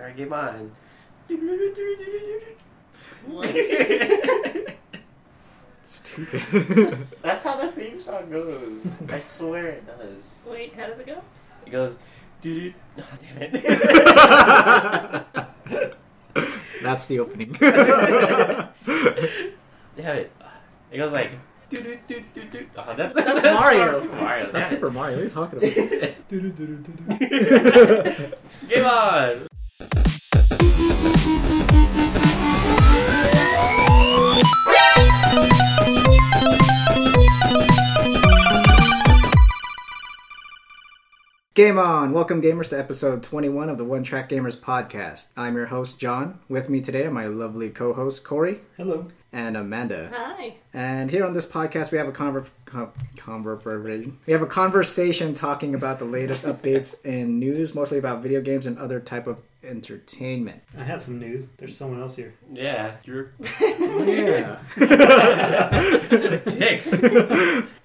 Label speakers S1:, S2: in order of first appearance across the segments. S1: I get mine.
S2: Stupid.
S1: That's how the theme song goes. I swear it does.
S3: Wait, how does it go?
S1: It goes, doo Oh, damn it.
S2: That's the opening.
S1: damn it. It goes like, doo doo doo doo doo. Oh, that's,
S2: That's Mario.
S1: Super Mario.
S2: That's
S1: damn
S2: Super Mario. What are you talking about?
S1: it.
S2: Doo-doo-doo-doo-doo.
S1: Game on.
S2: Game on! Welcome, gamers, to episode 21 of the One Track Gamers podcast. I'm your host, John. With me today are my lovely co hosts, Corey
S1: Hello.
S2: and Amanda.
S3: Hi.
S2: And here on this podcast, we have a conver- con- conver- we have a conversation talking about the latest updates and news, mostly about video games and other type of entertainment.
S4: I have some news. There's someone else here.
S1: Yeah, you're
S2: Yeah.
S1: a dick.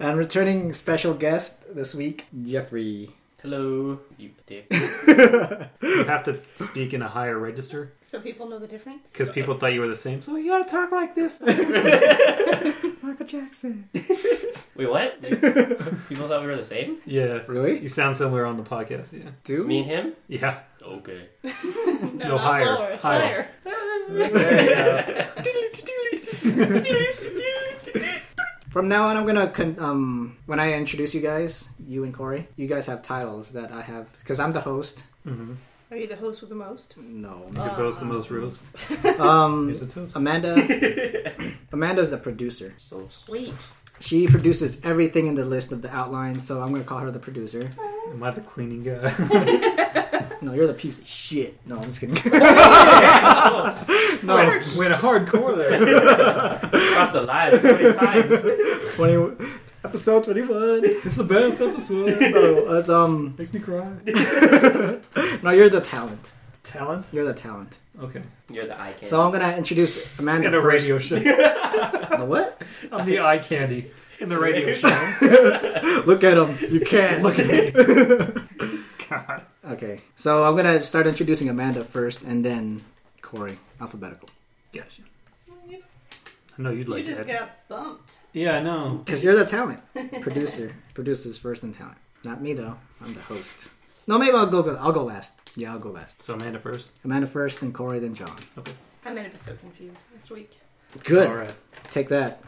S2: and returning special guest this week, Jeffrey.
S1: Hello, you dick.
S4: You have to speak in a higher register
S3: So people know the difference?
S4: because people thought you were the same. So you gotta talk like this.
S2: Michael Jackson.
S1: Wait, what? People thought we were the same?
S4: yeah,
S2: Really?
S4: you sound similar on the podcast. Yeah,
S2: Do
S1: Me and him?
S4: yeah.
S1: Okay.
S3: no,
S4: no,
S3: not
S4: higher,
S3: Lower,
S4: higher.
S3: higher.
S2: From now on, I'm gonna con- um when I introduce you guys, you and Corey, you guys have titles that I have because I'm the host.
S4: Mm-hmm.
S3: Are you the host with the most?
S2: No.
S4: Give those the most roast.
S2: Um,
S4: Here's a toast.
S2: Amanda. Amanda's the producer.
S1: So
S3: Sweet.
S2: She produces everything in the list of the outline, so I'm gonna call her the producer.
S4: Am I the cleaning guy?
S2: No, you're the piece of shit. No, I'm just kidding.
S4: no, went hardcore there.
S1: crossed the line twenty times.
S2: Twenty episode twenty one.
S4: it's the best episode.
S2: No, it's, um,
S4: Makes me cry.
S2: no, you're the talent.
S4: Talent.
S2: You're the talent.
S4: Okay.
S1: You're the eye candy.
S2: So I'm gonna introduce Amanda
S4: In a
S2: first.
S4: radio show.
S2: The what?
S4: I'm the eye candy in the radio show.
S2: Look at him. You can't.
S4: Look at me. God.
S2: Okay, so I'm gonna start introducing Amanda first, and then Corey, alphabetical.
S4: Gotcha.
S3: Sweet.
S4: I know you'd
S3: You
S4: like
S3: just got
S4: that.
S3: bumped.
S4: Yeah, I know.
S2: Because you're the talent producer, producers first in talent. Not me though. I'm the host. No, maybe I'll go. I'll go last. Yeah, I'll go last.
S4: So Amanda first.
S2: Amanda first, then Corey, then John.
S3: I might have been so confused last week.
S2: Good.
S4: All right.
S2: Take that,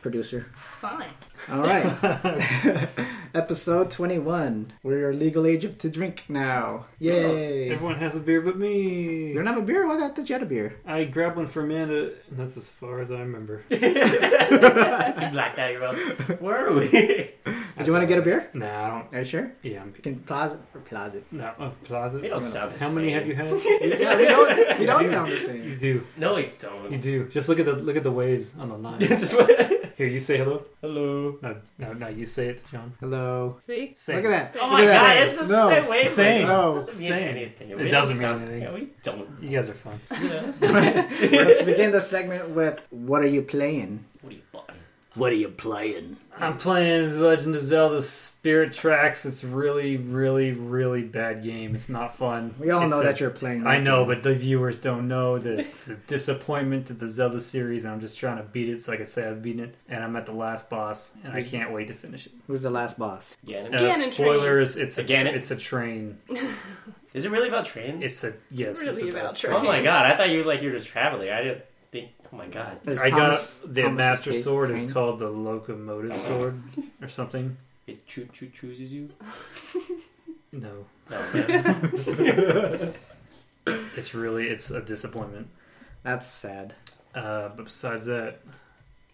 S2: producer.
S3: Fine.
S2: All right. Episode 21. We're legal age of to drink now. Yay!
S4: Everyone has a beer but me.
S2: You don't have a beer? Why not the Jetta beer?
S4: I grabbed one for Amanda, and that's as far as I remember.
S1: you blacked out your mouth. Where are we?
S2: Did you want to get a beer?
S4: Nah, I don't.
S2: Are you sure?
S4: Yeah, I'm.
S2: You can pause it or pause it.
S4: No, oh, Plaza.
S1: We don't sound the
S4: How many
S1: same.
S4: have you had?
S2: Yeah, we don't, we don't
S4: do.
S2: sound the
S4: you
S2: same.
S4: do.
S1: No, we don't.
S4: You do. Just look at the look at the waves on the line.
S1: Just what?
S4: Here, you say hello.
S1: Hello.
S4: No, no, no. You say it, John.
S2: Hello.
S3: See?
S4: Say
S2: Look at that.
S1: Oh
S3: Oh
S1: my
S2: Look at
S1: god,
S2: that. Oh.
S1: it's just
S2: No,
S1: the same wavelength.
S4: same.
S1: It
S2: No,
S1: doesn't mean
S4: same.
S1: anything.
S4: It
S1: We
S4: doesn't
S1: don't
S4: mean
S1: sound-
S4: anything.
S1: Yeah, we don't.
S4: You guys are fun.
S1: You know?
S2: Let's begin the segment with what are you playing?
S1: what are you buying?
S2: What are you playing?
S4: I'm playing Legend of Zelda Spirit Tracks. It's really, really, really bad game. It's not fun.
S2: We all know that you're playing.
S4: I know, but the viewers don't know the, the disappointment to the Zelda series. I'm just trying to beat it so I can say I've beaten it, and I'm at the last boss, and I can't wait to finish it.
S2: Who's the last boss?
S1: Yeah.
S4: Uh,
S3: Ganon train.
S4: spoilers: it's a
S1: Ganon?
S4: it's a train.
S1: Is it really about trains?
S4: It's a yes.
S3: really
S4: it's a
S3: about
S1: oh
S3: trains.
S1: my god, I thought you were like you were just traveling. I didn't think. Oh my god.
S2: Is
S4: I
S2: Thomas-
S4: got the
S2: Thomas
S4: master
S2: K.
S4: sword is
S2: Kane?
S4: called the locomotive sword or something.
S1: It choo choo chooses you.
S4: No,
S1: Oh, yeah.
S4: it's really it's a disappointment.
S2: That's sad.
S4: Uh, but besides that,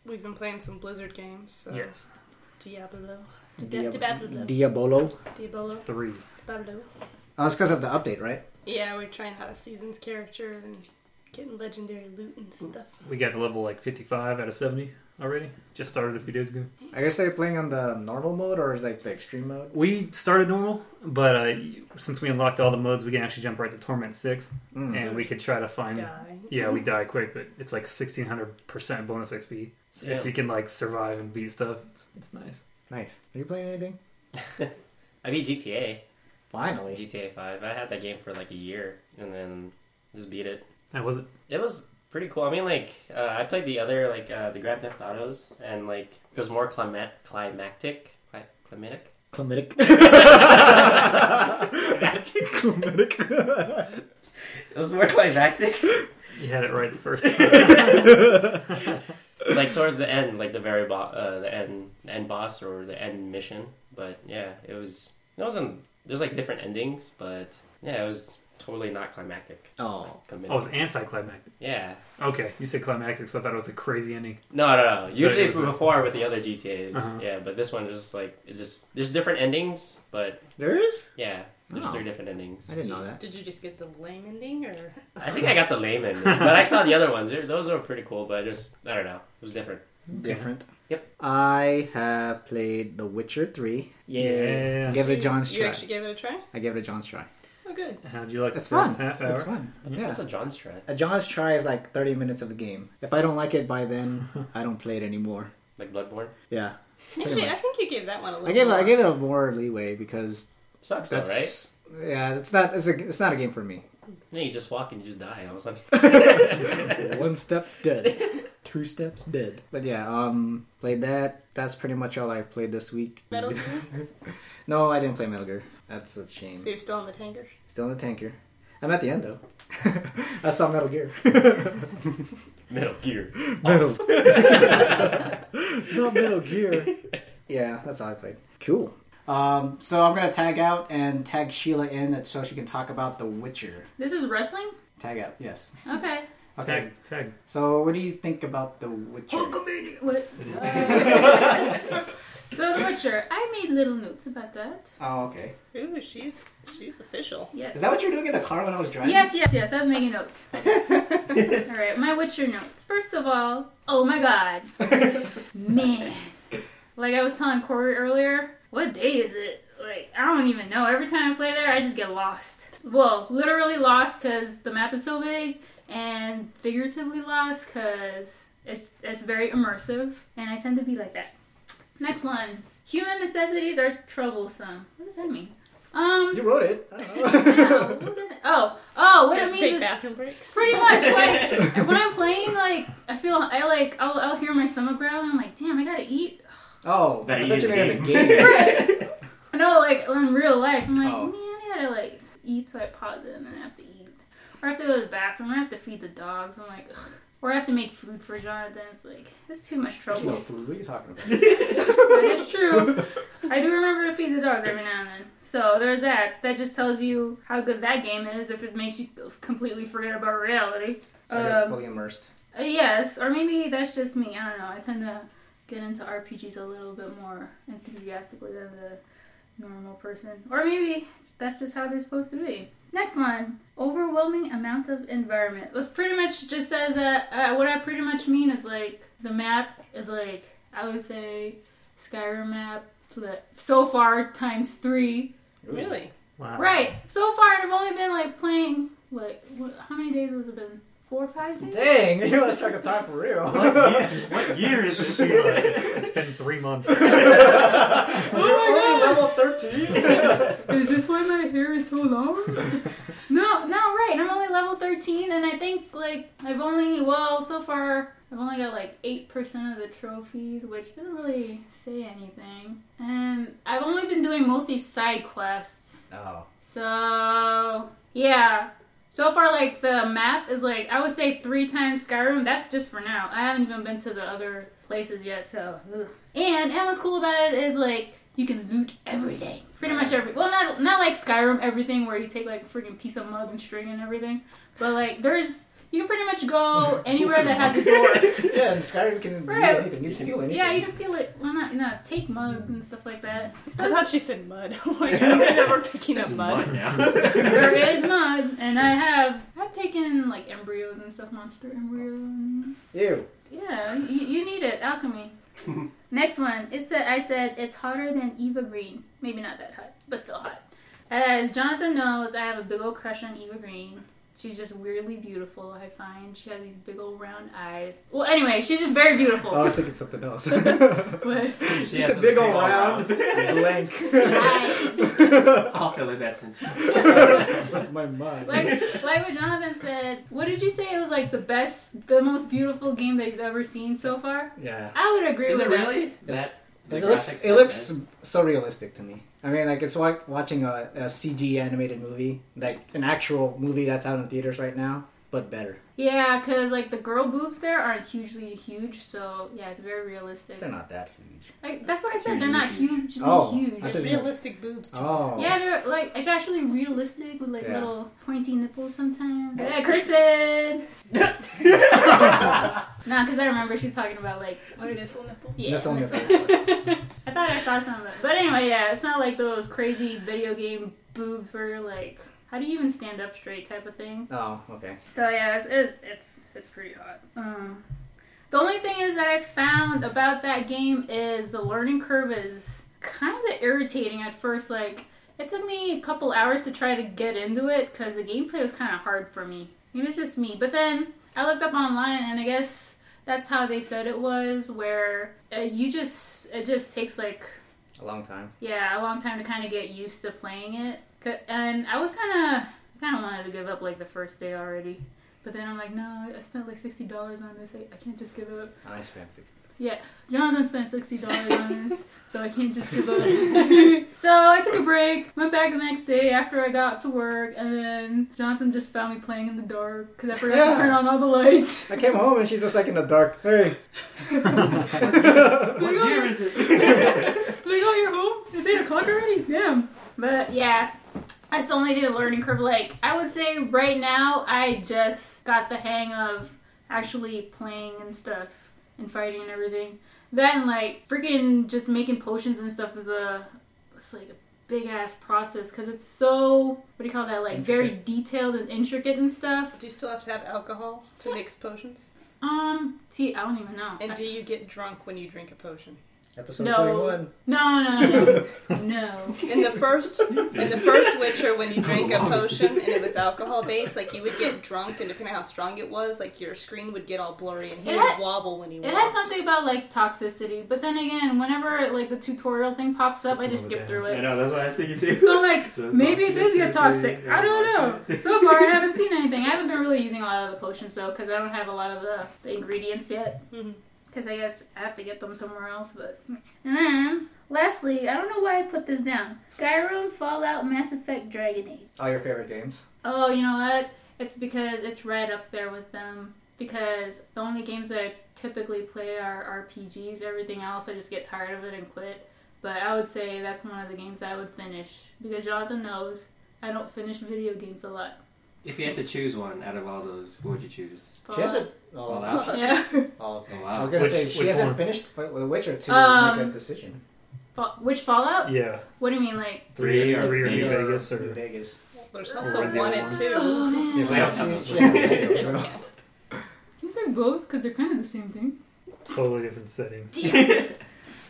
S3: We've been playing some Blizzard games. So.
S4: yes,
S3: Diablo.
S2: Dia-
S3: Diablo.
S2: Diabolo.
S3: Diablo.
S4: three.
S3: Diablo.
S2: Oh, it's because of the update, right?
S3: Yeah, we're trying out a season's character and getting legendary loot and stuff.
S4: We got to level like 55 out of 70 already. Just started a few days ago.
S2: I guess they're playing on the normal mode or is like the extreme mode.
S4: We started normal, but uh, since we unlocked all the modes, we can actually jump right to Torment 6,
S2: Mm.
S4: and we could try to find.
S3: Die.
S4: Yeah, we die quick, but it's like 1600% bonus XP. So
S1: Yeah.
S4: if you can like survive and beat stuff, it's, it's nice.
S2: Nice. Are you playing anything?
S1: I beat GTA.
S2: Finally.
S1: GTA Five. I had that game for like a year, and then Just beat it.
S4: That was it.
S1: It was pretty cool. I mean, like uh, I played the other like uh, the Grand Theft Autos, and like it was more clima- climactic, cli- climatic, climatic. it was more climactic.
S4: You had it right the first time.
S1: like towards the end, like the very bo- uh, the end end boss or the end mission. But yeah, it was it wasn't there's like different endings, but yeah, it was totally not climactic.
S2: oh.
S1: Committed.
S4: oh, it's anticlimactic.
S1: yeah,
S4: Okay, you said climactic, so I thought it was a crazy ending.
S1: no, no, no.
S4: So
S1: Usually
S4: it was
S1: from
S4: a-
S1: before with the other GTA's,
S4: Uh-huh.
S1: yeah, but this one is just like it just there's different endings, but
S2: There is?
S1: yeah, there's
S2: Oh.
S1: three different endings.
S2: I didn't know that.
S3: Did you just get the lame ending or?
S1: I think I got the lame ending, but I saw the other ones. They're- Those were pretty cool, but I just I don't know, it was different.
S2: Different.
S1: Yep.
S2: I have played The Witcher 3.
S4: Yeah.
S2: Give it a John's
S3: You
S2: try.
S3: actually gave it a try?
S2: I gave it a John's try.
S3: Oh, good.
S4: How'd you like
S2: It's
S4: the
S2: fun.
S4: first half hour?
S2: It's fun. Yeah.
S1: That's a John's try.
S2: A John's try is like 30 minutes of the game. If I don't like it by then, I don't play it anymore.
S1: Like Bloodborne,
S2: Yeah. Pretty
S3: Actually,
S2: much.
S3: I think you gave that one a little.
S2: I gave it, I
S3: more.
S2: gave it a more leeway because
S1: sucks though, right?
S2: that's yeah, it's not it's, a, it's not a game for me.
S1: Yeah, you just walk and you just die all of a sudden.
S2: One step dead, two steps dead. But yeah, um, played that. That's pretty much all I've played this week.
S3: Metal Gear.
S2: No, I didn't play Metal Gear. That's a shame.
S3: so you're still on the tanker.
S2: Still in the tanker. I'm at the end though. I saw Metal Gear.
S1: Metal Gear.
S2: Metal. Not Metal Gear. Yeah, that's all I played. Cool. Um, so I'm gonna tag out and tag Sheila in so she can talk about The Witcher.
S5: This is wrestling?
S2: Tag out, yes.
S5: Okay.
S2: Okay.
S4: Tag, tag.
S2: So what do you think about The
S3: Oh,
S2: Witcher?
S5: What? Uh, so The Witcher. I made little notes about that.
S2: Oh, okay.
S3: Ooh, she's she's official.
S5: Yes.
S2: Is that what you were doing in the car when I was driving?
S5: Yes, yes, yes. I was making notes. all right, my Witcher notes. First of all, oh my god, man. Like I was telling Corey earlier, what day is it? Like I don't even know. Every time I play there, I just get lost. Well, literally lost because the map is so big, and figuratively lost because it's it's very immersive, and I tend to be like that. Next one. Human necessities are troublesome. What does that mean? Um.
S2: You wrote it. I
S5: no,
S2: don't know.
S5: what did- oh, oh, what
S3: What
S5: it
S3: Does
S5: means
S3: take
S5: is
S3: bathroom breaks?
S5: pretty much like when I'm playing, like I feel I like I'll, I'll hear my stomach growl and I'm like, damn, I gotta eat.
S2: oh,
S1: Better
S2: I thought
S1: use
S2: you
S1: the
S2: made it in the
S1: game.
S2: game.
S5: No, like in real life, I'm like,
S2: Oh.
S5: man, I gotta like eat, so I pause it and then I have to eat, or I have to go to the bathroom, or I have to feed the dogs. I'm like, ugh. or I have to make food for Jonathan. It's like it's too much
S2: There's no
S5: trouble.
S2: food. What are you talking about?
S5: that is true. I do remember to feed the dogs every now and then. So there's that. That just tells you how good that game is if it makes you completely forget about reality.
S2: So you're
S5: Um,
S2: fully immersed.
S5: Uh, Yes, or maybe that's just me. I don't know. I tend to get into RPGs a little bit more enthusiastically than the normal person. Or maybe that's just how they're supposed to be. Next one overwhelming amount of environment. This pretty much just says that uh, what I pretty much mean is like the map is like, I would say, Skyrim map. So, that, so far times three
S3: Really?
S4: Wow.
S5: right so far i've only been like playing like what, how many days has it been four or five days
S2: Dang, you lost track of time for real.
S4: What year is this year? It's, it's been three months.
S1: Oh
S5: Is this why my hair is so long? no, no, right. I'm only level 13, and I think, like, I've only, well, so far, I've only got, like, 8% of the trophies, which doesn't really say anything. And I've only been doing mostly side quests.
S2: Oh.
S5: So, yeah. So far, like, the map is, like, I would say three times Skyrim. That's just for now. I haven't even been to the other places yet, so. ugh. And, and what's cool about it is, like, you can loot everything. Pretty much every. Well, not, not like Skyrim, everything where you take, like, a freaking piece of mug and string and everything. But, like, there's. You can pretty much go anywhere that has a door.
S2: Yeah, and Skyrim can do
S5: Right.
S2: anything. You can steal anything.
S5: Yeah, you can steal it. Well, not, not take mugs and stuff like that. So
S3: I
S5: it's-
S3: thought she said mud. Oh like, I remember picking up mud.
S5: there is mud, and I have I've taken like embryos and stuff, monster embryo. and-
S2: Ew.
S5: Yeah, you, you need it, alchemy. Next one, it said I said it's hotter than Eva Green. Maybe not that hot, but still hot. As Jonathan knows, I have a big old crush on Eva Green. She's just weirdly beautiful, I find. She has these big old round eyes. Well, anyway, she's just very beautiful.
S2: Oh, I was thinking something else. Just
S5: But-
S1: She
S2: a
S1: has
S2: big,
S1: those
S2: old round blank.
S5: eyes.
S1: I'll fill in that sentence.
S2: With my mind.
S5: Like, like what Jonathan said, what did you say? It was like the best, the most beautiful game that you've ever seen so far?
S2: yeah.
S5: I would agree
S1: Is
S5: with
S1: it
S5: that.
S1: really?
S2: It's-
S1: That, the
S2: It looks
S1: graphics
S2: it
S1: that
S2: looks
S6: eh?
S1: bad?
S2: so realistic to me. I mean, like it's like watching a, a CG animated movie, like an actual movie that's out in theaters right now, but better.
S5: Yeah, because like the girl boobs there aren't hugely huge, so yeah, it's very realistic.
S2: They're not that huge.
S5: Like that's what I said. They're not hugely
S2: Oh,
S5: huge.
S2: I
S3: There's
S2: think-
S3: realistic boobs. Too.
S2: Oh,
S5: Yeah, they're like it's actually realistic with like
S2: Yeah.
S5: little pointy nipples sometimes. Yeah, Kristen. nah, because I remember she's talking about like what are
S3: Missile nipple.
S5: Yeah,
S2: That's only a
S5: that's-
S2: face.
S5: I thought I saw some of that. But anyway, yeah, it's not like those crazy video game boobs where you're like, how do you even stand up straight type of thing.
S2: Oh, okay.
S5: So yeah, it's it, it's it's pretty hot. Um, the only thing is that I found about that game is the learning curve is kind of irritating at first. Like it took me a couple hours to try to get into it because the gameplay was kind of hard for me. Maybe it's just me. But then I looked up online and I guess that's how they said it was, where uh, you just it just takes like
S2: A long time.
S5: yeah, a long time to kind of get used to playing it. C- And I was kind of, kind of wanted to give up like the first day already. But then I'm like, no, I spent like sixty dollars on this. I, I can't just give up.
S2: I spent sixty.
S5: Jonathan spent sixty dollars on this, so I can't just give up. so I took a break, went back the next day after I got to work, and then Jonathan just found me playing in the dark because I forgot
S2: Yeah.
S5: to turn on all the lights.
S2: I came home and she's just like in the dark. Hey,
S5: Like, oh,
S1: Here is it?
S5: Like, oh, you're home? It's 8 o'clock already? Damn. But yeah, I still only did a learning curve. Like, I would say right now, I just got the hang of actually playing and stuff and fighting and everything. Then, like, freaking just making potions and stuff is a, it's like a big ass process because it's so, what do you call that? Like, very detailed and intricate and stuff.
S3: Do you still have to have alcohol to mix potions?
S5: Um, see, I don't even know.
S3: And do you get drunk when you drink a potion?
S2: episode
S5: No.
S2: twenty-one.
S5: no, no, no, no.
S3: In the first, in the first Witcher, when you drank a potion and it was alcohol based, like you would get drunk, and depending on how strong it was, like your screen would get all blurry, and he
S5: It
S3: would
S5: had-
S3: wobble when he
S5: It had
S3: walked.
S5: something about like toxicity, but then again, whenever like the tutorial thing pops up, I just skip through
S4: I
S5: it.
S4: know, that's what I was thinking too.
S5: So I'm like,
S4: The
S5: maybe it does get
S4: toxicity,
S5: toxic. I
S4: yeah,
S5: don't know.
S4: toxic.
S5: So far, I haven't seen anything. I haven't been really using a lot of the potions though, because I don't have a lot of the, the ingredients yet.
S4: Mm-hmm.
S3: Mhm.
S5: Because I guess I have to get them somewhere else. But and then lastly, I don't know why I put this down. Skyrim, Fallout, Mass Effect, Dragon Age.
S2: All your favorite games.
S5: Oh, you know what? It's because it's right up there with them. Because the only games that I typically play are RPGs. Everything else, I just get tired of it and quit. But I would say that's one of the games I would finish. Because Jonathan knows I don't finish video games a lot.
S6: If you had to choose one out of all those, what would you choose?
S2: She hasn't.
S6: Well,
S2: Oh,
S6: that's-
S5: Yeah.
S2: oh, okay.
S6: Oh,
S2: I
S6: wow.
S2: was gonna
S4: Which-
S2: say she
S4: which
S2: hasn't
S4: one?
S2: finished Fi- The Witcher to
S5: Um,
S2: make a decision.
S5: Fa- Which Fallout?
S4: Yeah.
S5: What do you mean, like?
S4: Three or
S1: Three
S4: three or New
S1: Vegas.
S4: Vegas
S2: New
S4: or
S2: Vegas.
S3: There's
S4: Or
S3: also
S4: when they
S3: one and
S4: were-
S3: two.
S5: oh, man.
S1: Yeah,
S2: Yes,
S1: I'll have
S2: yes,
S1: those.
S2: yes, yes.
S5: Can you say both? Because they're kind of the same thing.
S4: totally different settings.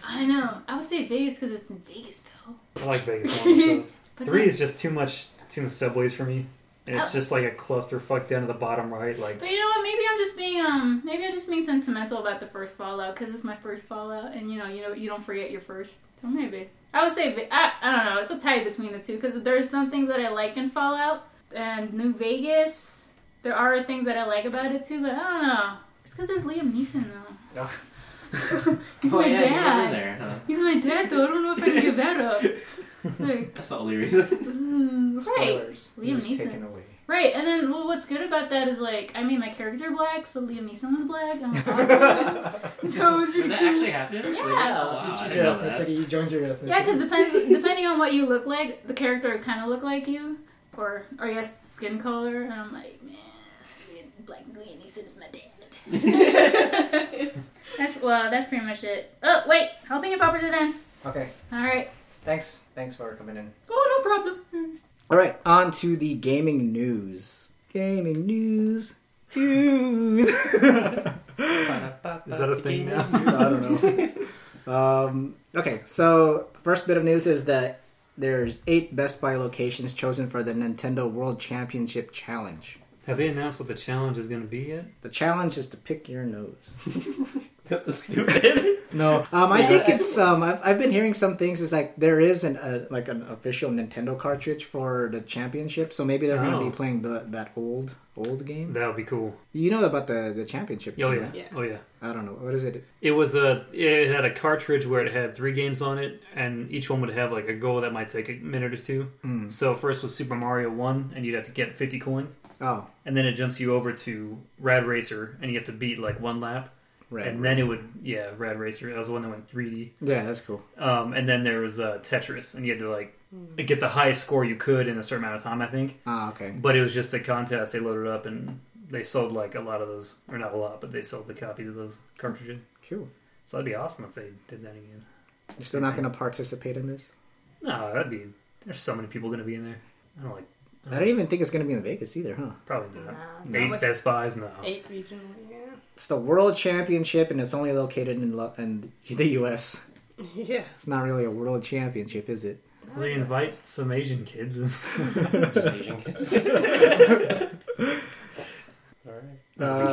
S5: I know. I would say Vegas because it's in Vegas, though.
S4: I like Vegas more. So.
S5: But
S4: Three
S5: then-
S4: is just too much, too much subways for me. And it's just like a clusterfuck down to the bottom right. Like,
S5: But you know what? Maybe I'm just being um. Maybe I'm just being sentimental about the first Fallout because it's my first Fallout, and you know, you know, you don't forget your first. So maybe I would say Vi- I, I don't know. It's a tie between the two because there's some things that I like in Fallout and New Vegas. There are things that I like about it too, but I don't know. It's because there's Liam Neeson though.
S2: Ugh.
S5: He's
S6: oh
S5: my
S6: yeah, he was in
S5: dad.
S6: there, huh?
S5: He's my dad though. I don't know if I can give that up. It's like,
S6: That's the only reason.
S5: ooh, right.
S2: Spoilers.
S5: Liam
S2: It was
S5: Neeson.
S2: taken away.
S5: Right, and then well, what's good about that is like I made my character black, so Liam Neeson was black, and like, awesome. so it was
S6: Did
S5: really
S6: that
S5: cool.
S6: actually happen? Like,
S5: Yeah.
S6: oh, wow, I
S2: Choose
S6: didn't
S2: your
S6: know that.
S2: ethnicity. You joined your ethnicity.
S5: Yeah, because depends depending on what you look like, the character would kind of look like you, or or yes, skin color, and I'm like, man, Liam- black Liam Neeson is my dad. that's well, that's pretty much it. Oh wait, I'll think it poppers it in.
S2: Okay.
S5: All right.
S2: Thanks. Thanks for coming in.
S5: Oh no problem.
S2: All right, on to the gaming news. Gaming news. News.
S4: is that a thing now?
S2: I don't know. Um, okay, so first bit of news is that there's eight Best Buy locations chosen for the Nintendo World Championship Challenge.
S4: Have they announced what the challenge is going to be yet?
S2: The challenge is to pick your nose.
S1: This is stupid.
S2: No, um, I think it's um, I've, I've been hearing some things. Is like there is an uh, like an official Nintendo cartridge for the championship, so maybe they're going to
S4: Oh.
S2: be playing the that old old game.
S4: That would be cool.
S2: You know about the the championship?
S4: Oh
S2: game,
S4: yeah.
S2: right?
S3: Yeah.
S4: Oh yeah.
S2: I don't know what is it.
S4: It was a. It had a cartridge where it had three games on it, and each one would have like a goal that might take a minute or two.
S2: Mm.
S4: So first was Super Mario One, and you'd have to get fifty coins,
S2: Oh,
S4: and then it jumps you over to Rad Racer, and you have to beat like one lap,
S2: right.
S4: and then it would yeah Rad Racer. That was the one that went three D.
S2: yeah, that's cool.
S4: Um, and then there was uh, Tetris, and you had to like
S3: Hmm.
S4: get the highest score you could in a certain amount of time, I think.
S2: Ah, okay.
S4: But it was just a contest. They loaded up and they sold like a lot of those, or not a lot, but they sold the copies of those cartridges.
S2: Cool.
S4: So that'd be awesome if they did that again.
S2: You're still not going to participate in this?
S4: No, that'd be. There's so many people going to be in there. I don't like.
S2: I
S4: Uh-huh.
S2: don't even think it's going to be in Vegas either, huh?
S4: Probably
S5: Nah.
S4: not.
S3: Not
S4: Eight
S3: with-
S4: Best Buys, no.
S3: Eight regional, yeah.
S2: It's the World Championship, and it's only located in lo- in the U.S.
S3: Yeah.
S2: It's not really a World Championship, is it?
S4: Well, They invite some Asian kids.
S1: Just Asian kids. All right.
S2: Uh,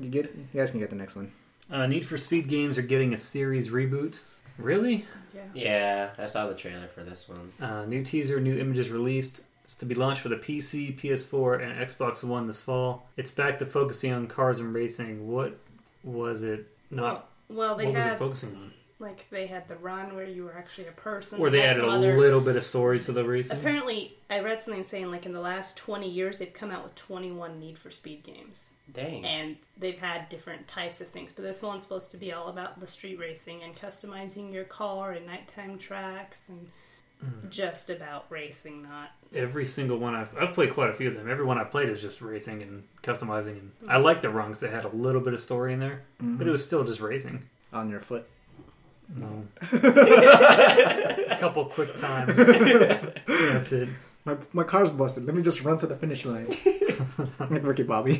S2: you get you guys can get the next one.
S4: uh, Need for Speed games are getting a series reboot. Really?
S3: Yeah.
S1: Yeah, I saw the trailer for this one.
S4: Uh, new teaser, new images released. It's to be launched for the PC, PS4, and Xbox One this fall. It's back to focusing on cars and racing. What was it not?
S3: Well, they
S4: what was it
S3: had
S4: focusing on?
S3: like they had the run where you were actually a person.
S4: Or they
S3: had
S4: added
S3: some
S4: a
S3: other-
S4: little bit of story to the racing.
S3: Apparently, I read something saying like in the last 20 years they've come out with 21 Need for Speed games,
S1: Dang.
S3: and they've had different types of things. But this one's supposed to be all about the street racing and customizing your car and nighttime tracks and just about racing, not
S4: Every single one I've, I've played quite a few of them. Every one I played is just racing and customizing. And
S3: Mm-hmm.
S4: I liked the run 'cause they had a little bit of story in there, but it was still just racing.
S2: On your foot.
S4: No, a couple quick times. That's it.
S2: My, my car's busted. Let me just run to the finish line. like Ricky Bobby.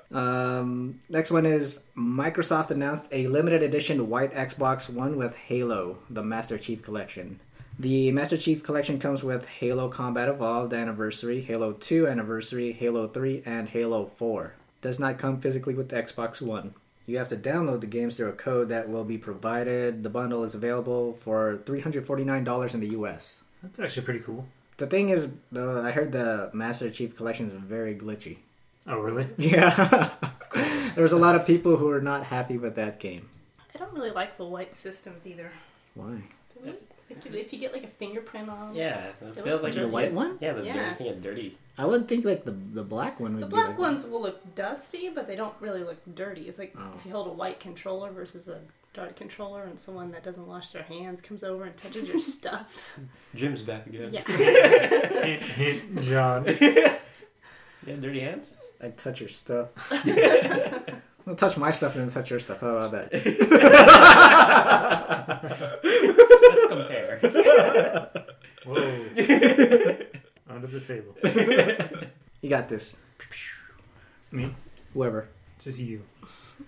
S2: um, next one is Microsoft announced a limited edition white Xbox One with Halo, the Master Chief Collection. The Master Chief Collection comes with Halo Combat Evolved Anniversary, Halo 2 Anniversary, Halo 3, and Halo 4. Does not come physically with the Xbox One. You have to download the games through a code that will be provided. The bundle is available for $349 in the US.
S4: That's actually pretty cool.
S2: The thing is, uh, I heard the Master Chief Collection is very glitchy.
S4: Oh, really?
S2: Yeah, there's a lot of people who are not happy with that game.
S3: I don't really like the white systems either.
S2: Why?
S3: Like, if you get like a fingerprint on,
S1: Yeah, it feels like
S3: The
S1: they're
S2: white
S1: getting-
S2: one?
S1: Yeah, the
S3: Yeah.
S1: dirty thing of dirty.
S2: I would think like the the black one would
S3: the
S2: be
S3: black
S2: like,
S3: ones will look dusty, but they don't really look dirty. It's like
S2: Oh.
S3: if you hold a white controller versus a dark controller, and someone that doesn't wash their hands comes over and touches your stuff.
S1: Jim's back again.
S3: Yeah.
S4: hint, hint, John.
S1: You have dirty hands?
S2: I touch your stuff. I'll touch my stuff and then touch your stuff. How about that?
S1: Let's compare.
S4: Whoa. Under the table.
S2: You got this.
S4: Me?
S2: Whoever.
S4: Just you.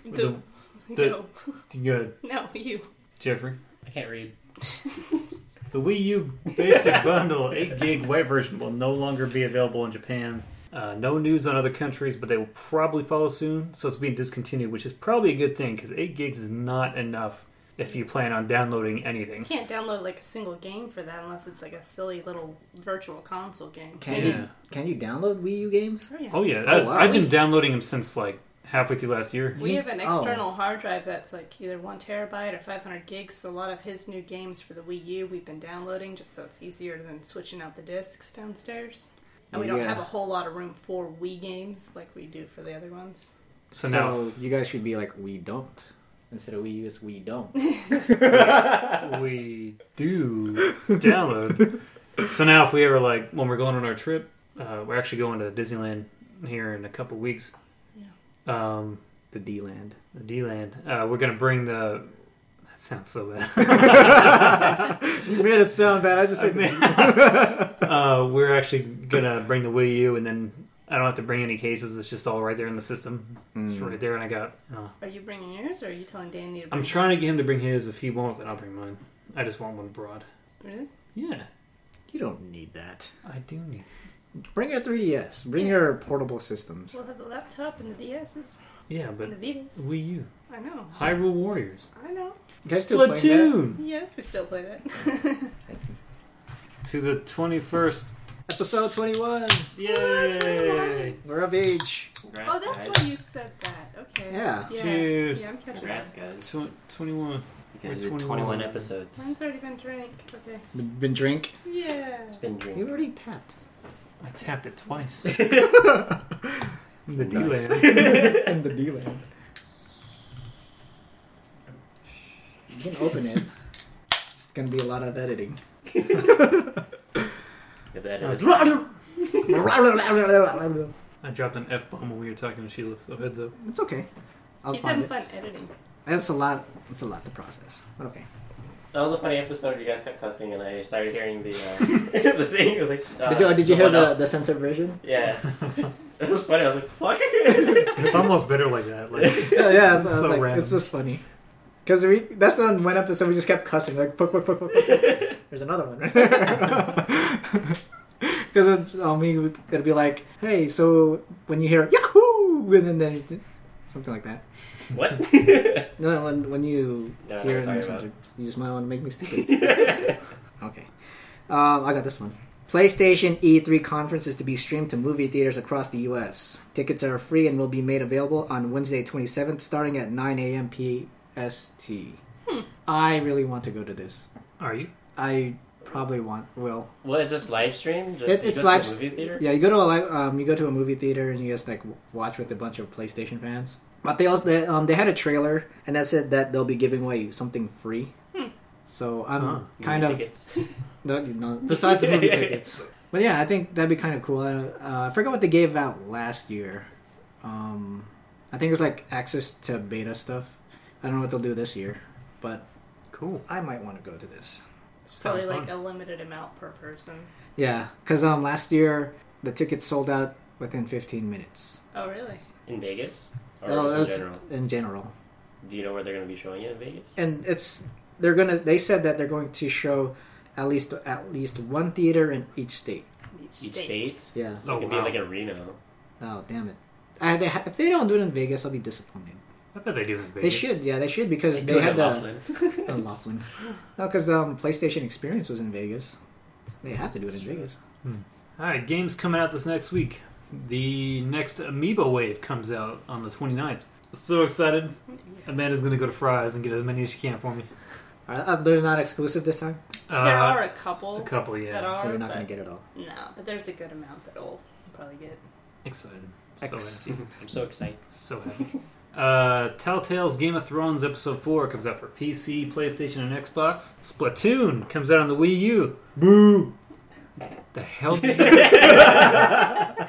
S3: The-
S4: The,
S3: no,
S4: the, good.
S3: no, you.
S4: Jeffrey.
S1: I can't read.
S4: The Wii U Basic Bundle 8 gig white version will no longer be available in Japan. Uh, no news on other countries, but they will probably follow soon. So it's being discontinued, which is probably a good thing because 8 gigs is not enough if you plan on downloading anything.
S3: You can't download like a single game for that unless it's like a silly little virtual console game.
S2: Can
S4: Yeah.
S2: you can you download Wii U games?
S3: Oh, yeah.
S4: Oh, yeah.
S2: wow.
S4: I, I've been downloading them since like halfway through last year.
S3: We have an
S2: Oh.
S3: external hard drive that's like either one terabyte or 500 gigs. So a lot of his new games for the Wii U we've been downloading just so it's easier than switching out the discs downstairs. And we don't
S2: Yeah.
S3: have a whole lot of room for Wii games like we do for the other ones.
S4: So, now
S2: you guys should be like we don't instead of Wii U. It's we don't.
S4: we do download. so now, if we ever like when we're going on our trip, uh, we're actually going to Disneyland here in a couple weeks. Um,
S2: the D land.
S4: the D Land. Uh, we're gonna bring the. That sounds so bad.
S2: You made it sound bad. I just said
S4: uh, we're actually gonna bring the Wii U, and then I don't have to bring any cases. It's just all right there in the system. It's right there, and I got. Uh,
S3: Are you bringing yours or are you telling Danny to bring
S4: I'm trying to
S3: his?
S4: get him to bring his. If he won't, then I'll bring mine. I just want one broad.
S3: Really?
S4: Yeah,
S2: you don't need that.
S4: I do need.
S2: Bring your 3DS. Bring your portable systems.
S3: We'll have the laptop and the DSs
S4: Yeah,
S3: and the
S4: but
S3: Vitas.
S4: Wii U.
S3: I know.
S4: Hyrule Warriors.
S3: I know.
S2: You guys still playing that?
S4: Splatoon!
S3: Yes, we still play that.
S4: To the 21st.
S2: Episode 21.
S4: Yay!
S2: We're of age.
S6: Congrats,
S3: oh, that's
S6: guys.
S3: why you said that. Okay.
S2: Yeah.
S3: Yeah,
S4: Cheers.
S3: yeah I'm catching
S6: Congrats,
S3: up.
S6: guys.
S4: Tw- 21.
S1: You guys
S4: We're
S1: did
S4: 21.
S1: 21 episodes.
S3: Mine's already been drank. Okay.
S2: Been, been drink.
S3: Yeah.
S1: Been drinking.
S2: You already tapped.
S4: I tapped it twice. the
S1: Nice.
S4: D-Land.
S2: And the dealer. You can open it. It's gonna be a lot of editing.
S1: If that is-
S4: I dropped an F-bomb when we were talking to Sheila, so heads up.
S2: It's okay. I'll
S3: He's
S2: find
S3: having
S2: it.
S3: fun editing.
S2: That's a lot. It's a lot to process. But okay.
S1: That was a funny episode. You guys kept cussing, and I started hearing the uh, the thing. It was like, uh,
S2: did you, did you hear
S1: one
S2: the,
S1: up.
S2: the censored version?
S1: Yeah, it was funny. I was like, "Fuck!" it.
S4: It's almost better like that. Like,
S2: Yeah, yeah. It's,
S4: It's so
S2: like,
S4: random.
S2: it's just funny. Because we that's the one episode we just kept cussing like poke poke poke poke. poke. There's another one right there. uh, Because on me it'd be like, hey, so when you hear Yahoo, and then, then something like that.
S1: what?
S2: No, when when you
S1: No, I know
S2: hear
S1: what you're
S2: it
S1: talking
S2: censored, you just might want to make me stupid. okay, um, I got this one. PlayStation E3 conference is to be streamed to movie theaters across the U.S. Tickets are free and will be made available on Wednesday, 27th, starting at 9 a.m. PST. I really want to go to this.
S4: are you?
S2: I probably want will.
S1: Well, it's just live stream.
S2: It-
S1: Just you
S2: it's
S1: go
S2: live
S1: to a
S2: s-
S1: movie theater.
S2: Yeah, you go to a li- um, you go to a movie theater and you just like w- watch with a bunch of PlayStation fans. But they also they, um, they had a trailer and that said that they'll be giving away something free. So I'm
S4: Huh.
S2: kind
S1: Movie
S2: of
S1: tickets.
S2: no, no, besides the movie tickets. But yeah, I think that'd be kind of cool. Uh, I forgot what they gave out last year. Um, I think it was like access to beta stuff. I don't know what they'll do this year, but
S4: Cool.
S2: I might want to go to this.
S3: It's
S4: Sounds
S3: probably like
S4: fun.
S3: a limited amount per person.
S2: Yeah, because um, last year the tickets sold out within 15 minutes.
S3: Oh, really?
S1: in Vegas or
S2: Oh,
S1: just in
S2: that's-
S1: general.
S2: in general.
S1: Do you know where they're going to be showing it in Vegas?
S2: And it's they're gonna. They said that they're going to show at least at least one theater in each state.
S3: Each
S1: Each
S3: state.
S1: state.
S2: Yeah.
S1: So
S4: Oh,
S1: it could
S4: wow.
S1: be like a Reno.
S2: Oh damn it! I, they, ha- if they don't do it in Vegas, I'll be disappointed.
S4: I bet they do it in Vegas.
S2: They should. Yeah, they should because they,
S1: do it
S2: had
S1: in
S2: the
S1: Laughlin.
S2: the Laughlin. No, because um, PlayStation Experience was in Vegas. They have to do it in Vegas.
S4: All right, games coming out this next week. The next Amiibo Wave comes out on the 29th. So excited. Amanda's going to go to Fry's and get as many as she can for me.
S2: Are, uh, they're not exclusive this time,
S4: Uh,
S3: there are a couple.
S4: a couple,
S3: that
S4: yeah.
S3: are-
S2: so you're not
S3: but-
S2: gonna get it all.
S3: No, but there's a good amount that will probably get.
S4: Excited. So
S2: Ex-
S4: happy.
S1: I'm so excited.
S4: So happy. uh, Telltale's Game of Thrones Episode 4 comes out for PC, PlayStation, and Xbox. Splatoon comes out on the Wii U. Boo! The hell did you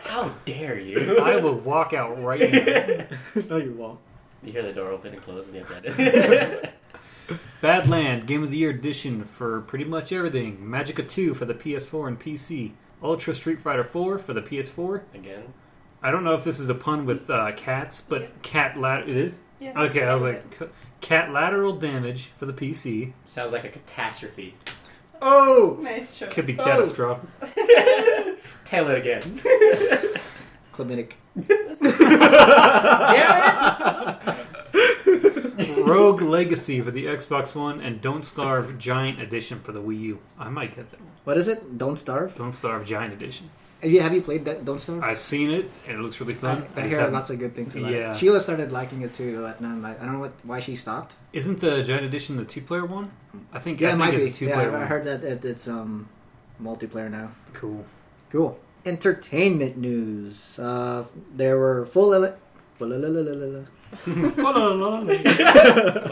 S1: How dare you?
S4: I will walk out right now.
S2: no, you won't.
S1: You hear the door open and close when you have that.
S4: Badland Game of the Year Edition for pretty much everything. Magica 2 for the PS4 and PC. Ultra Street Fighter 4 for the PS4.
S1: Again.
S4: I don't know if this is a pun with uh, cats, but
S3: Yeah.
S4: cat lat it is.
S3: Yeah.
S4: Okay, I was like c- cat lateral damage for the PC
S1: Sounds like a catastrophe.
S2: Oh,
S3: Nice joke.
S4: could be
S2: Oh.
S4: catastrophic.
S1: Taylor again.
S2: climatic.
S4: Rogue Legacy for the Xbox One and Don't Starve Giant Edition for the Wii U. I might get that one.
S2: What is it? Don't starve.
S4: Don't Starve Giant Edition.
S2: Have you have you played that? Don't starve.
S4: I've seen it and it looks really
S2: I,
S4: fun. I
S2: I
S4: just
S2: hear
S4: haven't-
S2: lots of good things about
S4: Yeah.
S2: it. Sheila started liking it too, but then like, I don't know what, why she stopped.
S4: Isn't the Giant Edition the two player one? I think I
S2: Yeah, it
S4: think
S2: might
S4: it's
S2: be.
S4: a two
S2: Yeah,
S4: player
S2: I- I
S4: one.
S2: heard that it, it's um multiplayer now.
S4: Cool.
S2: Cool. Entertainment news. Uh, there were full ele- full, la- la- la- la- la-
S1: La,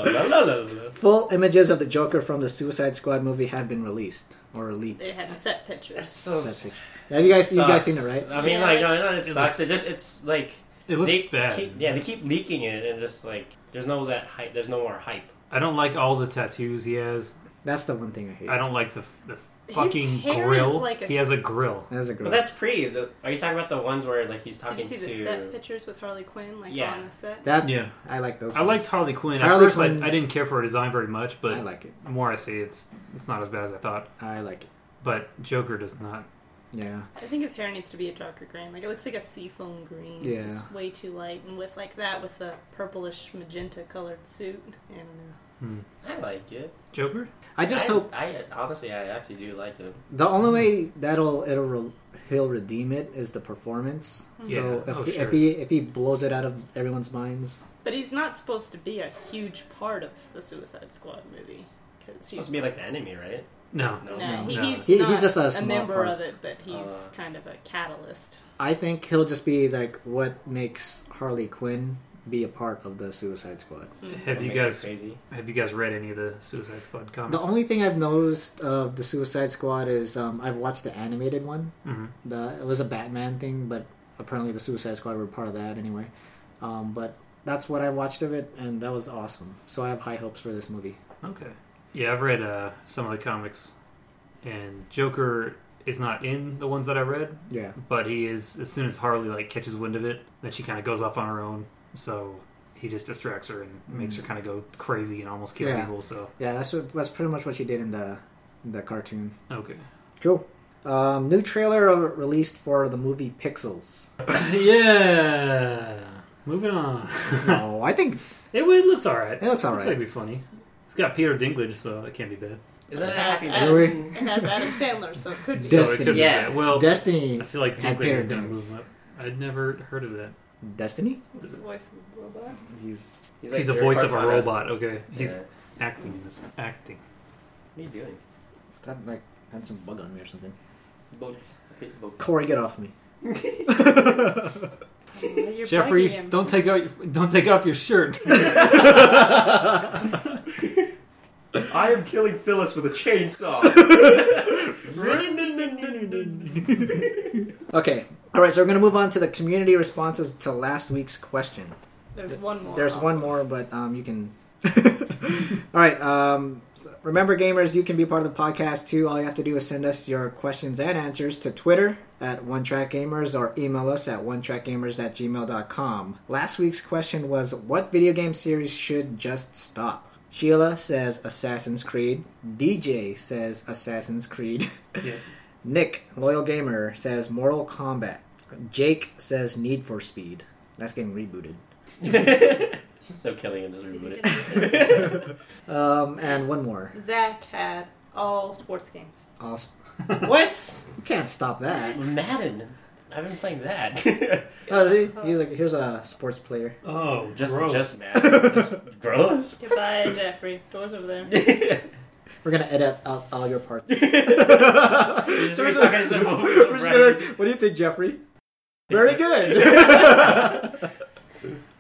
S1: la, la, la, la.
S2: full images of the Joker from the Suicide Squad movie have been released or leaked.
S3: They had set
S1: That's
S3: pictures.
S1: so
S2: That's it. Have you guys you guys
S1: sucks.
S2: seen it right?
S1: I mean,
S3: Yeah,
S1: like,
S3: it-
S1: no, no, it,
S4: it
S1: sucks.
S4: looks-
S1: It just, it's like
S4: It looks
S1: they
S4: bad.
S1: Keep, yeah, they keep leaking it, and just like there's no that hype. There's no more hype.
S4: I don't like all the tattoos he has.
S2: That's the one thing I hate.
S4: I don't like the the
S3: His
S4: fucking
S3: hair is
S4: grill.
S3: like a
S4: he has a
S3: s-
S4: grill.
S2: That's a girl.
S1: But that's pre. The, are you talking about the ones where like he's talking
S3: Did you see the
S1: to?
S3: set pictures with Harley Quinn, like
S1: Yeah.
S3: on a set?
S2: that
S4: Yeah,
S2: I like those.
S4: I
S2: ones.
S4: liked Harley Quinn. At
S2: Harley
S4: first,
S2: Quinn-
S4: I, I didn't care for her design very much, but
S2: I like it.
S4: the more I see, it, it's it's not as bad as I thought.
S2: I like it.
S4: But Joker does not
S2: Yeah.
S3: I think his hair needs to be a darker green. Like it looks like a seafoam green.
S2: Yeah.
S3: It's way too light, and with like that, with the purplish magenta colored suit, uh, I don't know.
S1: I like it.
S4: Joker?
S2: I just
S1: I,
S2: hope
S1: I honestly, I actually do like it.
S2: the only way that'll it'll re- he'll redeem it is the performance.
S1: Hmm.
S2: So
S4: Yeah.
S2: if,
S4: Oh,
S2: if
S4: sure.
S2: he if he blows it out of everyone's minds,
S3: But he's not supposed to be a huge part of the Suicide Squad movie because
S1: Supposed
S3: he's
S1: to be like the enemy, right?
S4: No.
S1: No.
S3: no,
S2: No,
S3: he-
S4: no.
S3: he's
S2: He- he's
S3: not
S2: just a
S3: a,
S2: small
S3: member
S2: part.
S3: of it, but he's
S1: Uh.
S3: kind of a catalyst.
S2: I think he'll just be like what makes Harley Quinn be a part of the Suicide Squad.
S3: Hmm.
S4: Have
S1: What
S4: you
S1: makes it
S4: guys
S1: crazy?
S4: have you guys read any of the Suicide Squad comics?
S2: The only thing I've noticed of the Suicide Squad is um, I've watched the animated one.
S4: Mhm.
S2: The it was a Batman thing, but apparently the Suicide Squad were part of that anyway. Um, but that's what I watched of it, and that was awesome. So I have high hopes for this movie.
S4: Okay. Yeah, I've read uh, some of the comics, and Joker is not in the ones that I read,
S2: Yeah,
S4: but he is. As soon as Harley like catches wind of it, then she kind of goes off on her own. So he just distracts her and makes her kind of go crazy and almost kill
S2: Mm. Yeah.
S4: people. So
S2: yeah, that's what, that's pretty much what she did in the in the cartoon.
S4: okay.
S2: Cool. Um, new trailer released for the movie Pixels.
S4: yeah. Moving on.
S2: no, I think
S4: it, it looks all right.
S2: it looks
S4: looks like
S2: alright.
S4: it'd be funny. It's got Peter Dinklage, so it can't be bad.
S1: Is that a
S3: Yes,
S1: happy
S3: yes.
S1: medicine?
S3: And that's Adam Sandler, so it could be.
S2: Destiny.
S4: So it could be
S1: Yeah.
S4: bad. Well,
S2: Destiny,
S4: I feel like
S2: Had
S4: Dinklage is
S2: Peter
S4: going to
S2: Dinklage.
S4: move him up. I'd never heard of that.
S2: Destiny.
S3: It's the voice of the robot.
S2: He's
S1: He's,
S4: He's, a
S1: Eric
S4: voice of a
S1: Cartana.
S4: robot. Okay, he's
S1: Yeah.
S4: acting in this. Acting.
S1: What are you doing?
S2: that like had some bug on me or something.
S1: Bugs. I hate bugs.
S2: Corey, get off me.
S3: Oh, You're bugging
S4: Jeffrey,
S3: him.
S4: don't take out your, don't take off your shirt.
S1: I am killing Phyllis with a chainsaw.
S2: Okay. All right, so we're going to move on to the community responses to last week's question.
S3: There's one more.
S2: There's one
S3: also.
S2: more, but um, you can. All right. Um, so remember, gamers, you can be part of the podcast too. All you have to do is send us your questions and answers to Twitter at One Track Gamers or email us at onetrackgamers at gmail.com. Last week's question was What video game series should just stop? Sheila says Assassin's Creed. DJ says Assassin's Creed.
S4: Yeah.
S2: Nick, loyal gamer, says Mortal Kombat. Jake says Need for Speed. That's getting rebooted.
S1: Stop killing him, just
S3: Is he
S1: remove it.
S3: gonna be successful?
S2: Um, and one more.
S3: Zach had all sports games.
S2: I'll sp-
S1: What?
S2: you can't stop that.
S1: Madden. I've been playing that.
S2: Oh, see, he's like, here's a sports player.
S4: oh,
S1: just,
S4: gross.
S1: just Madden. Just gross.
S3: Goodbye, Jeffrey. Doors over there.
S2: We're gonna edit out all your parts.
S1: We're just
S2: We're
S1: gonna
S2: just-
S1: talk as a movie.
S2: We're just gonna- what do you think, Jeffrey? Very good.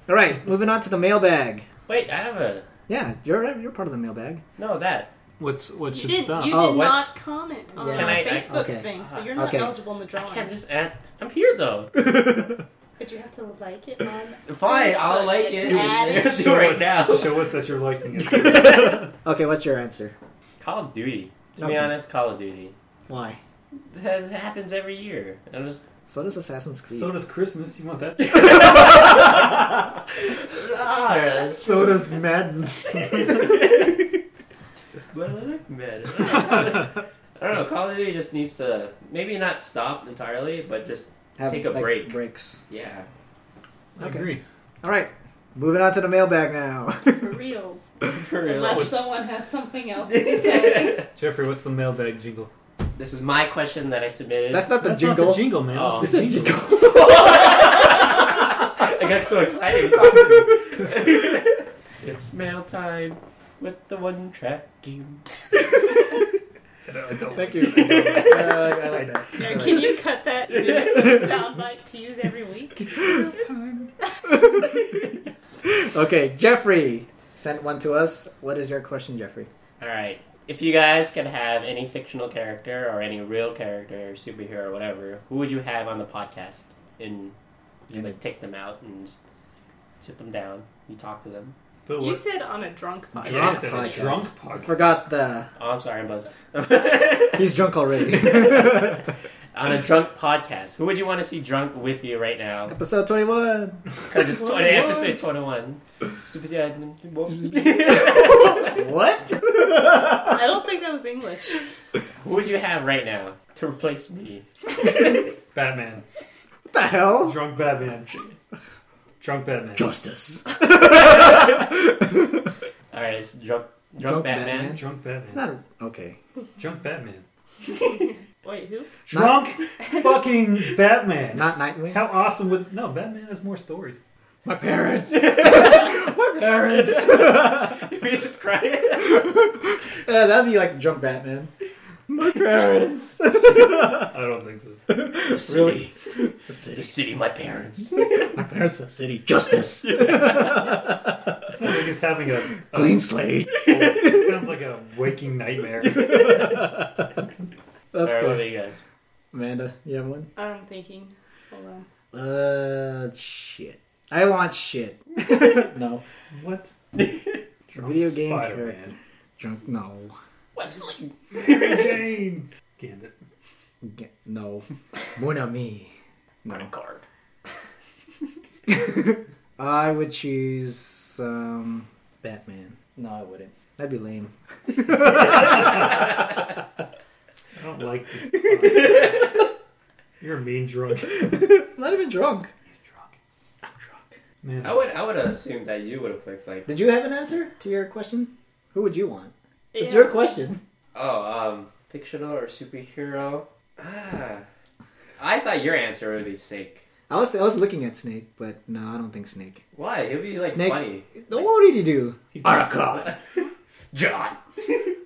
S2: all right, moving on to the mailbag.
S1: Wait, I have a
S2: Yeah, you're you're part of the mailbag.
S1: no that.
S4: What's what
S3: You
S4: should
S3: did,
S4: stop?
S3: you
S2: Oh,
S3: did
S1: what?
S3: not comment on
S2: Yeah.
S3: the
S2: Can
S1: I- I-
S3: Facebook
S2: okay.
S3: thing, so you're not
S2: Okay.
S3: eligible in the
S1: I
S3: drawing.
S1: can't just add. I'm here though.
S3: But you have to like it on.
S1: Fine, I'll
S3: Facebook
S1: like it.
S3: and add
S1: You're
S3: it.
S1: doing it right now.
S4: show us that you're liking it.
S2: Okay, what's your answer?
S1: Call of Duty. To
S2: Okay.
S1: be honest, Call of Duty.
S2: Why?
S1: That happens every year. I'm just
S2: So does Assassin's Creed.
S4: so does Christmas. You want that?
S1: ah. it's-
S4: so does Madden.
S1: But I like mad. I don't know. Call of Duty just needs to maybe not stop entirely, but just
S2: Have,
S1: take a
S2: like,
S1: break.
S2: Breaks.
S1: yeah.
S4: I
S2: Okay.
S4: agree.
S2: All right, moving on to the mailbag now.
S3: For reals.
S1: For real.
S3: Unless
S4: What's-
S3: someone has something else to say.
S4: Jeffrey, what's the mailbag jingle?
S1: this is my question that I submitted.
S2: That's not the
S4: That's
S2: jingle.
S4: not the jingle, man.
S1: Oh.
S4: What's
S2: It's
S4: the
S2: a
S4: jingle?
S2: jingle.
S1: I got so excited. talking to you. it's mail time with the one track game.
S4: I don't
S2: Thank you. Uh, I like that.
S3: Now, Can you cut that soundbite to use every week?
S2: Okay, Jeffrey sent one to us. What is your question, Jeffrey?
S1: All right. If you guys could have any fictional character or any real character, superhero, whatever, who would you have on the podcast? And you like take them out and just sit them down. You talk to them.
S4: But
S3: You
S4: what?
S3: said on a drunk podcast.
S4: Drunk,
S2: said podcast.
S4: drunk
S2: I
S4: podcast.
S2: forgot the.
S1: Oh, I'm sorry, I'm buzzed.
S2: He's drunk already.
S1: on a drunk podcast. Who would you want to see drunk with you right now?
S2: Episode 21.
S1: Because it's 20,
S4: 21.
S1: episode 21. Super-
S2: What?
S3: I don't think that was English.
S1: Who would you have right now? to replace me.
S4: Batman.
S2: What the hell?
S4: Drunk Batman. Drunk Batman.
S2: Justice.
S1: All right, it's drunk, drunk,
S2: Drunk
S1: Batman.
S2: Batman.
S4: Drunk Batman.
S2: It's not okay.
S4: Drunk Batman.
S3: Wait, who?
S4: Drunk fucking Batman.
S2: Not Nightwing.
S4: How awesome would no Batman has more stories.
S2: My parents. My parents.
S1: He's just crying.
S2: yeah, that'd be like Jump Batman. My parents.
S4: I don't think so.
S1: The city,
S2: Really?
S1: the city, my parents.
S2: My parents are city justice.
S4: It sounds like he's having a, a
S2: Clean slate.
S4: it sounds like a waking nightmare.
S2: That's
S1: All right, what
S2: good.
S1: about you guys?
S2: Amanda, you have one?
S3: I'm thinking. Hold on.
S2: Uh, shit. I want shit. no.
S4: What? Drunk
S2: Video game
S4: Spider-Man.
S2: Jump. No.
S1: Websling.
S4: Mary Jane. Gambit.
S2: Ga- No. Mon ami.
S1: On a
S2: No.
S1: card.
S2: I would choose um, Batman. No, I wouldn't. That'd be lame.
S4: I don't like this. podcast. You're a mean drunk. He's
S2: Not even drunk.
S4: drunk. I'm drunk. Man,
S1: I would, I would assume that you would have picked like.
S2: Did you have an answer to your question? Who would you want? It's
S3: Yeah.
S2: your question.
S1: Oh, um, fictional or superhero? Ah, I thought your answer would be Snake.
S2: I was I was looking at Snake, but no, I don't think Snake.
S1: Why? He'll be like
S2: Snake-
S1: funny.
S2: No, what did he do?
S4: He's-
S1: Aracon, John. you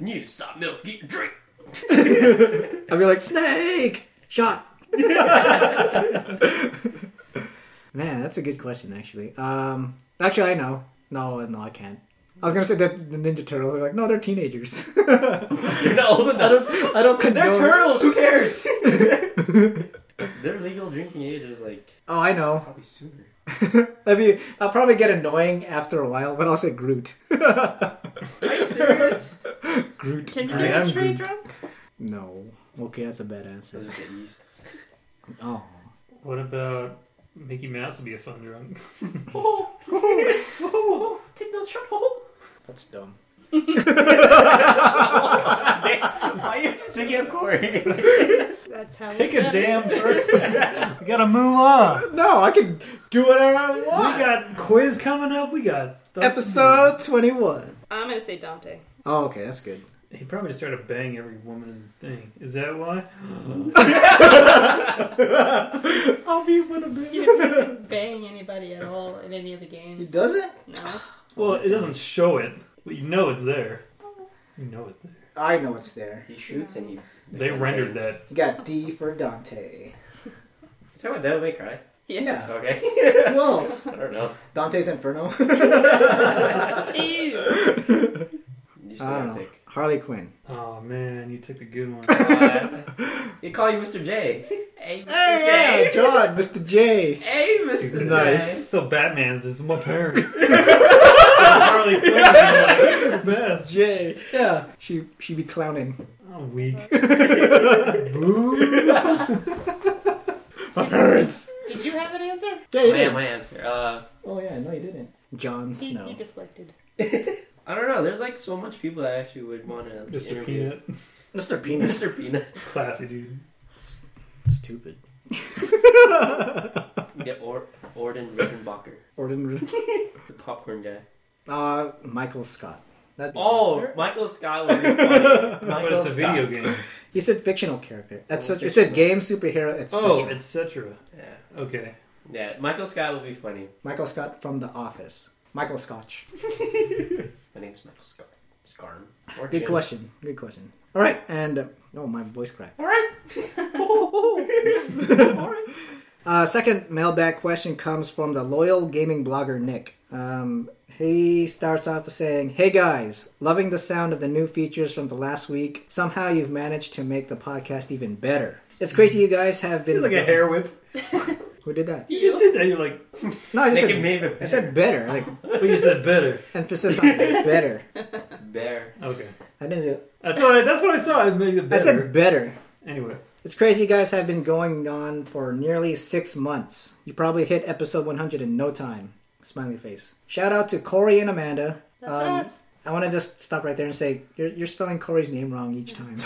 S1: need to stop milk, eat, and drink.
S2: I'd be like Snake shot. Man, that's a good question actually. Um, actually, I know. No, no, I can't. I was gonna say that the Ninja Turtles are like, no, they're teenagers. I
S1: You're not old enough.
S2: don't, I don't
S1: They're
S2: condone.
S1: turtles. Who cares? Their legal drinking age is like
S2: Oh, I know.
S1: probably sooner.
S2: I mean, I'll probably get annoying after a while, but I'll say Groot.
S1: Are you serious?
S2: Groot.
S3: Can you
S4: I
S3: get
S4: am
S3: a tree
S4: good.
S3: drunk?
S2: No. Okay, that's a bad answer.
S1: just get yeast.
S2: Oh.
S4: What about Mickey Mouse would be a fun drunk?
S1: Take no trouble.
S2: That's dumb.
S1: Why are you just drinking up Corey?
S3: That's how.
S4: Pick
S3: it
S4: a damn
S3: goes.
S4: person. we gotta move on.
S2: No, I can do whatever I
S4: We
S2: want.
S4: got quiz coming up. We got stuff.
S2: Episode 21.
S3: I'm gonna say Dante.
S2: Oh, okay, that's good.
S4: He probably just tried to bang every woman in the thing. Is that why?
S2: I'll be with a
S3: He doesn't bang anybody at all in any of the games.
S2: He doesn't?
S3: No.
S4: Well, it doesn't show it, but you know it's there. You know it's there.
S2: I know it's there.
S1: He shoots and he.
S4: They rendered that.
S2: You got D for Dante.
S1: Is that what Devil May Cry?
S3: Yes.
S1: Okay.
S2: Who else?
S1: I don't know.
S2: Dante's Inferno?
S3: Ew.
S1: You still
S2: I
S1: gotta
S2: don't know.
S1: pick.
S2: Harley Quinn.
S4: Oh man, you took the good one.
S1: Uh, they call you Mr. J. Hey, Mr.
S2: Hey, yeah,
S1: J.
S2: John, Mr. J.
S1: Hey, Mr.
S2: Nice.
S4: So Batman's just my parents. Harley Quinn, I'm like, best.
S2: J. Yeah, she she be clowning.
S4: I'm weak.
S2: My parents.
S3: Did you have an answer?
S2: Yeah,
S1: J.
S2: you
S1: Man,
S2: did.
S1: my answer. Uh,
S2: Oh yeah, no, you didn't. John
S3: He, he
S2: Snow.
S3: deflected.
S1: I don't know. There's like so much people I actually would want to
S4: Mr.
S1: interview.
S4: Peanut,
S2: Mr.
S1: Mr. Peanut.
S4: classy dude.
S2: Stupid.
S1: Yeah, or Orden Redenbacher,
S2: Orden.
S1: the popcorn guy.
S2: Uh, Michael Scott. That'd be
S1: Oh,
S2: better.
S1: Michael Scott would be funny.
S4: But
S1: Michael
S4: it's a
S1: Scott.
S4: video game.
S2: He said fictional character. That's
S1: Oh,
S2: such, it said
S1: fictional.
S2: game superhero. It's
S4: Oh,
S2: such-
S4: etc.
S1: Yeah.
S4: Okay.
S1: yeah, Michael Scott would be funny.
S2: Michael Scott from The Office. Michael Scotch.
S1: My name's Michael Scott. Scarn. Or
S2: Good
S1: Jim.
S2: question. Good question. All right, and uh, oh, my voice cracked.
S1: All right.
S2: Uh, second mailbag question comes from the loyal gaming blogger Nick. Um, he starts off with saying, "Hey guys, loving the sound of the new features from the last week. Somehow you've managed to make the podcast even better. It's crazy you guys have
S4: Is
S2: been
S4: like a hair whip?
S2: Who did that?
S4: You just did that. You're like,
S2: No, I just
S1: Make it
S2: said,
S1: maybe
S2: I said better. Like
S4: but you said better.
S2: emphasis on better.
S1: bear.
S4: Okay.
S2: I didn't. Say,
S4: That's what I, that's what I saw. I made it
S2: I
S4: better.
S2: said better.
S4: anyway,
S2: It's crazy you guys have been going on for nearly six months. You probably hit episode 100 in no time. Smiley face. Shout out to Corey and Amanda.
S3: That's
S2: Um,
S3: us.
S2: I want to just stop right there and say you're, you're spelling Corey's name wrong each time.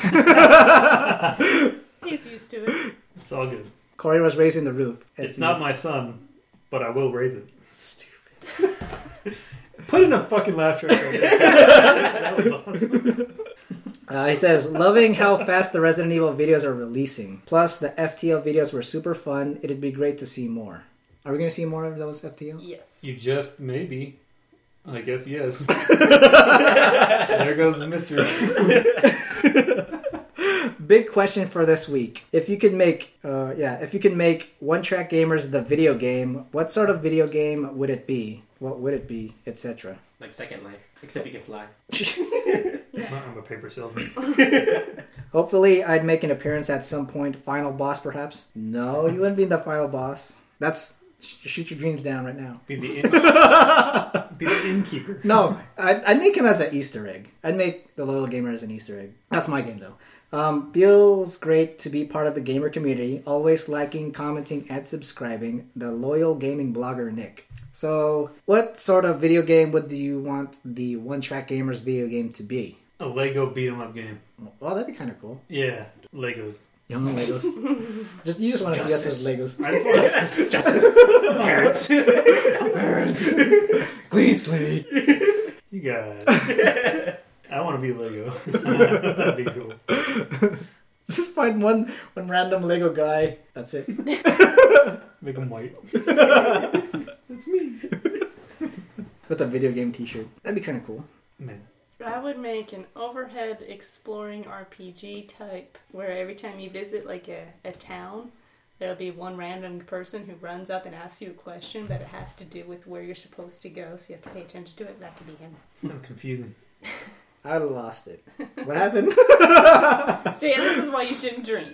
S3: He's used to it.
S4: It's all good.
S2: Corey was raising the roof. at
S4: It's
S2: the-
S4: not my son, but I will raise it. Stupid. Put in a fucking laugh track. over there. that was awesome.
S2: Uh, he says, loving how fast the Resident Evil videos are releasing. Plus, the FTL videos were super fun. It'd be great to see more. Are we going to see more of those FTL?
S3: Yes.
S4: You just maybe. I guess yes. there goes the mystery.
S2: Big question for this week. If you could make, uh, yeah, if you could make One Track Gamers the video game, what sort of video game would it be? What would it be, etc.?
S1: Like Second Life, except you can fly.
S4: I'm a paper salesman.
S2: Hopefully, I'd make an appearance at some point. Final boss, perhaps? No, you wouldn't be the final boss. That's sh- shoot your dreams down right now.
S4: Be the inn- be the innkeeper.
S2: No, I'd, I'd make him as an Easter egg. I'd make the Loyal Gamer as an Easter egg. That's my game, though. Um, feels great to be part of the gamer community. Always liking, commenting, and subscribing. The Loyal Gaming blogger, Nick. So, what sort of video game would you want the One Track Gamers video game to be?
S4: A Lego beat 'em up game.
S2: Well, that'd be kind of cool.
S4: Yeah, Legos.
S2: Young Legos. just you just want to see us as Legos.
S4: I just want to
S1: Parents.
S2: Clean slate.
S4: you guys. I want to be Lego. That'd be cool.
S2: Just find one one random Lego guy. That's it.
S4: Make them white.
S2: With a video game T-shirt. That'd be kind of cool.
S4: Man,
S3: I would make an overhead exploring RPG type where every time you visit like a, a town, there'll be one random person who runs up and asks you a question, but it has to do with where you're supposed to go, so you have to pay attention to it. That could be him.
S4: sounds confusing.
S2: I lost it. What happened?
S3: See, this is why you shouldn't drink.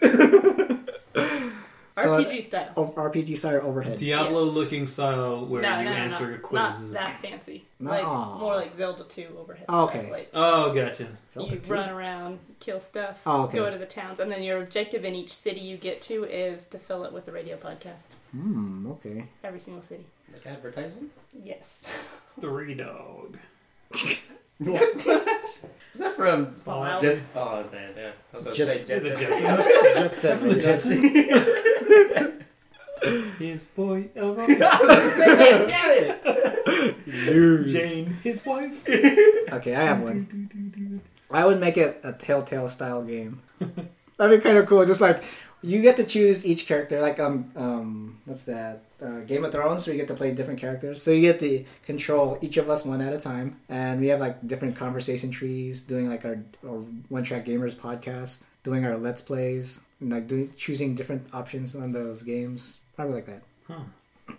S2: So-
S3: RPG style.
S2: of RPG style overhead.
S4: Diablo-looking style where
S3: no,
S4: you
S3: no, no,
S4: answer
S3: no.
S4: quizzes.
S3: Not that fancy.
S2: No.
S3: Like more like Zelda 2 overhead.
S2: Oh,
S3: style,
S2: okay.
S3: Like,
S4: Oh, gotcha.
S2: Zelda
S3: you
S2: two.
S3: run around, kill stuff,
S2: Oh, okay.
S3: go to the towns, and then your objective in each city you get to is to fill it with a radio podcast.
S2: Hmm. Okay.
S3: Every single city.
S1: like advertising?
S3: Yes.
S4: Three dog.
S1: Is that from
S3: Fallout?
S1: Jets? Oh, man, yeah. I was gonna
S2: Jets-
S1: say
S4: The
S1: Jets.
S4: Jetsons.
S2: Jet set for the Jets.
S4: His boy Elroy.
S1: Damn it!
S4: Jane, his wife.
S2: Okay, I have one. I would make it a Telltale style game. That'd be kind of cool. Just like you get to choose each character. Like um um what's that? Uh, game of Thrones, where you get to play different characters. So you get to control each of us one at a time, and we have like different conversation trees, doing like our, our One Track Gamers podcast, doing our Let's Plays, and like doing choosing different options on those games. Probably like that.
S4: Huh.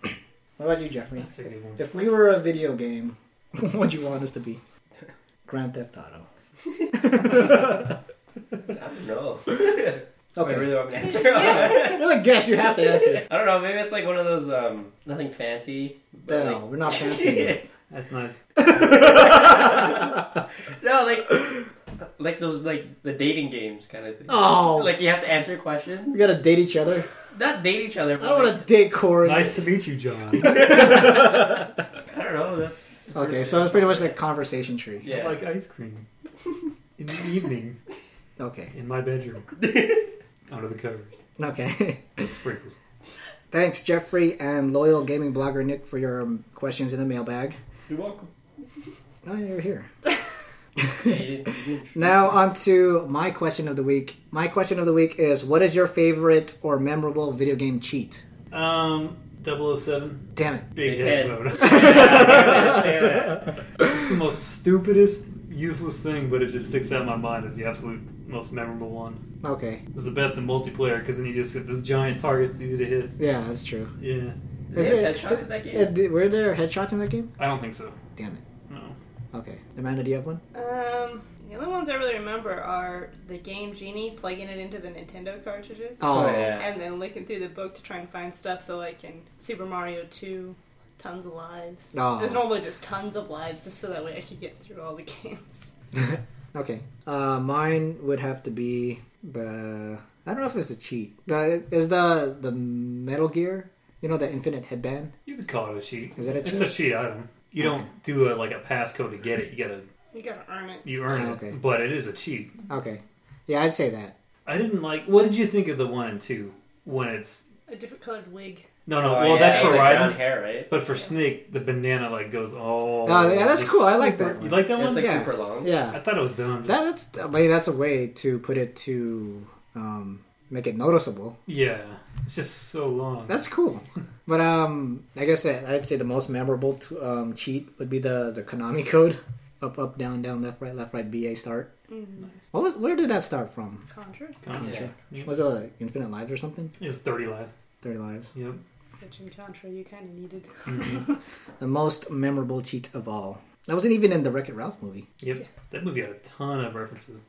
S2: What about you, Jeffrey?
S4: That's a good one.
S2: If we were a video game, what would you want us to be? Grand Theft Auto.
S1: I don't know. I
S2: Okay.
S1: really want me to answer. I
S2: I really guess you have to answer.
S1: don't know. Maybe it's like one of those um nothing fancy. but
S2: No,
S1: like-
S2: we're not fancy.
S4: That's nice.
S1: no, like like those like the dating games kind of thing.
S2: Oh.
S1: like you have to answer questions.
S2: we gotta date each other.
S1: Not date each other.
S2: I
S1: But
S2: don't
S1: like,
S2: want to date Corey.
S4: Nice to meet you, John.
S1: I don't know. That's
S2: Okay, so it's pretty much like conversation tree.
S1: yeah.
S4: I like ice cream. In the evening,
S2: Okay.
S4: in my bedroom. Under the covers.
S2: Okay.
S4: With sprinkles.
S2: Thanks, Jeffrey and loyal gaming blogger Nick, for your um, questions in the mailbag.
S1: You're welcome.
S2: Oh, you're here.
S1: Yeah, you didn't, you didn't.
S2: Now, on to my question of the week. My question of the week is What is your favorite or memorable video game cheat?
S4: Um, 007.
S2: Damn it.
S4: Big
S1: Big
S4: head
S1: head.
S4: mode.
S1: Say that.
S4: It's the most stupidest, useless thing, but it just sticks out in my mind as the absolute most memorable one.
S2: Okay.
S4: It's the best in multiplayer because then you just hit this giant target. It's easy to hit.
S2: Yeah, that's true.
S4: Yeah,
S1: Did they have headshots in that game?
S2: Yeah, Uh, did- were there headshots in that game?
S4: I don't think so.
S2: Damn it.
S4: No.
S2: Okay. Amanda, do you have one?
S3: um, the only ones I really remember are the game Genie plugging it into the Nintendo cartridges.
S1: Oh, yeah.
S3: And then looking through the book to try and find stuff. So, like in Super Mario 2, tons of lives.
S2: Oh.
S3: There's normally just tons of lives just so that way I could get through all the games.
S2: Okay. Uh, mine would have to be the. I don't know if it's a cheat. The is the the Metal Gear. You know the infinite headband.
S4: You could call it a cheat.
S2: Is that a
S4: It's a cheat item. You don't do a, like a passcode to get it. You gotta
S3: You gotta earn it.
S4: You earn
S2: Okay.
S4: it, but it is a cheat.
S2: Okay. Yeah, I'd say that.
S4: I didn't like. What did you think of the one and two? When it's
S3: A different colored wig.
S4: no, no.
S1: Oh,
S4: well,
S1: yeah,
S4: that's
S1: he's
S4: for
S1: like
S4: riding,
S1: brown hair, right?
S4: but for Snake, the banana like goes all.
S2: Oh, yeah, that's
S4: it's
S2: cool. I like
S4: super-
S2: that.
S4: You like that
S1: It's
S4: one?
S1: like
S2: Yeah.
S1: super long.
S4: I
S2: Yeah,
S4: thought it was dumb. Just-
S2: that, that's. I mean, that's a way to put it to um, make it noticeable.
S4: yeah, it's just so long.
S2: That's cool. But um, I guess I- I'd say the most memorable t- um, cheat would be the the Konami code: up, up, down, down, left, right, left, right, BA start.
S3: Mm,
S2: What was? Where did that start from?
S3: Contra.
S4: Kinda.
S1: Yeah.
S4: Yeah.
S2: Was it like Infinite Lives or something?
S4: It was thirty lives.
S2: Thirty Lives.
S4: Yep.
S3: Which in Contra you kind of needed.
S2: The most memorable cheat of all. That wasn't even in the Wreck It Ralph movie.
S4: Yep. That movie had a ton of references.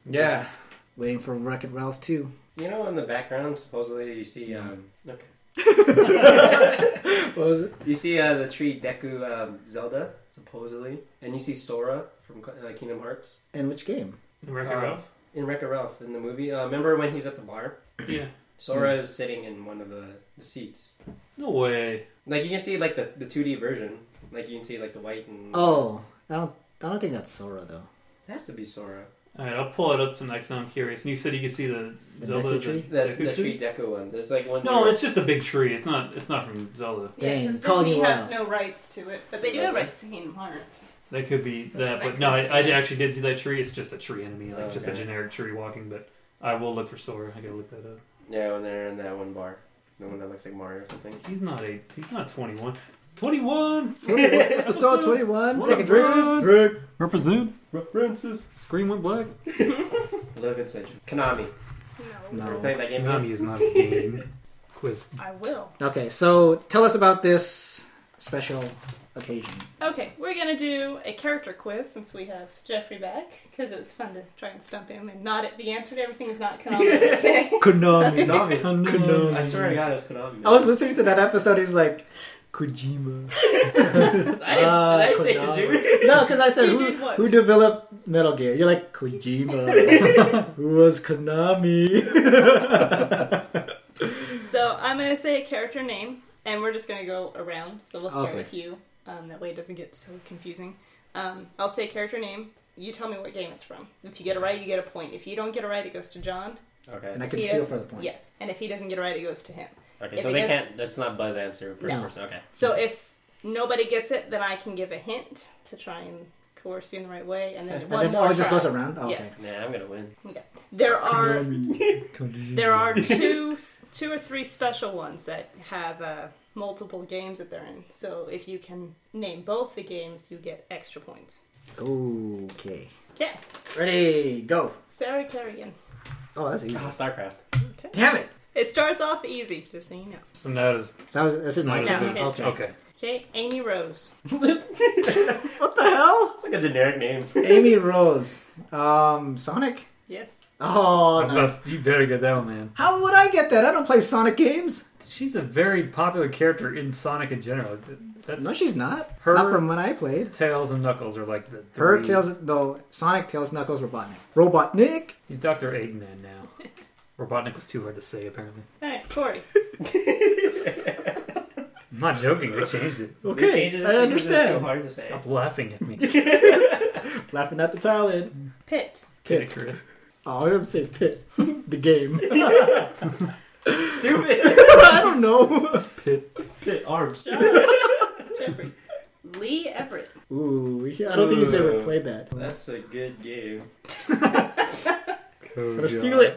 S2: Waiting for Wreck It Ralph two.
S1: You know, in the background, supposedly you see um, okay,
S2: What was it?
S1: you see uh, the tree Deku um, Zelda supposedly, and you see Sora from uh, Kingdom Hearts
S2: And which game?
S4: Wreck
S1: Uh,
S4: It Ralph.
S1: in Wreck-It Ralph in the movie. Uh, remember when he's at the bar?
S4: Yeah.
S2: Hmm.
S1: Sora is sitting in one of the, the seats.
S4: No way.
S1: Like you can see like the the two D version. Like you can see like the white and
S2: Oh, I don't. I don't think that's Sora though.
S1: it has to be Sora.
S4: All right, I'll pull it up to next time. I'm curious. And you said you could see the,
S2: The
S4: Zelda
S2: Deku
S4: the
S2: tree?
S1: The,
S4: Deku
S1: the
S4: tree?
S1: tree Deku one. There's like one.
S4: No,
S1: zero-
S4: it's just a big tree. It's not. It's not from Zelda.
S2: Dang,
S3: yeah, because
S2: calling
S3: Disney
S2: you
S3: has
S2: out.
S3: no rights to it, but they do have rights to Kingdom Hearts.
S4: That could be
S3: So
S4: that,
S3: that
S4: but
S3: could
S4: no,
S3: be
S4: I, I
S3: it.
S4: actually did see that tree. It's just a tree enemy, like just a
S1: Okay.
S4: generic tree walking. But I will look for Sora. I gotta look that up.
S1: yeah, when they're in that one bar, the one that looks like Mario or something.
S4: He's not a. He's not twenty one. Twenty one.
S2: Episode twenty one.
S4: What
S2: Take a
S4: a
S2: drink.
S4: brute. Represent.
S1: References.
S4: Screen went black.
S1: Love Inception.
S3: No.
S1: Konami. We're
S2: No.
S1: playing that game.
S4: Oh, Konami is not a game. Quiz.
S3: I will.
S2: Okay, so tell us about this special occasion.
S3: Okay, we're gonna do a character quiz since we have Jeffrey back because it was fun to try and stump him and not at the answer to everything is not Konami. Okay.
S2: Konami.
S1: Konami.
S4: Konami.
S1: I swear to God, it was Konami. man.
S2: I was listening to that episode. He's like Kojima.
S1: I didn't,
S2: Ah,
S1: did I say
S2: Konami.
S1: Kojima?
S2: No, because I said
S3: You
S2: who,
S3: did once.
S2: who developed Metal Gear. You're like Kojima. who was Konami?
S3: So I'm gonna say a character name, and we're just gonna go around. So we'll start
S2: Okay.
S3: with you. Um, that way it doesn't get so confusing. Um, I'll say a character name. You tell me what game it's from. If you get it right, you get a point. If you don't get it right, it goes to John.
S1: Okay.
S2: and I can
S3: He
S2: steal
S3: is-
S2: for the point.
S3: Yeah, and if he doesn't get it right, it goes to him.
S1: Okay,
S3: If
S1: so
S3: it
S1: they
S3: gets-
S1: can't. That's not Buzz answer first
S2: No.
S1: person. Okay.
S3: So if nobody gets it, then I can give a hint to try and coerce you in the right way, and then
S2: And
S3: one
S2: then,
S3: more
S2: oh, it just
S3: try.
S2: goes around. Oh,
S3: Yes.
S1: Nah, I'm gonna win.
S3: There are
S2: Okay. Konami.
S3: there are two two or three special ones that have uh, multiple games that they're in. So if you can name both the games, you get extra points.
S2: Okay.
S3: Okay,
S2: Ready? Go.
S3: Sarah Kerrigan.
S2: Oh, that's easy.
S1: Ah, Starcraft.
S2: Damn it!
S3: It starts off easy, just so you know.
S4: So now it is.
S2: That was, that's in my
S4: No,
S2: turn.
S3: it's his
S2: Okay.
S3: turn.
S4: Okay.
S3: Okay, Amy Rose.
S2: What the hell?
S1: It's like a generic name.
S2: Amy Rose. Um, Sonic?
S3: Yes.
S2: Oh,
S4: I was
S2: no.
S4: about to- you better get that one, man.
S2: how would I get that? I don't play Sonic games.
S4: She's a very popular character in Sonic in general. That's
S2: No, she's not.
S4: Her-
S2: Not from when I played.
S4: Tails and Knuckles are like the three.
S2: Her tails, though, Sonic, Tails, Knuckles, Robotnik. Robotnik?
S4: He's Doctor Eggman now. Robotnik was too hard to say, apparently.
S3: All right, Corey.
S4: I'm not joking. They changed it.
S1: They
S2: Okay,
S1: changed it
S2: I
S1: just because It's too
S2: understand.
S1: hard to say.
S4: Stop laughing at me.
S2: Laughing at the talent.
S3: Pitt.
S4: Kid
S2: Pit.
S4: Icarus.
S2: Oh, I don't say pit. the game.
S1: Stupid.
S2: I don't know.
S4: Pit.
S1: Arms.
S3: Jeffrey. Lee Everett.
S2: Ooh, I don't think he's ever
S4: Uh.
S1: Ooh.
S2: played that.
S1: That's a good game.
S2: I'm gonna steal it.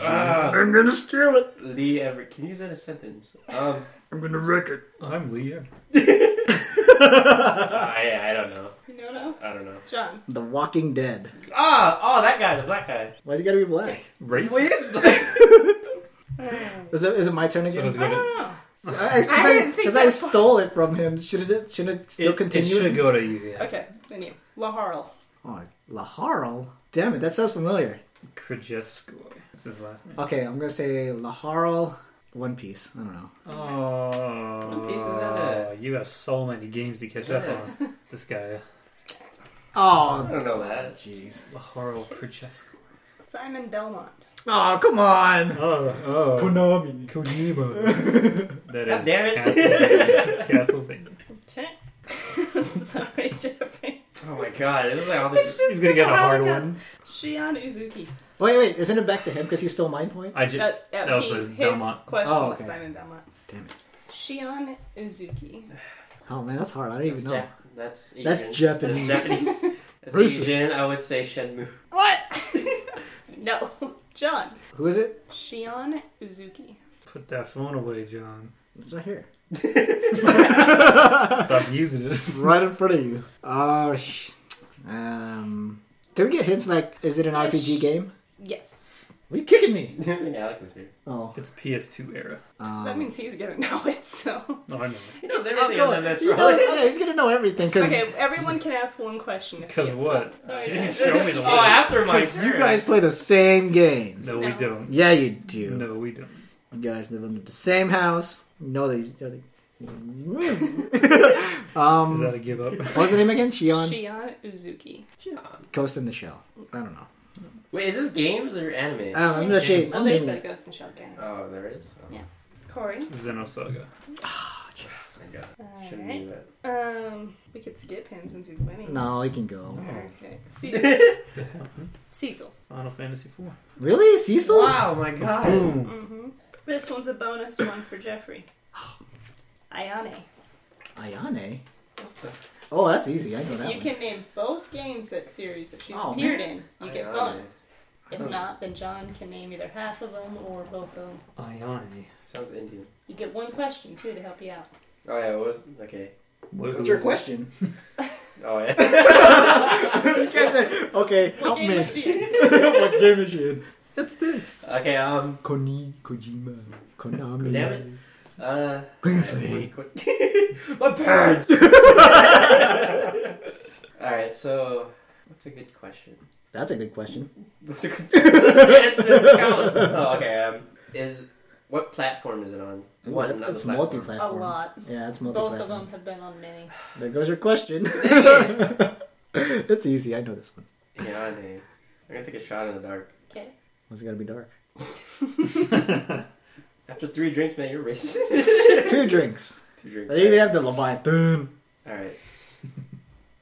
S1: Ah,
S2: I'm gonna steal it.
S1: Lee Everett. Can you use that in a sentence? Um,
S2: I'm gonna wreck it.
S4: I'm Leah.
S1: I, I don't know.
S3: You know now?
S1: I don't know.
S3: John.
S2: The Walking Dead.
S1: Ah, oh, that guy, the black guy.
S2: Why's he gotta be black?
S4: Race.
S1: Well, he is black.
S2: Is it, is it my turn
S4: So
S2: again?
S4: it's
S3: I
S4: gonna-
S3: don't know.
S2: I, I,
S3: I didn't think
S2: because I
S3: that's-
S2: stole it from him. Should it should it
S4: it,
S2: still
S4: it
S2: continue?
S4: should go to E you. Yeah.
S3: Okay, then you. Laharl.
S2: Oh, Laharl. Damn it, that sounds familiar.
S4: Krajewskoy. That's his last name.
S2: Okay, I'm gonna say Laharl. One Piece. I don't know.
S4: Oh.
S1: What piece is that?
S4: You have so many games to catch up on. This guy,
S1: I
S2: Oh,
S1: don't know that.
S2: jeez.
S4: Laharl Krajewskoy.
S3: Simon Belmont.
S2: Oh, come on.
S4: Oh,
S2: Konami.
S4: Kojima. That
S1: God
S4: is
S1: damn
S4: Castlevania. Castlevania.
S3: Okay. Sorry, Jeffrey.
S1: Oh my god, it was like all this.
S4: He's gonna get a hard one.
S3: Shion Uzuki.
S2: Wait, wait, isn't it back to him because he stole my point?
S4: I just
S3: That, that
S4: That was
S3: he,
S4: his
S3: his
S4: Belmont.
S3: question
S2: Oh,
S3: was
S2: okay.
S3: Simon Belmont.
S2: Damn it.
S3: Shion Uzuki.
S2: Oh man, that's hard. I don't
S1: That's,
S2: even know.
S1: Jap- that's,
S2: That's
S1: Asian.
S2: Japanese.
S1: That's Japanese. That's
S2: Racist.
S1: Asian. I would say Shenmue.
S3: What? no. John.
S2: Who is it?
S3: Shion Uzuki.
S4: put that phone away, John.
S2: It's right here.
S4: Stop using it.
S2: right in front of you. Oh, sh- um, can we get hints like, is it an
S3: Yes.
S2: RPG game?
S3: Yes.
S2: Are you kicking me?
S1: Alex is here.
S2: Oh,
S4: It's PS2 era.
S2: um,
S3: That means he's gonna know it, so.
S4: No, I know.
S1: He knows
S2: You
S1: everything
S2: know,
S1: on this, bro.
S2: yeah, he's gonna know everything because
S3: Okay, everyone can ask one question. if they
S4: Because
S3: get stumped.
S4: what?
S3: Sorry,
S4: You didn't
S3: John.
S4: show me the
S1: Oh,
S4: list.
S1: after my turn.
S2: you guys play the same games.
S4: No, we
S3: No.
S4: don't.
S2: Yeah, you do.
S4: No, we don't.
S2: You guys live in the same house. You know they. you know they-
S4: Is
S2: um,
S4: that a give up?
S2: what was the name again? Shion.
S3: Shion Uzuki.
S1: John.
S2: Ghost in the Shell. I don't know.
S1: Wait, is this games or
S2: I
S1: anime?
S2: don't know. I'm gonna say.
S3: Oh,
S2: I'm
S3: there's
S2: naming
S3: that
S2: it.
S3: Ghost and Shell game.
S1: oh, there is. Oh,
S3: Yeah. Corey.
S4: Xenosaga.
S1: my god. Shouldn't
S3: Alright.
S1: do that.
S3: Um, we could skip him since he's winning.
S2: No, you can go.
S3: Okay. Cecil. Cecil.
S4: Final Fantasy IV.
S2: Really, Cecil?
S1: Wow, my god.
S4: Boom.
S3: hmm This one's a bonus one for Jeffrey. Ayane.
S2: Ayane. Oh, that's easy. I know that.
S3: You
S2: one.
S3: can name both games that series that she's
S2: Oh,
S3: appeared in. You get
S1: Ayane.
S3: bonus. If
S1: Huh.
S3: not, then John can name either half of them or both of them.
S4: Ayane.
S1: Sounds Indian.
S3: You get one question too to help you out.
S1: Oh yeah, what was okay.
S4: What,
S2: What's your question?
S1: Oh yeah.
S2: You can't say, okay, help
S3: game
S2: me.
S3: was she in?
S2: what game is she in? It's this.
S1: okay. Um.
S2: Koni, Kojima, Konami.
S1: Damn it. Uh.
S2: Kingsley.
S1: my parents. All right. So, what's a good question?
S2: That's a good question.
S1: What's a good? Let's answer this count. Oh, okay. Um. Is what platform is it on?
S2: Ooh,
S1: One.
S2: that-
S1: not the
S2: it's
S1: platform.
S2: multi-platform.
S3: A lot.
S2: Yeah, it's multiplayer.
S3: Both of them have been on many.
S2: There goes your question. it's easy. I know this one.
S1: Yeah, I know. I'm gonna take a shot in the dark.
S3: Okay.
S2: It's gotta be dark.
S1: After three drinks, man, you're racist.
S2: Two drinks.
S1: Two drinks.
S2: They even have the Leviathan.
S1: All right.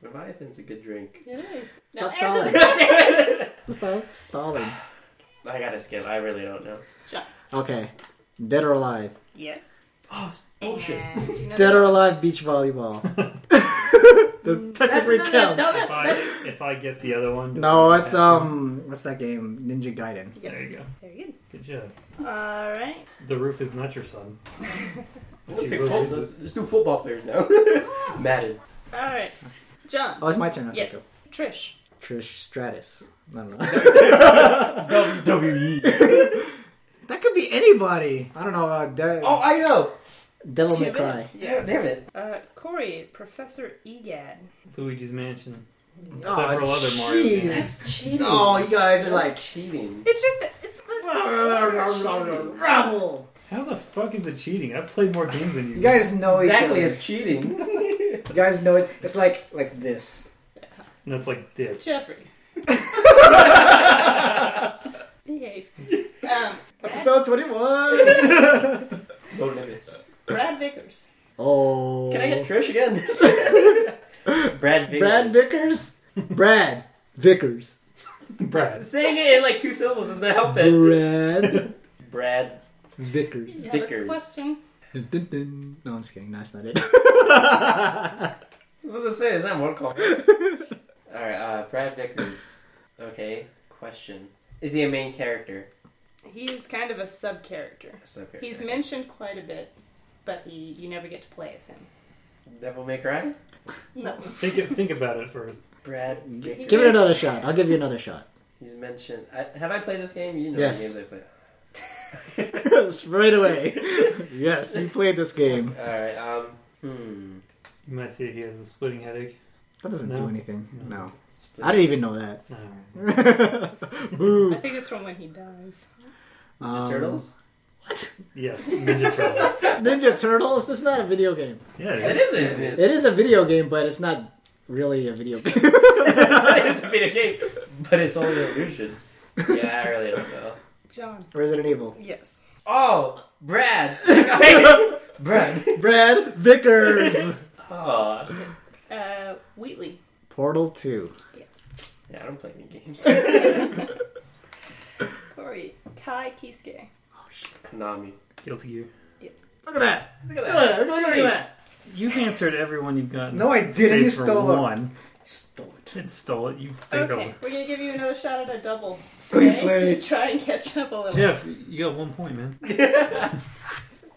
S1: Leviathan's a good drink.
S3: It is. Now
S2: Stop
S3: answer
S2: stalling.
S3: the question.
S2: Stop stalling.
S1: I gotta skip. I really don't know.
S2: Okay. Dead or alive.
S3: Yes.
S1: Oh, it's
S3: And do you know
S2: Dead
S3: the-
S2: or alive beach volleyball. Does technically
S1: not-
S2: count.
S1: no,
S4: If I, if I guess the other one.
S2: No, it's um, what's that game? Ninja Gaiden.
S3: Yep.
S4: There you go.
S3: Very
S4: Good job.
S3: good. All right.
S4: The roof is not your son.
S1: I'm gonna pick fo- let's, let's do football players now. Madden.
S3: All right. John.
S2: Oh, it's my turn. Okay,
S3: Yes.
S2: go.
S3: Trish.
S2: Trish Stratus. I don't know.
S4: E.
S1: WWE.
S2: that could be anybody. I don't know. Uh, De-
S1: Oh, I know.
S2: Devil May
S3: Two
S2: Cry.
S3: minutes.
S1: Yeah, damn it.
S3: Uh, Corey, Professor Egad.
S4: Luigi's Mansion.
S2: Oh,
S4: Several other Mario
S2: jeez.
S4: games.
S1: That's cheating.
S2: Oh, you guys are
S1: That's
S2: like
S1: cheating.
S3: It's just, it's the.
S2: rabble.
S4: How the fuck is it cheating? I've played more games than you.
S2: You guys know
S1: Exactly,
S2: each other.
S1: it's cheating.
S2: You guys know it. It's like like this.
S4: And it's like this.
S3: Jeffrey. Behave. Um, Brad,
S2: Episode twenty one.
S1: No limits.
S3: Brad Vickers.
S2: oh.
S1: Can I get Trish again? Brad Vickers.
S2: Brad Vickers? Brad Vickers.
S4: Brad.
S1: Saying it in like two syllables doesn't help it.
S2: Brad
S1: Brad.
S2: Vickers.
S3: You have
S1: Vickers.
S3: a question.
S2: Dun, dun, dun. No, I'm just kidding. That's not it.
S1: What does it say? It's not Mortal Kombat. Alright, uh, Brad Vickers. Okay, question. Is he a main character?
S3: He's kind of a sub character.
S1: That's okay.
S3: He's mentioned quite a bit, but he you never get to play as him.
S1: Devil May Cry?
S3: No.
S4: Think, it- think about it first.
S1: Brad Vickers.
S2: Give it another shot. I'll give you another shot.
S1: He's mentioned. I, have I played this game? You know
S2: Yes.
S1: the games I play.
S2: Straight away. yes, you played this game.
S1: All right. Um. Hmm.
S4: You might see he has a splitting headache.
S2: That doesn't
S4: No.
S2: do anything. No.
S4: No.
S1: Split.
S2: I didn't even know that.
S4: No.
S3: I
S2: Boo.
S3: think it's from when he dies.
S1: The
S2: Um,
S1: Turtles.
S4: Yes, Ninja Turtles.
S2: Ninja Turtles? That's not a video game.
S4: Yeah, it
S1: It
S4: is.
S1: isn't. It
S2: It is a video game, but it's not really a video game.
S1: is a video game, but it's only an illusion. Yeah, I really don't know.
S3: John.
S2: Resident Evil.
S3: Yes.
S1: Oh, Brad. Brad.
S2: Brad Vickers.
S1: Oh.
S3: Uh, Wheatley.
S2: Portal 2.
S3: Yes.
S1: Yeah, I don't play any games.
S3: Corey, Kai Kisuke.
S1: Konami.
S4: Guilty Gear.
S2: Look at that!
S3: Look at
S1: that.
S4: You've answered everyone you've gotten.
S2: No, I didn't.
S4: save
S2: You
S4: for
S2: stole it.
S4: one.
S2: Stole it.
S4: It stole it. You think of
S3: Okay,
S4: it.
S3: we're gonna give you another shot at a double.
S2: Please,
S3: okay?
S2: Larry.
S3: To try and catch up a little.
S4: Jeff, you got one point, man.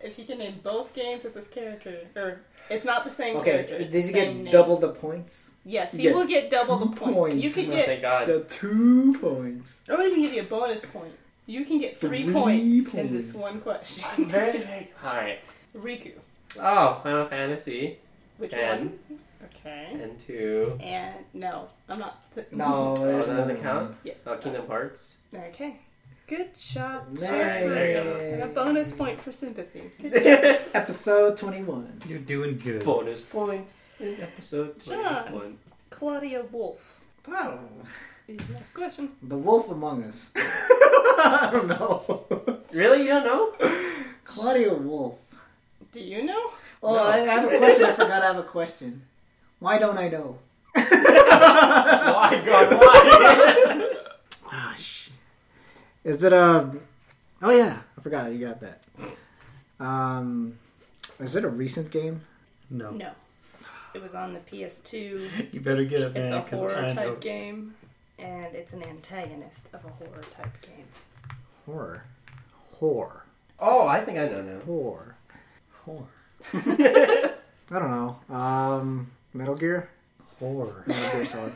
S3: If you can name both games with this character, or it's not the same character.
S2: Okay,
S3: it's
S2: did
S3: the same
S2: you get
S3: name.
S2: double the points?
S3: Yes,
S2: you
S3: he
S2: get
S3: will get double the
S2: two
S3: points. You
S2: points.
S3: can
S1: Oh,
S3: get.
S1: thank God.
S2: The two points.
S3: I'll even give you a bonus point. You can get three,
S2: Three
S3: points, in this
S2: points.
S3: one question.
S1: I'm very big. Alright.
S3: Riku,
S1: Oh, Final Fantasy.
S3: which
S1: Ten.
S3: one? Okay.
S1: And two.
S3: And no, I'm not. Th-
S2: No,
S1: Oh,
S2: there's
S1: that
S2: another
S1: doesn't count?
S2: one.
S3: Yes.
S1: Oh, Kingdom Hearts.
S3: Okay. Good job.
S2: Yay.
S3: Jeffrey.
S1: There
S3: And a bonus point for sympathy. Good
S2: Episode 21.
S4: You're doing good.
S1: Bonus points in episode
S3: John.
S1: 21.
S3: Claudia Wolf.
S2: Oh,
S3: is the Next question.
S2: the Wolf Among Us. I don't know.
S1: Really? You don't know?
S2: Claudia Wolf.
S3: Do you know?
S2: Oh,
S1: No.
S2: I have a question. I forgot I have a question. Why don't I know?
S1: why, God, why?
S2: Ah, shit. Is it a? Oh yeah, I forgot you got that. Um, is it a recent game?
S4: No.
S3: No. It was on the PS2.
S4: You better get it, man.
S3: It's a
S4: 'cause
S3: horror
S4: I know.
S3: type game, and it's an antagonist of a horror type game.
S2: Horror. Horror.
S1: Oh, I think I know now.
S2: Horror.
S4: Horror.
S2: I don't know. Um, Metal Gear.
S4: Horror.
S2: Metal Gear Solid.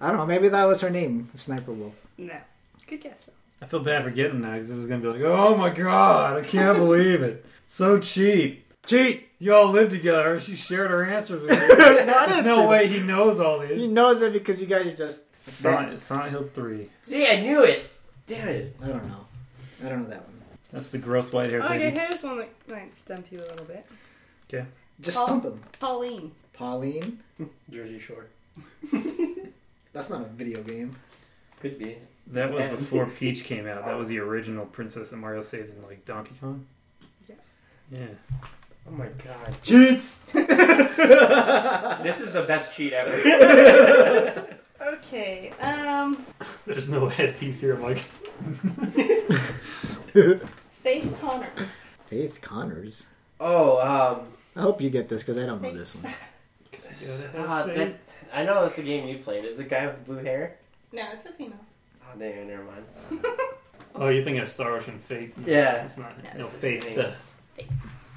S2: I don't know. Maybe that was her name, Sniper Wolf.
S3: No. Good guess though.
S4: I feel bad for getting that because it was gonna be like, oh my god, I can't believe it. So cheap.
S2: Cheat.
S4: Y'all live together. She shared her answers with you. There's no way he knows all
S2: He
S4: these.
S2: knows it because you guys are just.
S4: Silent, Silent Hill 3.
S1: See, I knew it. Damn it.
S2: I don't know. I don't know that one.
S4: That's the gross white hair
S3: Okay,
S4: lady.
S3: here's one that might stump you a little bit.
S2: Just
S3: Paul-
S2: stump him.
S3: Pauline.
S2: Pauline.
S1: Jersey Shore.
S2: That's not a video game.
S1: Could be.
S4: That was before Peach came out. That was the original princess that Mario saved in like Donkey Kong.
S3: Yes.
S4: Yeah.
S1: Oh my god.
S2: Cheats.
S1: This is the best cheat ever.
S3: Okay. Um,
S4: There's no headpiece here. I'm like,
S3: Faith Connors.
S2: Faith Connors.
S1: Oh, um.
S2: I hope you get this because I don't know this one.
S1: ah, that, I know that's a game you played. Is a guy with blue hair?
S3: No, it's a female.
S1: Oh, there, never mind.
S4: oh, you're thinking of Star Ocean Faith? No,
S1: Yeah.
S4: It's not.
S3: No,
S4: No,
S3: this is
S4: Faith.
S1: the-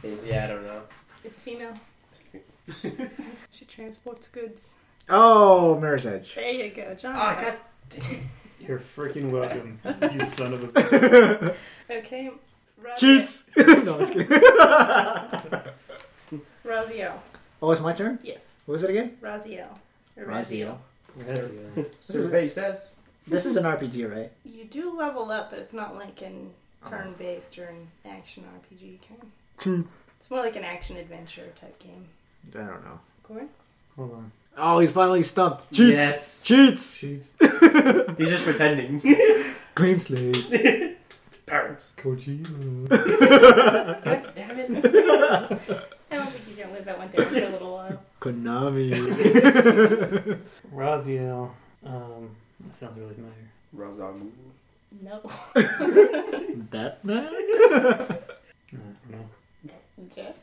S4: The,
S1: Yeah, I don't know.
S3: It's a female. She transports goods.
S2: Oh, Mirror's Edge.
S3: There you go, John.
S1: Oh, god.
S4: you're freaking welcome, you son of a.
S3: Okay. Raziel.
S2: Cheats. no, it's kidding.
S3: Raziel.
S2: Oh, it's my turn.
S3: Yes.
S2: What was it again?
S3: Raziel. Or
S2: Raziel.
S1: Survey says.
S2: This is an RPG, right?
S3: You do level up, but it's not like an turn based or an action RPG game.
S2: Cheats.
S3: It's more like an action adventure type game.
S2: I don't know.
S3: Corey?
S4: Hold on.
S2: Oh, he's finally stumped. Cheats.
S1: Yes.
S2: Cheats.
S4: She's
S1: He's just pretending.
S2: Clean slate.
S1: Parents.
S4: Kojima.
S1: God damn it.
S3: I don't think you can live that one down for a little while.
S2: Konami.
S4: Raziel. Um, that sounds really familiar.
S1: Rosamund.
S3: No.
S2: that man.
S4: I don't know.
S3: Jeff?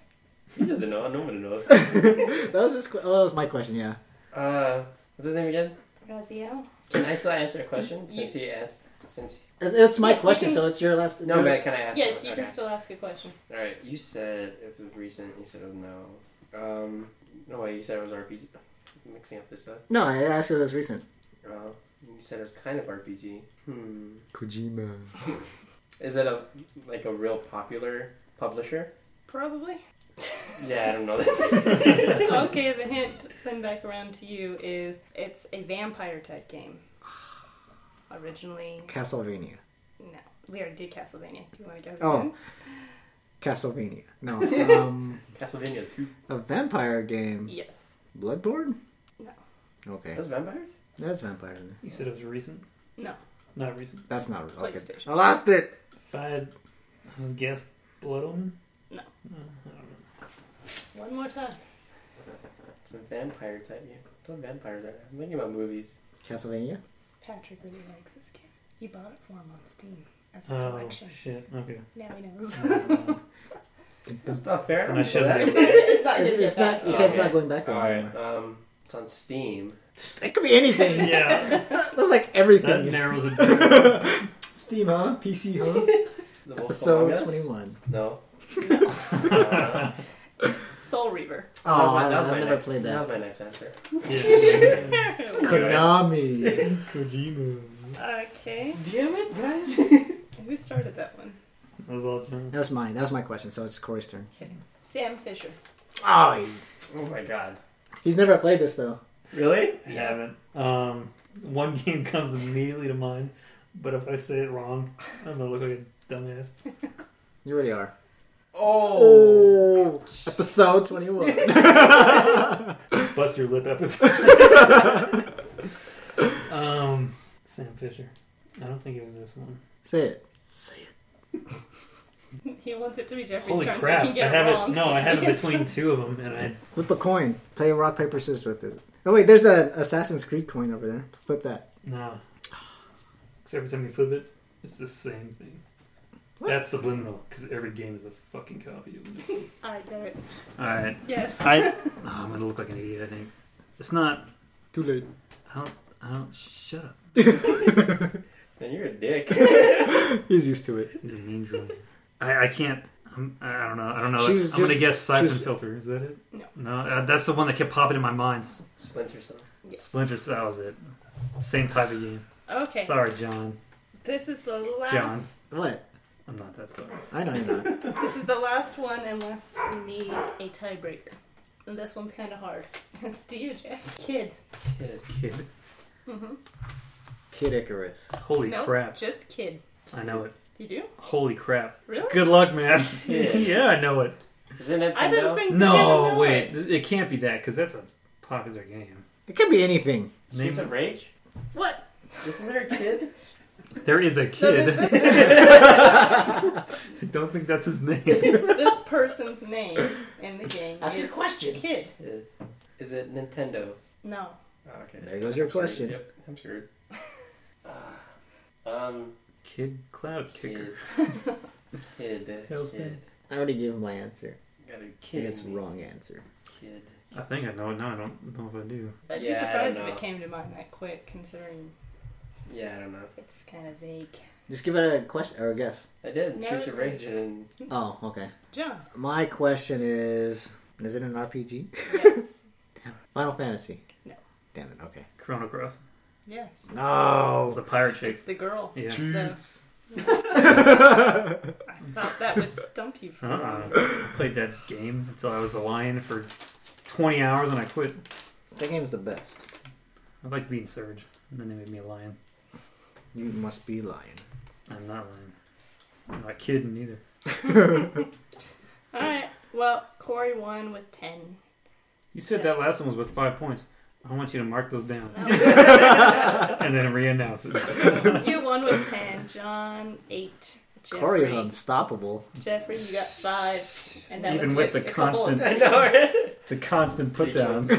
S1: He doesn't know. No one knows.
S2: That was his. que- Oh, that was my question. Yeah.
S1: Uh, what's his name again?
S3: Raziel?
S1: Can I still answer a question since he asked? Since
S2: It- It's my
S3: Yes, you
S2: question,
S3: can-
S2: so it's your last.
S1: no, but can I ask?
S3: Yes, you
S1: one?
S3: can
S1: Okay.
S3: still ask a question.
S1: All right, you said if it was recent. You said it was no. Um, no way. You said it was RPG. I'm mixing up this stuff.
S2: No, I asked you this recent.
S1: Uh, you said it was kind of RPG. Hmm.
S2: Kojima.
S1: Is it a like a real popular publisher?
S3: Probably.
S1: Yeah, I don't know. That.
S3: okay, the hint, then back around to you, is it's a vampire type game. Originally,
S2: Castlevania.
S3: no. We already did Castlevania. Do you want to guess
S2: Oh.
S3: again?
S2: Castlevania. No. Um,
S1: Castlevania Two.
S2: a vampire game.
S3: Yes.
S2: Bloodborne.
S3: No.
S2: Okay.
S1: That's vampires.
S2: That's vampire. isn't it?
S4: You said it was recent?
S3: No.
S4: Not recent.
S2: That's not real. Okay.
S3: PlayStation.
S2: I lost it.
S4: If I had I was guess Blood Omen?
S3: No.
S4: Uh, I don't know.
S3: One more time.
S1: Some vampire type. Yeah. What vampires are there? I'm thinking about movies.
S2: Castlevania.
S3: Patrick really likes this game. He bought it for him on Steam as a
S4: Oh
S3: collection.
S4: shit. Okay.
S3: Now he knows.
S1: That's not fair.
S4: Then I should have.
S3: it's not.
S2: It's, it's not. You can't, it's not going back to
S1: All
S2: that
S1: right.
S2: anymore.
S1: Um, it's on Steam.
S2: That could be anything.
S4: yeah.
S2: That's like
S4: That
S2: everything.
S4: narrows it down.
S2: Steam, huh? PC, huh?
S1: The Wolf
S2: Episode
S1: Among Us?
S2: twenty-one.
S1: No. Uh,
S3: Soul Reaver.
S1: that was my,
S2: I
S1: that was
S2: Oh, I've
S1: my
S2: never
S1: next,
S2: played that.
S1: That was my next answer.
S4: Yeah.
S2: Konami.
S4: Kojima.
S3: okay.
S1: Damn it, guys.
S3: Who started that one?
S4: That was all John.
S2: That was mine. That was my question. So it's Corey's turn.
S3: Sam Fisher.
S2: Oh,
S1: oh my god.
S2: he's never played this though.
S1: Really?
S4: I haven't. Um, one game comes immediately to mind, but if I say it wrong, I'm gonna look like a dumbass.
S2: You really are.
S1: Oh.
S2: Oh, episode twenty-one.
S4: Bust your lip episode. um, Sam Fisher. I don't think it was this one.
S2: Say it. Say it.
S3: He wants it to be Jeffrey's
S4: Holy
S3: turn
S4: crap!
S3: so he can
S4: I
S3: get
S4: have
S3: it wrong.
S4: it. No,
S3: so
S4: I have it
S3: Jeffrey's
S4: between two of them, and I
S2: Flip a coin. Play rock paper scissors with it. Oh wait, there's a Assassin's Creed coin over there. Flip that.
S4: no. Because every time you flip it, it's the same thing.
S2: What?
S4: That's subliminal because every game is a fucking copy of the next one.
S3: turn. I know it.
S4: All right,
S3: Yes.
S4: I. oh, I'm gonna look like an idiot. I think it's not.
S2: Too late.
S4: I don't. I don't. Shut up.
S1: Man, you're a dick.
S2: He's used to it.
S4: He's a mean drunk. I, I can't. I'm, I don't know. I don't know.
S2: Choose
S4: I'm gonna
S2: just-
S4: guess siphon
S2: choose-
S4: filter. Is that it?
S3: No.
S4: No, uh, that's the one that kept popping in my mind. S-
S1: Splinter Cell.
S3: yes.
S4: Splinter Cell was it. Same type of game.
S3: Okay.
S4: Sorry, John.
S3: This is the last.
S2: What?
S4: I'm not that sorry.
S2: I know you're not.
S3: This is the last one unless we need a tiebreaker. And this one's kind of hard. It's to you, Jeff. Kid.
S1: Kid.
S4: Kid.
S3: Mm-hmm.
S6: Kid Icarus.
S4: Holy
S3: Nope,
S4: crap!
S3: Just kid.
S4: I know it.
S3: You do?
S4: Holy crap!
S3: Really?
S4: Good luck, man.
S1: Yeah.
S4: yeah, I know it.
S1: Isn't it?
S3: I didn't think. you should
S4: No,
S3: know
S4: wait.
S3: it.
S4: Th- It can't be that because that's a popular game.
S2: It could be anything.
S1: Streets
S4: Name-
S1: of Rage.
S3: What?
S1: Isn't there a kid?
S4: There is a
S3: this,
S4: kid.
S3: this-
S4: I don't think that's his name.
S3: this person's name in the game
S2: Ask
S3: is
S2: your question.
S3: Kid.
S1: Is it Nintendo?
S3: No.
S1: Oh, okay.
S2: There goes your
S1: I'm screwed.
S2: question.
S1: Yep, I'm screwed. Ah. um,
S4: Kid Cloud Kicker.
S1: kid. kid.
S4: Hell's
S1: kid.
S2: I already gave him my answer.
S1: Got a kid.
S2: It's wrong answer.
S1: Kid.
S4: I think I know it. No, I don't know if I do.
S3: I'd
S1: Yeah,
S3: be
S1: I
S3: surprised if
S1: don't
S3: it
S1: know.
S3: came to mind that quick, considering
S1: Yeah, I don't know.
S3: it's kind of vague.
S2: Just give it a question or a guess.
S1: I did.
S3: No,
S1: Streets
S3: it-
S1: of Rage and
S2: Oh, okay.
S3: John.
S2: My question is: Is it an RPG?
S3: Yes.
S2: Final Fantasy.
S3: No.
S2: Damn it. Okay.
S4: Chrono Cross.
S3: yes.
S4: It's
S2: No.
S4: a pirate chick.
S3: It's the girl.
S4: Yeah.
S3: The- I thought that would stump you for a
S4: Uh-uh.
S3: while.
S4: I played that game until I was the lion for 20 hours and I quit.
S2: That game's the best.
S4: I liked being Surge, and then they made me a lion.
S2: You must be lying.
S4: I'm not lying. I'm not kidding either.
S3: All right. Well, Corey won with ten.
S4: You said that last one was with five points. I want you to mark those down and then re-announce it.
S3: you won with ten. John eight. Jeffrey,
S2: Corey is unstoppable.
S3: Jeffrey, you got five, and that
S4: Even
S3: was
S4: with
S3: with,
S4: the
S3: a couple of-
S4: constant- The constant put-downs.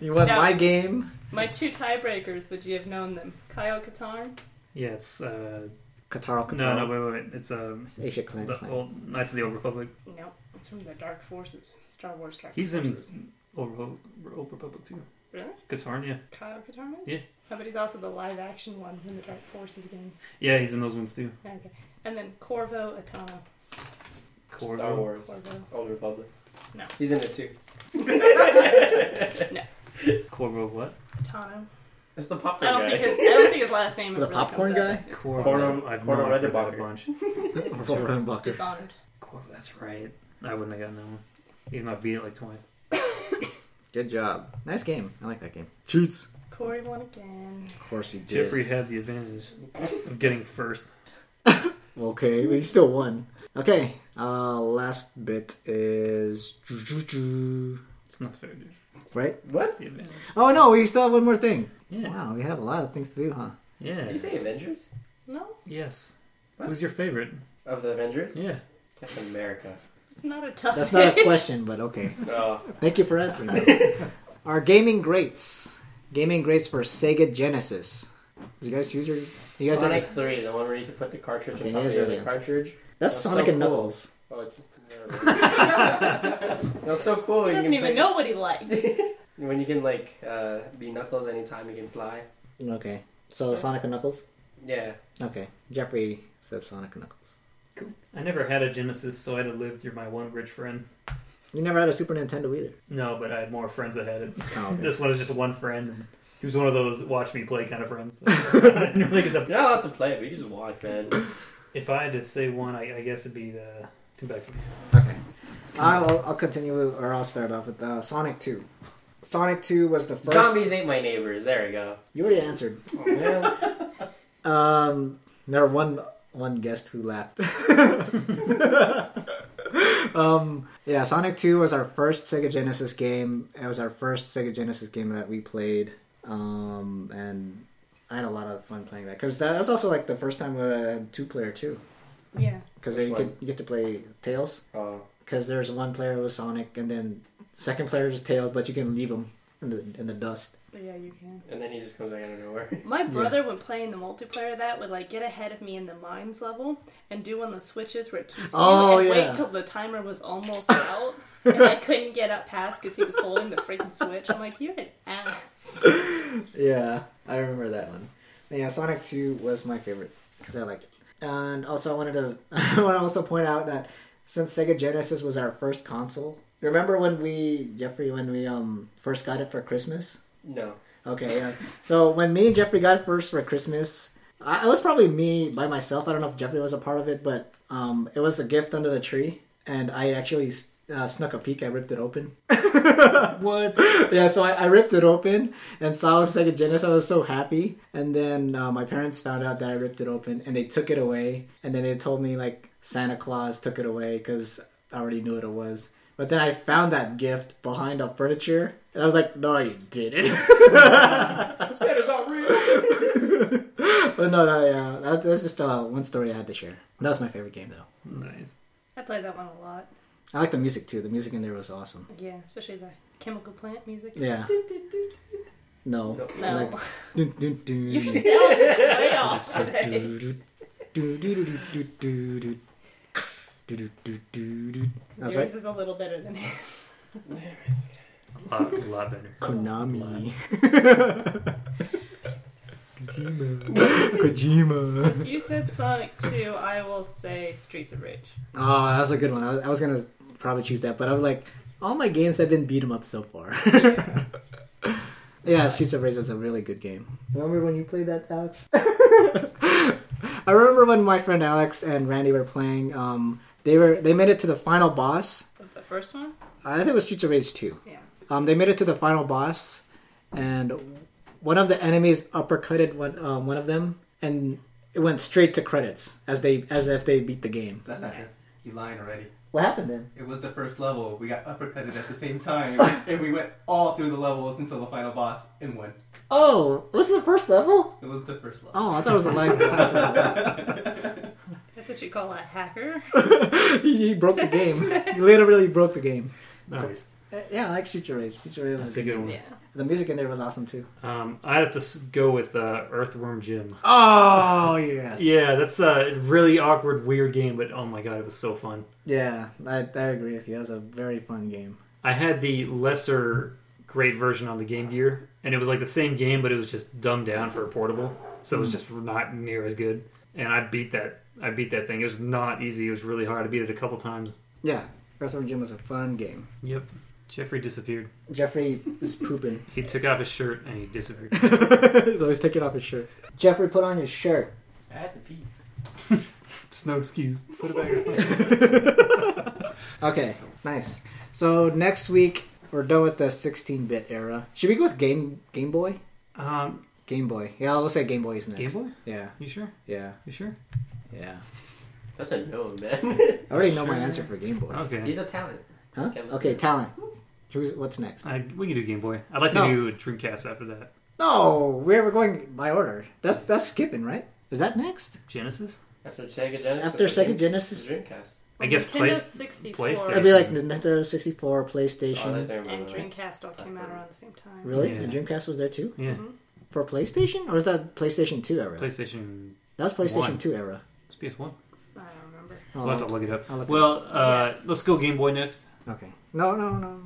S2: You won
S3: Now-
S2: my game.
S3: My two tiebreakers. Would you have known them? Kyle Katarn.
S4: yeah, it's uh,
S2: Katara Katara.
S4: no, no, wait, wait, wait. It's um,
S2: It's Asia Clan.
S4: the
S2: Clan.
S4: old Knights of the Old Republic.
S3: No, it's from the Dark Forces, Star Wars Dark
S4: He's in
S3: Forces.
S4: Old, Repo- Old Republic too.
S3: Really?
S4: Katarn, yeah,
S3: Kyle Katarn is.
S4: Yeah.
S3: Oh, but he's also the live action one from the Dark Forces games.
S4: yeah, he's in those ones too.
S3: Okay. And then Corvo Atano.
S1: Star
S4: Corvo.
S1: Wars.
S3: Corvo.
S1: Old Republic.
S3: No.
S1: He's in it too.
S4: Corvo, what?
S3: Atano.
S1: It's the popcorn
S3: I don't
S1: guy.
S3: think his I don't think his last name
S2: The
S3: really
S2: popcorn
S3: comes
S2: guy?
S3: Up. It's
S1: Corvo-
S4: I've
S1: Corvo
S4: known I've heard that a
S1: Redenbacher.
S4: bunch.
S2: Roland Bucker.
S3: Dishonored.
S4: Corvo, that's right. I wouldn't have gotten that one. Even though I beat it like twice.
S2: Good job. Nice game. I like that game. Cheats.
S3: Corey won again.
S2: Of course he did.
S4: Jeffrey had the advantage of getting first.
S2: Okay, but he still won. Okay. Uh, last bit is
S4: It's not fair, dude.
S2: right.
S1: What?
S4: The advantage.
S2: Oh no, we still have one more thing.
S4: Yeah.
S2: Wow, we have a lot of things to do, huh?
S4: Yeah.
S1: Did you say Avengers?
S3: No?
S4: yes.
S1: What?
S4: Who's your favorite?
S1: Of the Avengers?
S4: Yeah.
S1: Captain America.
S3: It's not a tough.
S2: That's not a question, but okay.
S1: Oh,
S2: Thank you for answering that. Our gaming greats. Gaming greats for Sega Genesis. Did you guys choose your. You guys
S1: Sonic
S2: had-
S1: 3, the one where you can put the cartridge
S2: Okay,
S1: on top of
S2: here's
S1: the
S2: the
S1: other
S2: answer.
S1: cartridge.
S2: That's
S1: That's
S2: Sonic
S1: so
S2: and
S1: cool.
S2: Knuckles.
S1: Oh, it's- that was so cool.
S3: He
S1: when you
S3: doesn't
S1: can
S3: even
S1: pick-
S3: know what he liked.
S1: when you can like uh, be Knuckles anytime you can fly.
S2: Okay. So Sonic and Knuckles?
S1: Yeah.
S2: Okay. Jeffrey said Sonic and Knuckles.
S4: I never had a Genesis, so I had to live through my one rich friend.
S2: You never had a Super Nintendo either.
S4: No, but I had more friends that had it.
S2: Oh, okay.
S4: This one is just one friend. And he was one of those watch me play kind of friends. So I didn't really get to-
S1: You're not allowed to play it, but you just watch, man.
S4: if I had to say one, I, I guess it'd be the Two Back to Me.
S2: Okay. I'll, I'll continue, or I'll start off with uh, Sonic 2. Sonic 2 was the first.
S1: Zombies ain't my neighbors. There we go.
S2: You already answered.
S1: Oh, man.
S2: Um, there are one one guest who left. um, yeah, Sonic Two was our first Sega Genesis game. It was our first Sega Genesis game that we played, um, and I had a lot of fun playing that because that was also like the first time we had two player too.
S3: Yeah.
S2: Because
S1: Which
S2: you
S1: one?
S2: get you get to play Tails
S1: oh.
S2: because there's one player with Sonic and then second player is Tails, but you can leave him in the in the dust.
S3: But yeah, you can.
S1: And then he just comes out of nowhere.
S3: My brother, when playing the multiplayer, of that would like get ahead of me in the mines level and do one of the switches where it keeps
S2: Oh,
S3: you and
S2: yeah.
S3: wait till the timer was almost out and I couldn't get up past because he was holding the freaking switch. I'm like, you're an ass.
S2: Yeah, I remember that one. But yeah, Sonic Two was my favorite because I liked it. And also, I wanted to I want to also point out that since Sega Genesis was our first console, remember when we Jeffrey when we um first got it for Christmas?
S1: No.
S2: Okay, yeah. So when me and Jeffrey got it first for Christmas, I, it was probably me by myself. I don't know if Jeffrey was a part of it, but um, it was the gift under the tree, and I actually uh, snuck a peek. I ripped it open.
S4: What?
S2: Yeah, so I, I ripped it open and saw Sega Genesis. I was so happy. And then uh, my parents found out that I ripped it open and they took it away. And then they told me, like, Santa Claus took it away because I already knew what it was. But then I found that gift behind a furniture. And I was like, no, you didn't.
S1: Santa's not real.
S2: but no, no yeah, that, that's just uh, one story I had to share. That was my favorite game, though.
S4: Nice.
S3: I played that one a lot.
S2: I like the music, too. The music in there was awesome.
S3: Yeah, especially the chemical plant music.
S2: Yeah. No.
S1: No.
S3: No.
S2: Like, dun, dun, dun.
S3: You're sounding way off today. Yours
S2: That's right.
S3: is a little better than his.
S4: A lot, a lot better.
S2: Konami. Kojima.
S3: Since you said Sonic 2, I will say Streets of Rage.
S2: Oh, that was a good one. I was, I was gonna probably choose that, but I was like, all my games have been beat 'em up so far. yeah, Streets of Rage is a really good game. Remember when you played that, Alex? I remember when my friend Alex and Randy were playing. Um, they were they made it to the final boss.
S3: Of the first one?
S2: I think it was Streets of Rage two.
S3: Yeah.
S2: Um, they made it to the final boss, and one of the enemies uppercutted one um, one of them, and it went straight to credits as they as if they beat the game.
S6: That's not true. You lying already.
S2: What happened then?
S6: It was the first level. We got uppercutted at the same time, and we went all through the levels until the final boss and won.
S2: Oh, was it the first level?
S6: It was the first level.
S2: Oh, I thought it was the last.
S3: That's what you call a hacker.
S2: he, he broke the game. He literally broke the game.
S4: Nice.
S2: Uh, yeah, I like Future Rage. Future Rage was
S4: That's a good one.
S3: Yeah.
S2: The music in there was awesome too.
S4: Um, I'd have to s- go with uh, Earthworm Jim.
S2: Oh yes.
S4: Yeah, that's a really awkward, weird game, but oh my god, it was so fun.
S2: Yeah, I, I agree with you. That was a very fun game.
S4: I had the lesser great version on the Game Gear, and it was like the same game, but it was just dumbed down for a portable, so it was just not near as good. And I beat that. I beat that thing. It was not easy. It was really hard. I beat it a couple times.
S2: Yeah, Wrestling Gym was a fun game.
S4: Yep. Jeffrey disappeared.
S2: Jeffrey is pooping.
S4: He took off his shirt and he disappeared.
S2: He's always taking off his shirt. Jeffrey, put on your shirt.
S1: I had to pee.
S4: It's no excuse. Put it back.
S2: Okay, nice. So next week we're done with the 16-bit era. Should we go with Game Game Boy?
S4: um,
S2: Game Boy. Yeah, we'll say Game Boy is next.
S4: Game Boy?
S2: Yeah,
S4: You sure?
S2: yeah,
S4: You sure?
S2: yeah.
S1: That's a no, man.
S2: I already know my
S4: Sure.
S2: answer for Game Boy.
S4: Okay.
S1: He's a talent.
S2: Huh?
S1: Okay, what's
S2: Okay,
S1: next?
S2: talent. Choose what's next.
S4: I, we can do Game Boy. I'd like to
S2: No.
S4: do Dreamcast after that.
S2: No, we were going by order. That's that's skipping, right? Is that next?
S4: Genesis?
S1: After Sega Genesis.
S2: After Sega
S1: Dream-
S2: Genesis?
S1: Dreamcast. Oh,
S4: I guess
S3: Nintendo
S4: place-
S3: 64
S2: It'd
S4: PlayStation.
S2: be like Nintendo 64,
S1: Oh,
S2: PlayStation.
S1: that's everybody.
S3: and Dreamcast all came out around the same time.
S2: really?
S4: Yeah.
S2: The Dreamcast was there too?
S1: Mm-hmm.
S4: Yeah,
S2: For PlayStation? Or was that PlayStation 2 era?
S4: PlayStation.
S2: that was PlayStation
S4: One.
S2: 2 era.
S4: It's PS One.
S3: I don't remember.
S2: Oh,
S4: We'll have to look it up.
S2: I'll look it
S4: well, uh,
S3: Yes.
S4: let's go Game Boy next.
S2: okay. No, no, no.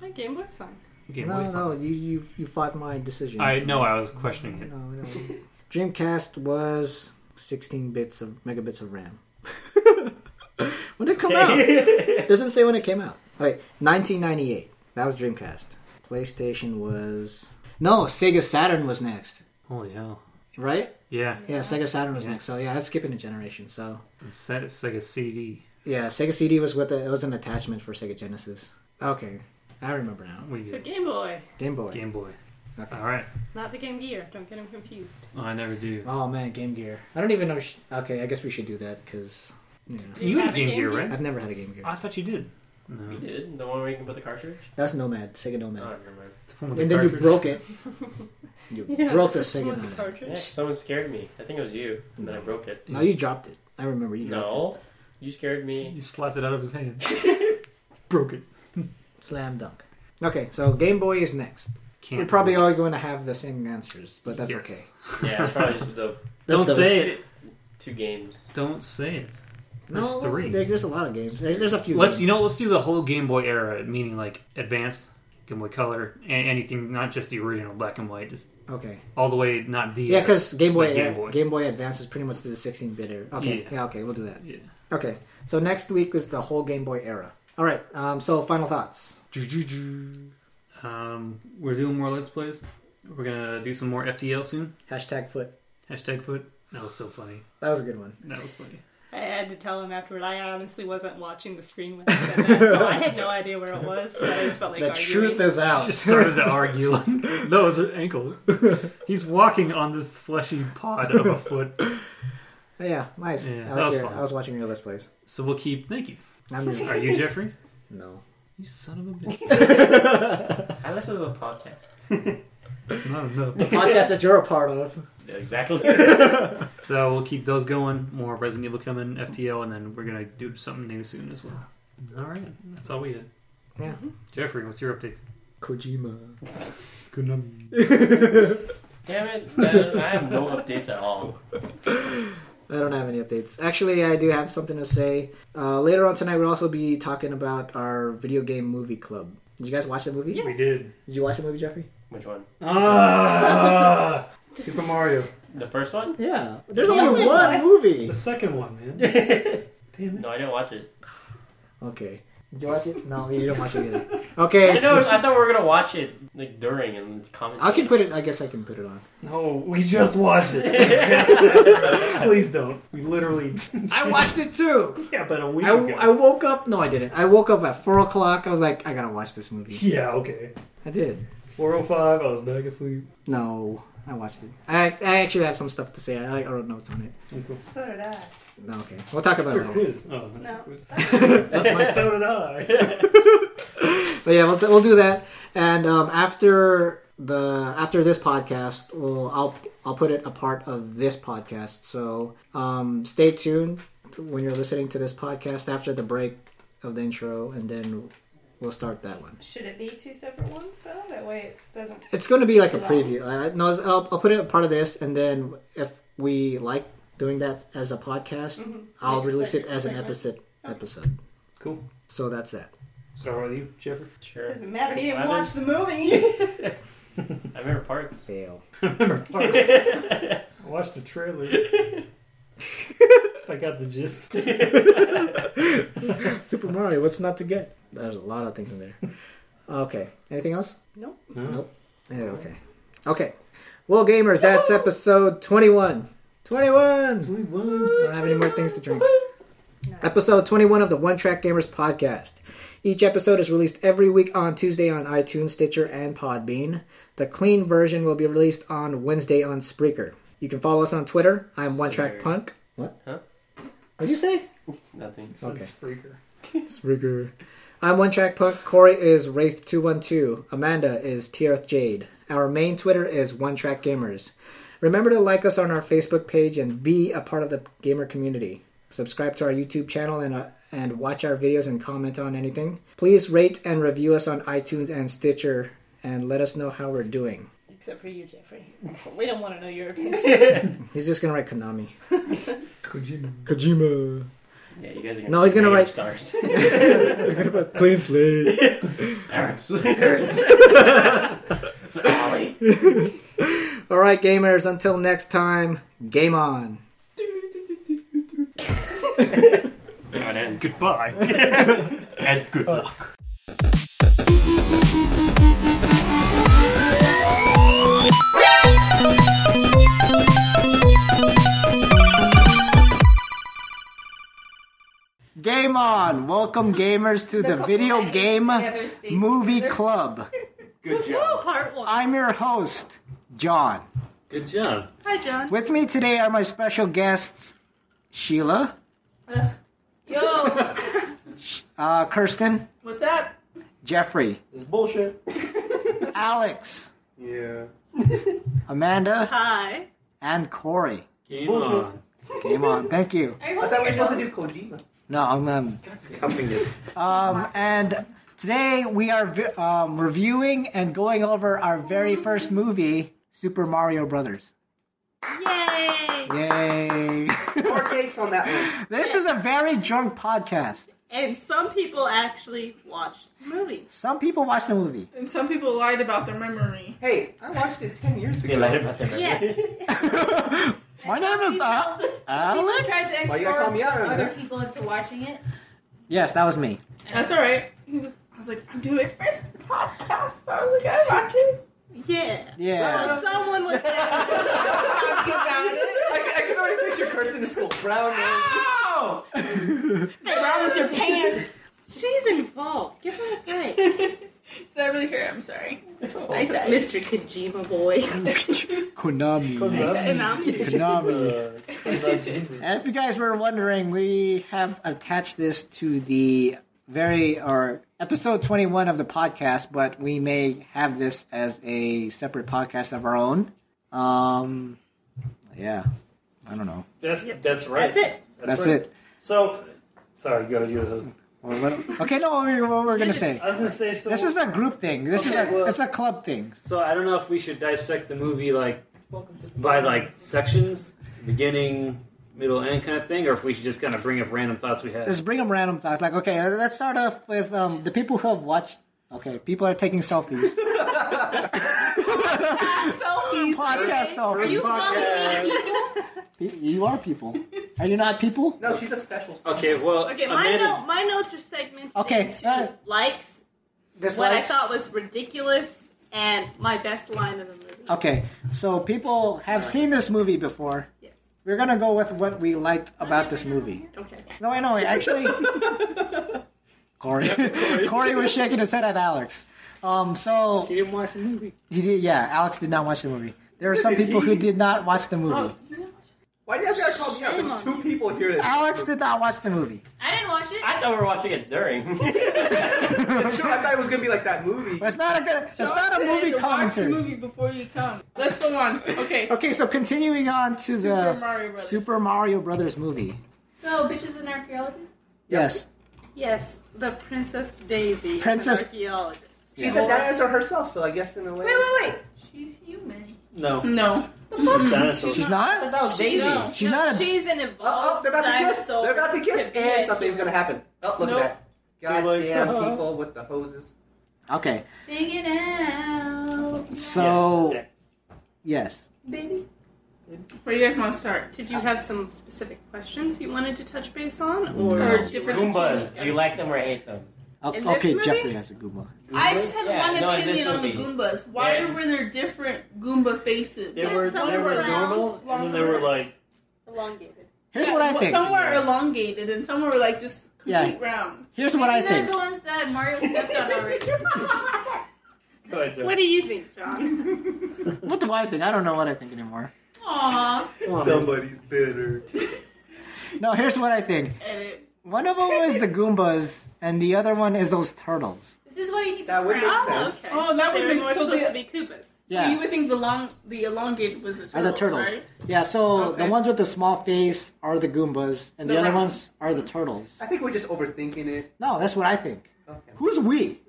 S3: My Game Boy's fine.
S4: Game
S2: no,
S4: Boy's
S2: no.
S4: fun.
S2: You, you, you fought my decision.
S4: I know. I was questioning it.
S2: No, no. Mm-hmm. Dreamcast was 16 bits of megabits of RAM. when did it come out? Doesn't say when it came out. All right, 1998. That was Dreamcast. PlayStation was no. Sega Saturn was next,
S4: Holy hell!
S2: right?
S4: Yeah,
S2: Yeah, Sega Saturn was
S4: Yeah.
S2: next. So yeah, that's skipping a generation. So
S4: and set it's like a CD.
S2: yeah, Sega CD was with it. It was an attachment for Sega Genesis. Okay, I remember now.
S4: We
S3: So Game Boy,
S2: Game Boy.
S4: Game Boy.
S2: Okay.
S4: All right.
S3: not the Game Gear. Don't get them confused.
S4: Well, I never do.
S2: Oh man, Game Gear. I don't even know. Sh- okay, I guess we should do that because
S3: Do
S4: You,
S3: you
S4: had a
S3: have a
S4: Game,
S3: Game
S4: Gear,
S3: Gear?
S4: right?
S2: I've never had a Game Gear.
S4: I thought you did.
S1: You
S4: No.
S1: did? The one where you can put the cartridge?
S2: That's Nomad, Sega
S1: Oh,
S2: Nomad.
S1: never mind.
S4: The one with the
S2: and then you
S4: cartridge?
S2: broke it. You,
S3: You know,
S2: broke the
S3: this is
S2: Sega
S3: one of the
S2: Nomad.
S1: Yeah,
S3: cartridge.
S1: someone scared me. I think it was you. And then I broke it.
S2: No, you dropped it. I remember you dropped
S1: No. You scared me.
S4: You slapped it out of his hand. broke it.
S2: it. Slam dunk. Okay, so Game Boy is next.
S4: Can't.
S2: We're probably
S4: believe
S2: all going to have the same answers, but that's
S4: Mm. Yes.
S2: okay.
S1: Yeah, it's probably just the
S2: That's
S4: Don't
S2: the-
S4: say it.
S1: two games.
S4: Don't say it. There's
S2: No,
S4: three.
S2: there- there's a lot of games. There's, there's a few.
S4: Let's
S2: games.
S4: you know let's do the whole Game Boy era, meaning like advanced Game Boy Color and anything, not just the original black and white, just
S2: Okay.
S4: all the way, not the uh,
S2: Yeah, because Game Boy,
S4: Game
S2: Game,
S4: Boy.
S2: Boy. Advance is pretty much the 16-bit era. Okay.
S4: Yeah.
S2: Yeah. Okay. We'll do that.
S4: Yeah.
S2: Okay. So next week is the whole Game Boy era. All right. Um. So final thoughts.
S4: Um, we're doing more Let's Plays. We're gonna do some more FTL soon.
S2: Hashtag foot.
S4: Hashtag foot. That was so funny.
S2: That was a good one.
S4: That was funny.
S3: I had to tell him afterward. I honestly wasn't watching the screen when I said that, so I had no idea where it was. But I just felt like
S2: the
S3: arguing.
S2: truth is out.
S4: Just started to argue. like, no, it's her ankle. He's walking on this fleshy pod of a foot.
S2: Oh, Yeah, nice.
S4: Yeah,
S2: I,
S4: that
S2: like
S4: was
S2: your,
S4: fun.
S2: I was watching your list plays.
S4: So we'll keep. Thank you.
S2: I'm just,
S4: Are you Jeffrey?
S2: no.
S4: You son of a bitch.
S1: I listened to the podcast.
S4: It's not enough.
S2: Podcast that you're a part of.
S1: Exactly.
S4: So we'll keep those going. More Resident Evil coming, FTL, and then we're gonna do something new soon as well. All right, that's all we did.
S2: Yeah.
S4: Jeffrey, what's your update?
S2: Kojima.
S4: Good
S1: Damn it. man, I have no updates at all.
S2: I don't have any updates. Actually, I do have something to say. Uh, later on tonight, we'll also be talking about our video game movie club. Did you guys watch the movie?
S3: Yes.
S4: We did.
S2: Did you watch the movie, Jeffrey?
S1: Which one?
S4: Ah, Super Mario.
S1: The first one?
S2: Yeah. There's
S3: You
S2: only
S3: only
S2: one
S3: watched-
S2: movie.
S4: second one, man. Damn
S1: No, I didn't watch it.
S2: Okay. Did you watch it? No, you don't watch it either.
S1: I,
S2: Okay.
S1: know,
S2: So
S1: I thought we were going to watch it like during and it's comment.
S2: I can put it. I guess I can put it on.
S4: No, we just watched it. Please don't. We literally.
S2: I watched it too.
S4: Yeah, but a week
S2: I, I woke up. No, I didn't. I woke up at four o'clock. I was like, I gotta watch this movie.
S4: yeah, okay.
S2: I did.
S4: 405, I was back asleep.
S2: No, I watched it. I, I actually have some stuff to say. I, I wrote notes on it.
S3: So did I.
S2: No, okay. We'll talk about it. later.
S4: quiz. Oh,
S3: that's your No.
S4: quiz.
S2: my-
S4: so did I.
S2: But yeah, we'll, we'll do that. And um, after the after this podcast, we'll I'll I'll put it a part of this podcast. So um, stay tuned when you're listening to this podcast after the break of the intro, and then we'll start that one.
S3: Should it be two separate ones though? That way it doesn't.
S2: It's going to be like a
S3: Yeah.
S2: preview. I, no, I'll, I'll put it a part of this, and then if we like doing that as a podcast, I'll
S3: Like a
S2: release it
S3: separate
S2: as an
S3: segment.
S2: episode.
S3: Okay.
S2: Episode.
S4: Cool.
S2: So that's that.
S4: So are you, Jeffrey?
S1: Sure.
S3: Doesn't matter. He
S1: I
S3: didn't watch the movie.
S1: I remember parts.
S2: Fail.
S4: remember I watched the trailer. I got the gist.
S2: Super Mario. What's not to get? There's a lot of things in there. Okay. Anything else?
S3: Nope.
S2: Nope. Yeah, okay. Okay. Well, gamers, that's episode twenty-one. Twenty-one. I don't have any more things to drink.
S3: No.
S2: Episode 21 of the One Track Gamers podcast. Each episode is released every week on Tuesday on iTunes, Stitcher, and Podbean. The clean version will be released on Wednesday on Spreaker. You can follow us on Twitter. I'm One Track
S1: Spreaker.
S2: Punk. What?
S1: Huh?
S2: What'd you say?
S1: Nothing.
S2: Okay.
S4: Spreaker.
S2: Spreaker. I'm One Track Punk. Corey is Wraith212. Amanda is Tierth Jade. Our main Twitter is One Track Gamers. Remember to like us on our Facebook page and be a part of the gamer community. Subscribe to our YouTube channel and, uh, and watch our videos and comment on anything. Please rate and review us on iTunes and Stitcher and let us know how we're doing.
S3: Except for you, Jeffrey. We don't want to know your opinion.
S2: He's just gonna write Konami.
S4: Kojima.
S2: Kojima.
S1: Yeah, you guys are gonna
S2: No, he's gonna
S1: rate
S2: write-
S1: stars.
S2: He's gonna put clean slate.
S1: Parents.
S2: Alright, gamers, until next time, game on.
S1: Not in.
S4: Goodbye.
S1: And good luck.
S2: Game on! Welcome, gamers, to the, Video Game Movie Club.
S6: Good job.
S3: Part one.
S2: I'm your host, John.
S4: Good job.
S3: Hi, John.
S2: With me today are my special guests, Sheila,
S5: Yo,
S2: uh, Kirsten,
S3: What's up?
S2: Jeffrey,
S7: It's bullshit.
S2: Alex,
S7: Yeah.
S2: Amanda,
S3: Hi.
S2: and Corey.
S4: Game
S7: bullshit.
S4: on.
S2: Game on. Thank you.
S5: I
S6: I
S5: hope
S6: thought we were
S5: you're
S6: supposed to do
S5: close.
S6: Kojima.
S2: No, I'm um, um and today we are vi- um, reviewing and going over our very first movie, Super Mario Brothers.
S3: Yay!
S2: Yay!
S7: More takes on that one.
S2: this is a very drunk podcast.
S3: And some people actually watched the movie.
S2: Some people watch the movie.
S8: And some people lied about their memory.
S6: Hey, I watched it 10 years ago.
S1: They lied about that.
S3: Yeah.
S2: My name is uh,
S5: People
S2: Alex.
S5: tried to
S7: Why you gotta call me
S5: extort
S7: out on
S5: other
S7: that?
S5: people into watching it.
S2: Yes, that was me.
S8: That's all right. He was- I was like, I'm doing first podcast. I was like, I watch it.
S3: Yeah.
S2: Yeah.
S3: Well, someone was there.
S8: Talking about it.
S6: I, I can already picture Kirsten in school. Brown nose.
S3: Ah!
S8: Ow!
S5: That was your pants.
S3: She's involved. Give her a break.
S8: Did I really hear it? I'm sorry. I said it.
S3: Mr. Kojima boy.
S2: Konami.
S3: Konami.
S2: Konami.
S7: Konami.
S2: And if you guys were wondering, we have attached this to the very or episode 21 of the podcast, but we may have this as a separate podcast of our own. Um, yeah, I don't know.
S4: That's
S3: Yep.
S4: that's right.
S3: That's it.
S2: That's,
S4: right.
S2: it.
S4: So, sorry, go ahead. You
S2: Well, what- okay, no, what we're, what we're gonna say.
S4: I was gonna say so.
S2: This is a group thing. This is
S4: Okay,
S2: a
S4: well-
S2: it's a club thing.
S4: so I don't know if we should dissect the movie like by like sections, beginning, middle, end kind of thing, or if we should just kind of bring up random thoughts we had.
S2: Let's bring up random thoughts. Like, okay, let's start off with um, the people who have watched. Okay, people are taking selfies.
S5: Selfies.
S2: podcast
S5: Are
S2: selfies.
S5: you calling me people?
S2: Pe- You are people. Are you not people?
S7: No, she's a special.
S4: Okay, well,
S3: Okay, my,
S4: Amanda,
S3: note, my notes are segmented
S2: Okay,
S3: into
S2: uh,
S3: likes,
S2: This
S3: what I thought was ridiculous, and my best line of the movie.
S2: Okay, so people have seen this movie before.
S3: Yes.
S2: We're gonna go with what we liked about this movie.
S3: Okay.
S2: No, I know. Actually, Corey, Corey was shaking his head at Alex. Um, so
S4: you didn't watch the movie.
S2: he did, yeah, Alex did not watch the movie. There are some people who did not watch the movie.
S6: Oh.
S3: Oh,
S6: Why do you guys gotta call me out? There's two people here that.
S2: Alex did not watch the movie.
S5: I didn't watch it.
S1: I thought we were watching it during.
S6: Sure, I thought it was gonna be like that movie.
S2: It's not a good. It's not a
S8: Don't say
S2: movie
S8: to Watch the
S2: commentary.
S8: movie before you come. Let's go on. Okay.
S2: Okay, so continuing on to
S6: uh,
S8: Super
S2: the
S8: Mario Brothers.
S2: Super Mario Brothers movie.
S5: So, bitches and archaeologists.
S2: Yes,
S3: Yes, the Princess Daisy. Princess.
S2: Princess-
S3: An archaeologist.
S6: She's a dinosaur herself, so I guess in a way. Uh,
S5: Wait, wait, wait. She's human.
S4: No,
S8: No.
S5: The fuck?
S4: dinosaurs.
S2: she's
S5: I thought
S2: not.
S5: that was
S6: Daisy.
S8: No.
S2: She's
S3: No,
S2: not a-
S3: She's an evolved
S6: Oh, oh, they're about to kiss.
S3: dinosaur
S6: They're about to kiss,
S3: be
S6: and
S3: a
S6: something's
S3: human.
S6: gonna happen. Oh, look
S8: Nope.
S6: at that. Goddamn
S4: Like, uh-huh.
S6: people with the hoses.
S2: Okay,
S5: Dig it out,
S2: so
S4: Yeah.
S2: yes.
S5: baby.
S8: Where do you guys want to start?
S3: Did you have some specific questions you wanted to touch base on, or
S8: Or different
S1: Goombas. Do you like them or hate them?
S2: Okay,
S3: In this
S2: okay,
S3: movie?
S2: Jeffrey has a Goomba.
S8: I just have
S1: Yeah,
S8: one
S1: no, in this
S8: opinion on the
S1: movie.
S8: Goombas. Why
S1: Yeah.
S8: were there different Goomba faces?
S4: They
S3: Yeah,
S4: were
S3: some
S4: they were
S3: were round,
S4: normal, and then
S8: some
S4: they
S8: were-
S4: were like
S3: elongated?
S2: Here's
S8: Yeah,
S2: what I
S8: well,
S2: think.
S8: Some were elongated and some were like just complete round.
S2: Here's what I
S5: Maybe they're
S2: think.
S5: the ones that Mario stepped on already.
S4: go ahead, Jeff.
S3: What do you think, John?
S2: What do I think? I don't know what I think anymore.
S5: Aww.
S4: Come on, man.
S7: Somebody's bitter.
S2: No, here's what I think.
S8: Edit.
S2: One of them is the Goombas, and the other one is those turtles.
S5: This is why you need
S6: That
S5: the
S6: would make
S5: crown.
S6: sense.
S8: Oh, that would
S3: They're
S8: make-
S3: more
S8: so
S3: supposed
S8: the-
S3: to be Koopas.
S8: So
S2: Yeah.
S8: you would think the long, the elongated was the turtles,
S2: Are the turtles.
S8: right?
S2: Yeah, so the
S8: Okay.
S2: ones with the small face are the Goombas, and the,
S8: The
S2: other
S8: round.
S2: ones are the turtles.
S7: I think we're just overthinking it.
S2: No, that's what I think.
S7: Okay.
S2: Who's we?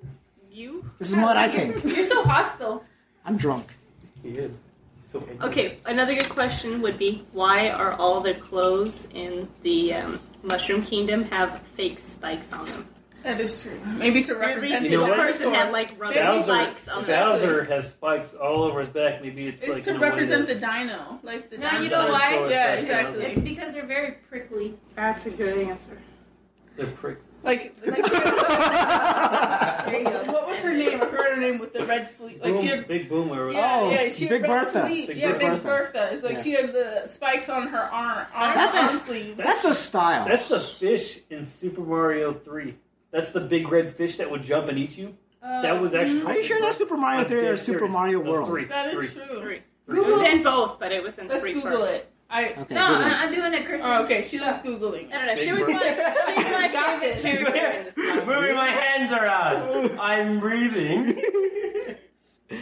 S8: You?
S2: This is what I think.
S8: You're so hostile.
S2: I'm drunk.
S7: He is. So angry.
S3: Okay, another good question would be why are all the clothes in the um, Mushroom Kingdom have fake spikes on them?
S8: That is true. Maybe to represent
S4: You
S8: the
S4: know what?
S3: the person
S8: dinosaur.
S3: had like rubber
S8: Bowser-
S3: spikes on their
S4: Bowser has spikes all over his back. Maybe it's,
S8: it's
S4: like
S8: to
S4: no
S8: represent
S4: wonder.
S8: the dino, like the
S9: No,
S8: dino.
S9: you know why?
S4: Dinosaur
S8: Yeah,
S4: slash
S8: exactly.
S9: It's because they're very prickly.
S3: That's a good answer.
S4: They're pricks.
S8: Like,
S9: There you go.
S8: what was her name? I heard her name with the red sleeve. Like
S4: Boom,
S8: she had.
S4: big boomer. with-
S8: Yeah,
S2: Oh,
S8: yeah, she had
S2: Big
S8: red
S2: Bertha.
S8: sleeve.
S4: Big
S8: yeah, Big
S2: Bertha.
S8: Bertha. It's like
S2: Yeah.
S8: she had the spikes on her arm, arm,
S2: That's
S8: arm
S2: a-
S8: sleeves.
S2: That's a style.
S4: That's the fish in Super Mario 3. That's the big red fish that would jump and eat you.
S8: Um,
S4: That was actually.
S2: Are you sure that's Super Mario
S4: I'm
S2: 3 or
S4: dead
S2: Super
S4: serious.
S2: Mario
S4: Those
S2: World?
S4: Three.
S8: Uh, mm-hmm. That is
S4: three.
S8: true.
S3: Three.
S1: Three.
S3: It was
S8: Google.
S3: in both, but it was in
S8: Let's
S3: three
S8: Google
S3: first.
S8: it. I.
S2: Okay,
S9: No,
S2: Google
S9: I,
S2: this.
S9: I'm doing it, Kristen.
S8: Oh, okay, she was googling.
S3: I don't know.
S4: Big
S3: She was
S4: Bird.
S3: my, she was my
S8: Got
S3: favorite
S8: this.
S3: character in this one.
S1: Moving my hands around. I'm breathing.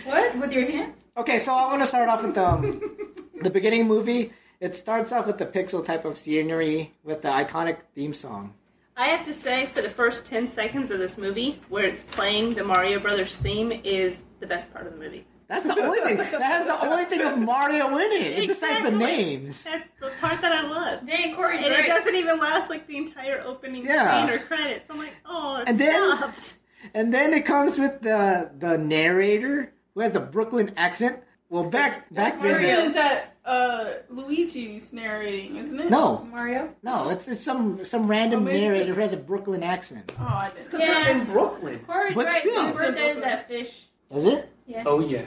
S9: What? With your hands?
S2: Okay, so I want to start off with um, the beginning movie. It starts off with the pixel type of scenery with the iconic theme song.
S3: I have to say, for the first 10 seconds of this movie, where it's playing the Mario Brothers theme, is the best part of the movie.
S2: That's the only thing. That has the only thing of Mario in it, besides the
S3: Exactly.
S2: names.
S3: That's the part that I love.
S9: Dang, Corey's
S3: And it
S9: right.
S3: doesn't even last like the entire opening
S2: Yeah.
S3: scene or credits. I'm like, oh, it
S2: And then-
S3: stopped.
S2: And then it comes with the the narrator who has a Brooklyn accent. Well, back back
S8: I
S2: then.
S8: really that uh, Luigi's narrating, isn't it?
S2: No,
S9: Mario?
S2: no, it's it's some some
S8: Oh,
S2: random
S8: maybe
S2: narrator
S8: it's-
S2: who has a Brooklyn accent.
S8: Oh, I didn't.
S7: Because they're
S9: Yeah.
S7: in Brooklyn.
S9: Corey's
S2: But
S9: right.
S2: still.
S9: Big Bertha is that fish.
S2: Is it?
S4: Oh, yeah.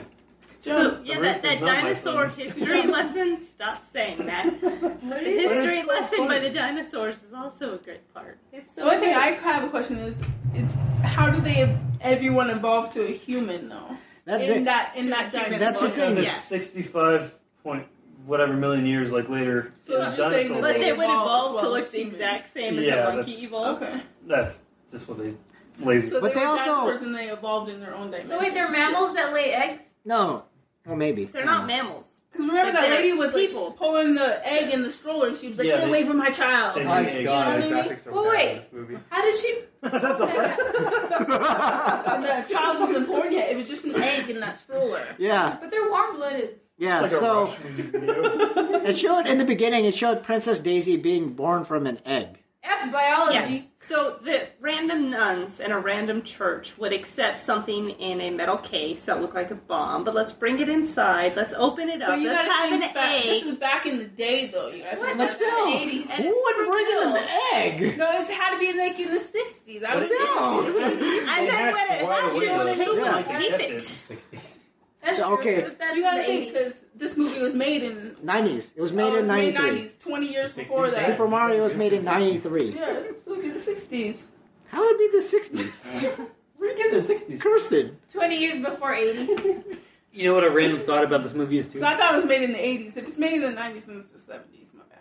S3: So yeah, that,
S4: the roof
S3: that
S4: is not my
S3: dinosaur
S4: son.
S3: history lesson. Stop saying that.
S9: What
S3: The
S9: is
S4: But
S3: history
S4: it's so
S3: lesson by
S4: funny.
S3: the dinosaurs is also a good part. It's
S8: The
S3: so
S8: only thing
S3: good.
S8: I have a question is, it's how do they everyone evolve to a human though?
S2: That,
S8: in
S2: that-
S8: that in
S3: To a
S8: that
S3: human
S8: dinosaur.
S2: that's the
S4: Because
S2: thing.
S4: it's 65 point whatever million years like later.
S8: So
S4: in a
S8: you're just saying
S4: dinosaur
S8: that
S3: but
S4: world.
S3: they would
S8: evolve
S3: evolve
S8: as
S3: to
S8: well
S3: look
S8: as
S3: the
S8: humans.
S3: exact same as
S4: Yeah,
S3: a monkey
S4: that's-
S3: evolved.
S8: Okay.
S4: That's just what they lazy.
S8: So oh
S2: But
S8: they,
S2: they
S8: were
S2: also-
S8: dinosaurs and they evolved in their own dimension.
S9: So wait, they're mammals that lay eggs?
S2: No, oh maybe.
S3: They're not mammals.
S8: Because remember
S3: But
S8: that
S3: they're
S8: lady was like
S3: people.
S8: pulling the egg in the stroller and she was like,
S4: Yeah,
S8: "Get
S4: they-
S8: away from my child."
S4: they-
S7: My
S4: Yeah.
S7: God,
S8: You know
S7: the
S8: what I mean?
S7: graphics are
S9: Well,
S7: bad
S9: wait.
S7: in this movie.
S9: How did she?
S4: That's a lot.
S8: And the child wasn't born yet; it was just an egg in that stroller.
S2: Yeah,
S9: But they're warm blooded.
S2: yeah.
S4: It's like a
S2: so
S4: Rush music video.
S2: it showed in the beginning. It showed Princess Daisy being born from an egg.
S9: F biology.
S3: Yeah. So the random nuns in a random church would accept something in a metal case that looked like a bomb, but let's bring it inside. Let's open it up.
S8: But you
S3: Let's
S8: gotta
S3: have
S8: think
S3: an
S8: back. This
S3: egg.
S8: is back in the day, though. You gotta think back
S9: What?
S2: But
S9: That's
S8: in the
S2: still,
S9: the
S8: day.
S9: 80s.
S2: who would bring in an egg?
S8: No, it had to be like in the '60s. I was
S2: No.
S3: And then when it
S4: Wide awake, though,
S3: hatches,
S4: so
S3: who would
S4: it's not like
S3: keep
S4: digested.
S3: it?
S7: 60s.
S9: That's
S2: So,
S9: true,
S2: okay.
S9: 'cause if that's
S8: You gotta
S9: the
S8: think
S9: 80s.
S8: because this movie was made in
S2: Nineties. It was made
S8: oh, it was
S2: in
S8: made
S2: ninety three.
S8: nineties, twenty years before that.
S2: Super Mario was made in ninety three.
S8: Yeah, so it'd be the sixties.
S2: How would it be the sixties?
S7: We're getting the 60s.
S2: Kirsten.
S9: 20 years before 80.
S4: You know what a random thought about this movie is too?
S8: So I thought it was made in the eighties. If it's made in the nineties, then it's the seventies. My bad.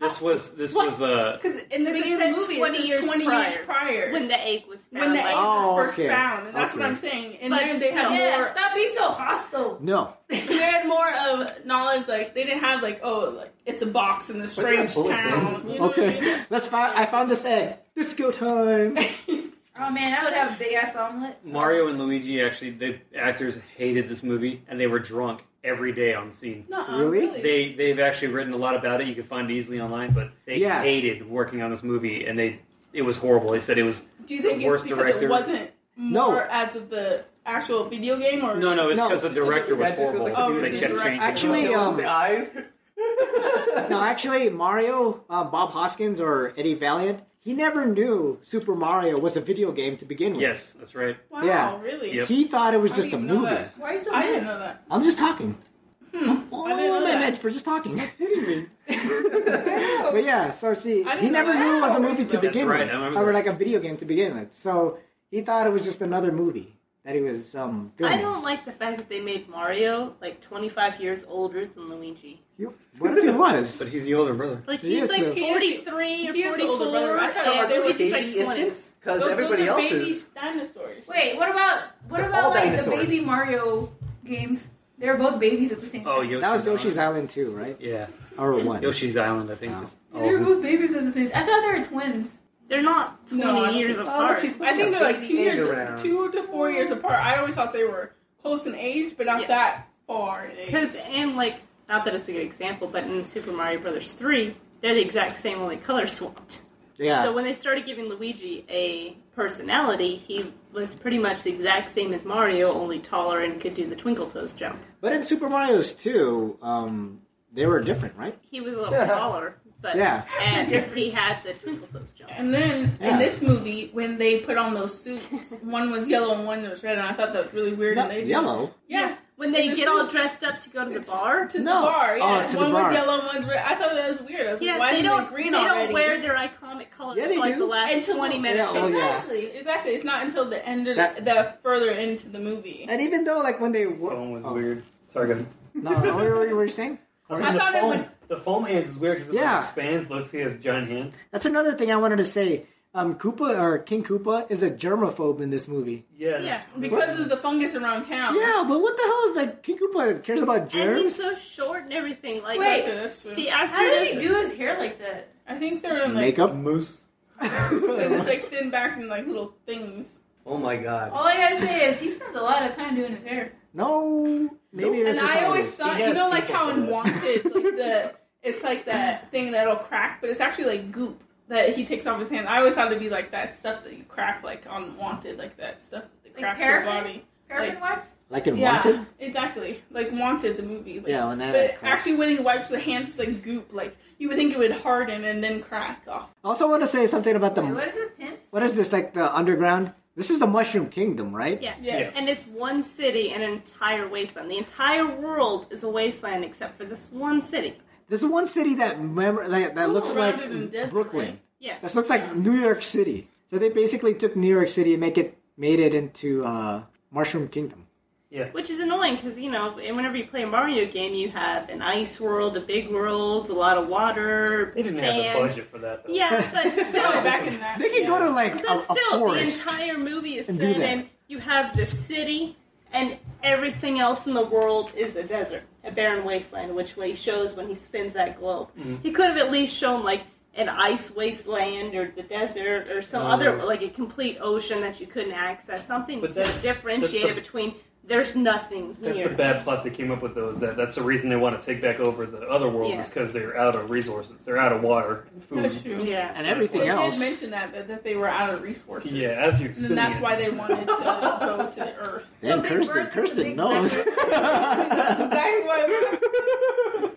S4: This was this
S8: What?
S4: was uh
S8: Because in the
S3: Because it
S8: beginning of the
S3: said
S8: movie,
S3: 20
S8: it says
S3: years
S8: twenty years
S3: prior.
S8: prior
S3: When the egg was found.
S8: when the egg
S3: like,
S2: Oh,
S8: was first
S2: okay.
S8: found, and that's what
S2: Okay.
S8: I'm saying. And
S3: But
S8: then they had
S3: still-
S8: more.
S9: Yeah, stop being so hostile.
S2: No.
S8: They had more of knowledge. Like they didn't have like oh, like it's a box in this
S7: What's
S8: strange
S7: that bullet
S8: town.
S7: thing?
S8: You know what I mean?
S2: Okay. Let's find. I found this egg. Disco time.
S9: Oh man, I would have a big ass omelet.
S4: Mario and Luigi actually the actors hated this movie and they were drunk every day on scene.
S8: Nuh-uh,
S2: Really?
S4: They they've actually written a lot about it. You can find it easily online, but they
S2: Yeah.
S4: hated working on this movie and they it was horrible. They said it was
S8: Do you think it's
S4: The worst
S8: because
S4: director.
S8: it wasn't
S2: No.
S8: more as of the actual video game, or
S4: no, no. It's
S2: No.
S4: because the director was
S7: Magic was
S4: horrible.
S7: like-
S8: Oh, it was
S4: they
S8: the
S4: kept
S8: direct-
S4: changing.
S2: Actually,
S4: it.
S7: Those
S2: um,
S7: with the eyes.
S2: No, actually, Mario, uh, Bob Hoskins, or Eddie Valiant, he never knew Super Mario was a video game to begin with.
S4: yes, that's right.
S8: Wow,
S2: Yeah.
S8: really?
S4: Yep.
S2: He thought it was
S8: I
S2: just a
S8: didn't even know
S2: movie.
S8: that.
S9: Why are you so
S8: I didn't
S9: mad?
S8: know that.
S2: I'm just talking.
S8: I
S2: Oh,
S8: didn't know
S2: I'm
S8: that.
S2: mad for just talking.
S9: Ew.
S2: But yeah, so see,
S8: I didn't
S2: he never
S8: know that.
S2: knew it was a movie to
S4: That's
S2: begin
S4: right, I
S2: with,
S4: remember
S2: or
S4: that.
S2: like a video game to begin with. So he thought it was just another movie that he was um. Filming.
S3: I don't like the fact that they made Mario like 25 years older than Luigi.
S2: You- What if it was?
S4: But he's the older brother.
S3: Like
S2: He
S3: he's
S2: is
S3: like
S2: the-
S8: He is the-
S3: 43 or
S8: he is the
S3: 44.
S8: older brother. I thought
S7: So
S3: and
S7: are those
S3: Luigi's
S7: baby
S3: like 20.
S7: infants? Because
S8: Those,
S7: everybody
S8: those are
S7: else
S8: baby
S7: is.
S8: dinosaurs.
S9: Wait, what about what
S7: They're
S9: about
S7: all
S9: like the
S7: dinosaurs.
S9: baby Mario games? They were both babies at the same time.
S4: Oh, Yoshi's
S2: That was Yoshi's
S4: Island.
S2: Island too, right?
S4: Yeah,
S2: Or one.
S4: Yoshi's Island. I think.
S2: Oh.
S4: is all
S9: They
S4: of
S9: were
S4: them.
S9: both babies at the same time. I thought they were twins.
S3: They're not
S9: 20
S3: 20
S9: years
S3: years
S8: Oh,
S3: apart.
S8: she's I think they're like two
S7: Baby
S8: years,
S7: around.
S8: two to four years apart. I always thought they were close in age, but not
S3: Yeah.
S8: that far. in age.
S3: Because in like, not that it's a good example, but in Super Mario Brothers 3, they're the exact same, only color swapped.
S2: Yeah.
S3: So when they started giving Luigi a personality, he was pretty much the exact same as Mario, only taller and could do the Twinkle Toes jump.
S2: but in Super Mario's 2, um, they were different, right?
S3: He was a little taller, but
S2: Yeah.
S3: and he had the Twinkle Toes jump.
S8: And then
S2: Yeah.
S8: in this movie, when they put on those suits, one was yellow and one was red, and I thought that was really weird.
S2: No,
S8: and they did-
S2: yellow.
S8: yeah,
S3: When they
S8: The
S3: get all
S8: suits.
S3: dressed up to go to the
S8: It's-
S3: bar,
S8: to
S2: No.
S8: the bar. Yeah,
S2: Oh, to the
S8: one
S2: bar.
S8: was yellow, and one's red. I thought that was weird. I was like,
S3: yeah,
S8: why
S3: they
S8: isn't
S3: don't
S8: it green
S3: they
S8: already?
S3: don't wear their iconic colors
S2: Yeah, they
S3: like
S2: do.
S3: the last
S8: Until-
S3: twenty minutes.
S2: Yeah, oh,
S3: of-
S2: yeah.
S8: exactly, exactly. It's not until the end of
S2: That-
S8: the further into the movie.
S2: And even though, like, when they
S7: The
S2: were.
S7: phone was
S2: Oh.
S7: weird. Sorry, go ahead.
S2: No, what were you- what were you saying?
S8: I thought it would-
S4: The foam hands is weird because
S2: Yeah.
S4: it expands. Looks like he has a giant hand.
S2: That's another thing I wanted to say. Um, Koopa, or King Koopa, is a germaphobe in this movie.
S4: Yeah,
S3: Yeah.
S8: Because of the fungus around town.
S2: Yeah, but what the hell is that? King Koopa cares about
S3: And he's
S2: germs?
S3: so short and everything. Like
S9: Wait.
S8: Okay, that's true.
S3: the
S9: How
S3: actor
S9: did he
S3: does
S9: do his hair like that?
S8: I think they're in like
S2: Makeup?
S7: Moose.
S8: so it's like thin backs and like little things.
S7: Oh my god.
S9: All I gotta say is he spends a lot of time doing his hair.
S2: No. Maybe that's
S8: and
S2: just how
S8: I
S2: it
S8: always
S2: is.
S8: thought,
S4: He
S8: you
S4: has
S8: know, like
S4: people
S8: how
S4: for
S8: in
S4: that.
S8: Wanted, like the it's like that thing that'll crack, but it's actually like goop that he takes off his hand. I always thought it'd be like that stuff that you crack, like on Wanted, like that stuff that
S9: Like
S8: crack your
S9: paraffin?
S8: body.
S9: Paraffin
S8: Like-
S9: wax?
S2: Like in
S8: yeah,
S2: Wanted?
S8: exactly. Like Wanted, the movie. Like,
S2: Yeah, when that.
S8: But actually, when he wipes the hands, it's like goop. Like you would think it would harden and then crack off.
S2: I also want to say something about the.
S9: Wait, what is it, pimps?
S2: What is this, like the underground? This is the Mushroom Kingdom, right?
S3: yeah.
S8: Yes.
S3: And it's one city and an entire wasteland. The entire world is a wasteland except for this one city.
S2: There's one city that mem- like, that
S8: It's
S2: looks like
S8: surrounded in desert,
S2: Brooklyn.
S8: right?
S3: Yeah.
S2: This looks like New York City. So they basically took New York City and make it made it into uh, Mushroom Kingdom.
S3: Which is annoying because you know, and whenever you play a Mario game, you have an ice world, a big world, a lot of water,
S4: They didn't
S3: sand.
S4: have the budget for that. Though.
S3: Yeah, but
S8: Probably
S3: still,
S8: back in that.
S2: They can
S8: yeah.
S2: go to like a,
S3: but
S2: a
S3: still, the
S2: forest.
S3: entire movie is
S2: and do
S3: set
S2: that.
S3: in. You have the city, and everything else in the world is a desert, a barren wasteland, which way shows when he spins that globe.
S4: Mm-hmm.
S3: He could have at least shown like an ice wasteland or the desert or some
S4: Mm-hmm.
S3: other like a complete ocean that you couldn't access. Something
S4: But
S3: to
S4: that's-
S3: differentiate
S4: that's
S3: it
S4: the-
S3: between. There's nothing
S4: That's
S3: here.
S4: the bad plot they came up with, though, is that that's the reason they want to take back over the other world
S3: Yeah.
S4: is because they're out of resources. They're out of water and food.
S8: That's true.
S3: yeah.
S2: and
S4: so
S2: everything
S8: They
S2: else.
S8: did mention that, that that they were out of resources.
S4: Yeah, as you
S8: And then that's why they wanted to go to the Earth.
S2: Damn,
S9: Something
S2: Kirsten,
S9: burnt us a
S2: Kirsten
S9: big
S2: knows.
S9: black-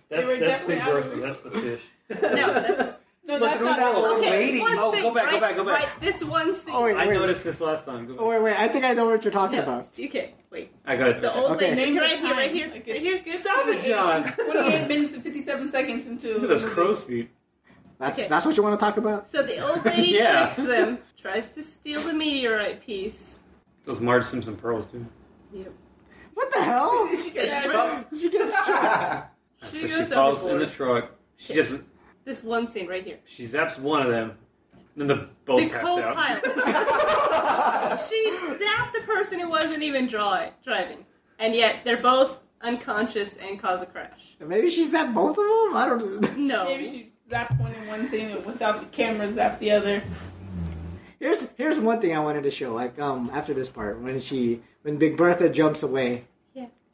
S8: That's exactly what.
S4: That's,
S8: They were
S4: that's
S8: definitely
S4: Big
S8: out of
S4: Bertha. That's the fish.
S3: No, that's,
S8: No, that's
S7: threw
S8: not
S7: that
S8: the
S7: away.
S8: okay.
S3: okay.
S7: Lady.
S3: One
S4: Oh,
S3: thing,
S4: go back, go
S3: right,
S4: back, go back.
S3: Right, this one scene.
S2: Oh wait,
S4: I
S2: wait,
S4: noticed this last time. Go
S2: Oh, wait, wait. I think I know what you're talking about.
S3: Okay, wait.
S4: I got
S3: The old
S2: Okay.
S3: lady,
S8: Name
S3: right
S8: the
S3: here, right
S8: time.
S3: here,
S8: Like,
S3: right
S8: it's-
S3: here's good.
S4: Stop it, John.
S8: 28 minutes and 57 seconds into.
S4: Look at those crow's feet.
S2: That's
S3: Okay.
S2: that's what you want to talk about.
S3: So the old lady
S4: Yeah.
S3: tricks them, tries to steal the meteorite piece.
S4: Those Marge Simpson pearls, too.
S2: What the hell?
S3: She gets
S8: Yeah.
S3: tripped.
S2: Did you get
S3: She
S4: so she
S3: goes
S4: falls in
S3: overboard.
S4: the truck. She
S3: Okay.
S4: just
S3: This one scene right here.
S4: she zaps one of them. Then the boat
S3: the
S4: passed out.
S3: co-pilot. she zapped the person who wasn't even dry, driving, and yet they're both unconscious and cause a crash.
S2: Maybe she's at both of them. I don't. know.
S3: No.
S8: Maybe she zapped one in one scene and without the camera, zapped the other.
S2: Here's here's one thing I wanted to show. Like um after this part when she when Big Bertha jumps away.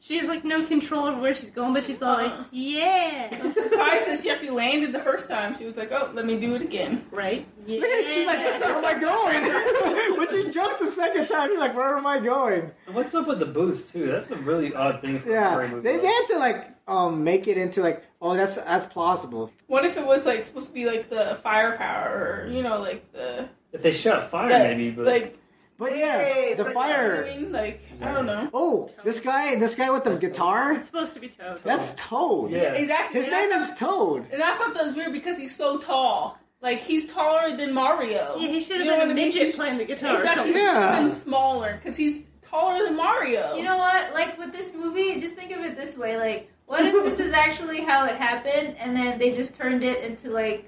S3: She has like no control over where she's going, but she's all like,
S2: Uh.
S3: "Yeah,
S8: I'm surprised that she actually landed the first time. She was like, oh, let me do it again.
S3: right? Yeah."
S2: Look at she's like where am I going? when she jumps the second time, she's like where am I going?
S4: And What's up with the boots too? That's a really odd thing for a
S2: Yeah,
S4: horror movie.
S2: they, they had to like um make it into like oh that's that's plausible.
S8: What if it was like supposed to be like the firepower or, you know, like the.
S4: if they shot fire,
S8: the-
S4: maybe. But
S8: like,
S2: But yeah, the
S8: You know what I
S2: fire.
S8: mean? Like, I don't know.
S2: Oh, this guy, this guy with the guitar.
S3: It's supposed to be Toad.
S2: That's Toad.
S4: yeah,
S8: Exactly.
S2: His
S8: and I
S2: name
S8: thought-
S2: is Toad.
S8: And I thought that was weird because he's so tall. Like he's taller than Mario.
S5: Mm-hmm.
S3: Yeah, he should have
S8: You know
S3: been a
S8: what I mean?
S3: midget playing the guitar or something.
S8: Exactly. He should
S2: Yeah.
S8: have been smaller because he's taller than Mario.
S9: You know what? Like with this movie, just think of it this way: like, what if this is actually how it happened, and then they just turned it into like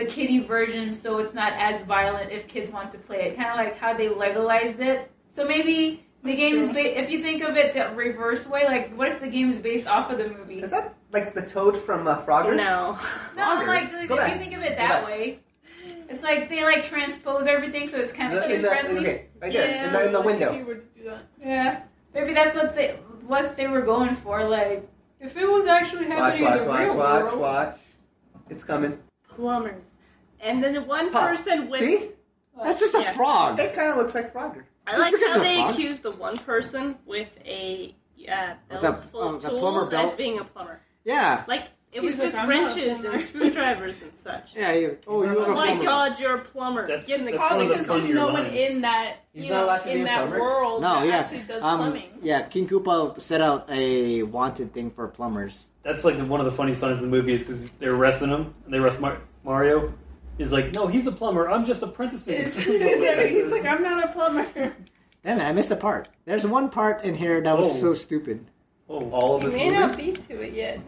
S9: the kiddie version, so it's not as violent if kids want to play it. Kind of like how they legalized it. So maybe The game is ba- if you think of it the reverse way, like what if the game is based off of the movie?
S7: Is that like the toad from uh, Frogger?
S3: No.
S9: No, I'm
S7: Frogger?
S9: like like,
S7: Go
S9: if
S7: back.
S9: you think of it
S7: Go
S9: that
S7: back.
S9: way, it's like they like transpose everything, so it's kind of
S7: The- in
S9: kid
S7: the-
S9: friendly.
S7: okay, right there, in the, in
S8: like,
S7: the
S8: If
S7: window.
S8: you were to do that.
S9: Yeah, maybe that's what they what they were going for. Like if it was actually
S7: Watch,
S9: happening
S7: watch,
S9: in the
S7: watch,
S9: real
S7: watch,
S9: world,
S7: watch. It's coming.
S3: Plumbers. And then the one
S7: Pause.
S3: person with.
S7: See?
S2: That's just a
S3: Yeah.
S2: frog.
S7: That kind of looks like Frogger.
S3: I
S2: Just
S3: like
S2: because
S3: how
S2: of
S3: they
S2: Frog?
S3: accuse the one person with a uh,
S2: With
S3: belt
S2: a-
S3: full
S2: um,
S3: of
S2: the plumber
S3: tools
S2: belt?
S3: as being a plumber.
S2: Yeah.
S3: Like, it
S8: He's
S3: was
S8: like,
S3: just
S8: "I'm not a
S3: wrenches and
S8: plumber."
S3: screwdrivers and such.
S2: Yeah. You, oh, you have a
S3: Oh my
S2: plumber.
S3: god, you're a plumber.
S4: That's-
S3: Get in the
S4: that's
S3: car.
S4: one of
S8: Probably
S4: the
S8: because there's
S4: funnier
S8: no one
S4: lines.
S8: in that
S7: He's
S8: you
S7: not
S8: know
S7: allowed to be
S8: in
S7: a
S8: that
S7: plumber?
S8: world
S2: No,
S8: that
S2: yeah.
S8: actually does
S2: Um,
S8: oh, plumbing.
S2: Yeah, King Koopa set out a wanted thing for plumbers.
S4: That's like the, one of the funniest lines in the movie is because they're arresting him and they arrest Mar- Mario. He's like, no, he's a plumber. I'm just apprenticing.
S8: yeah, he's like, I'm not a plumber.
S2: Damn it, I missed a part. There's one part in here that was
S4: Oh.
S2: so stupid.
S4: oh,
S7: All of
S3: You
S7: this
S3: may
S7: movie.
S3: not be to it yet.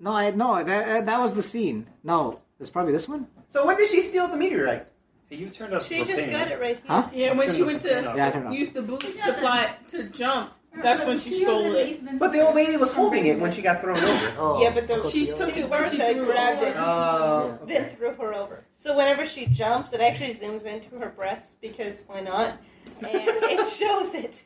S2: No, I no, that that was the scene. No, it's probably this one.
S7: So when did she steal the meteorite?
S4: hey, you turned up.
S3: She just got it right here.
S2: Huh?
S8: Yeah, when she went to
S2: Yeah, I don't know.
S8: use the boots to fly to jump, that's when she
S9: He was in
S8: stole
S9: the
S8: it.
S9: basement.
S7: But the old lady was holding it when she got thrown over.
S2: Oh,
S3: Yeah, but the-
S2: Uncle
S8: She
S2: Theo.
S8: took it where she
S3: Bertha
S8: threw
S3: grabbed it.
S8: it.
S7: Oh.
S3: Then threw her over. So whenever she jumps, it actually zooms into her breasts because why not? And it shows it.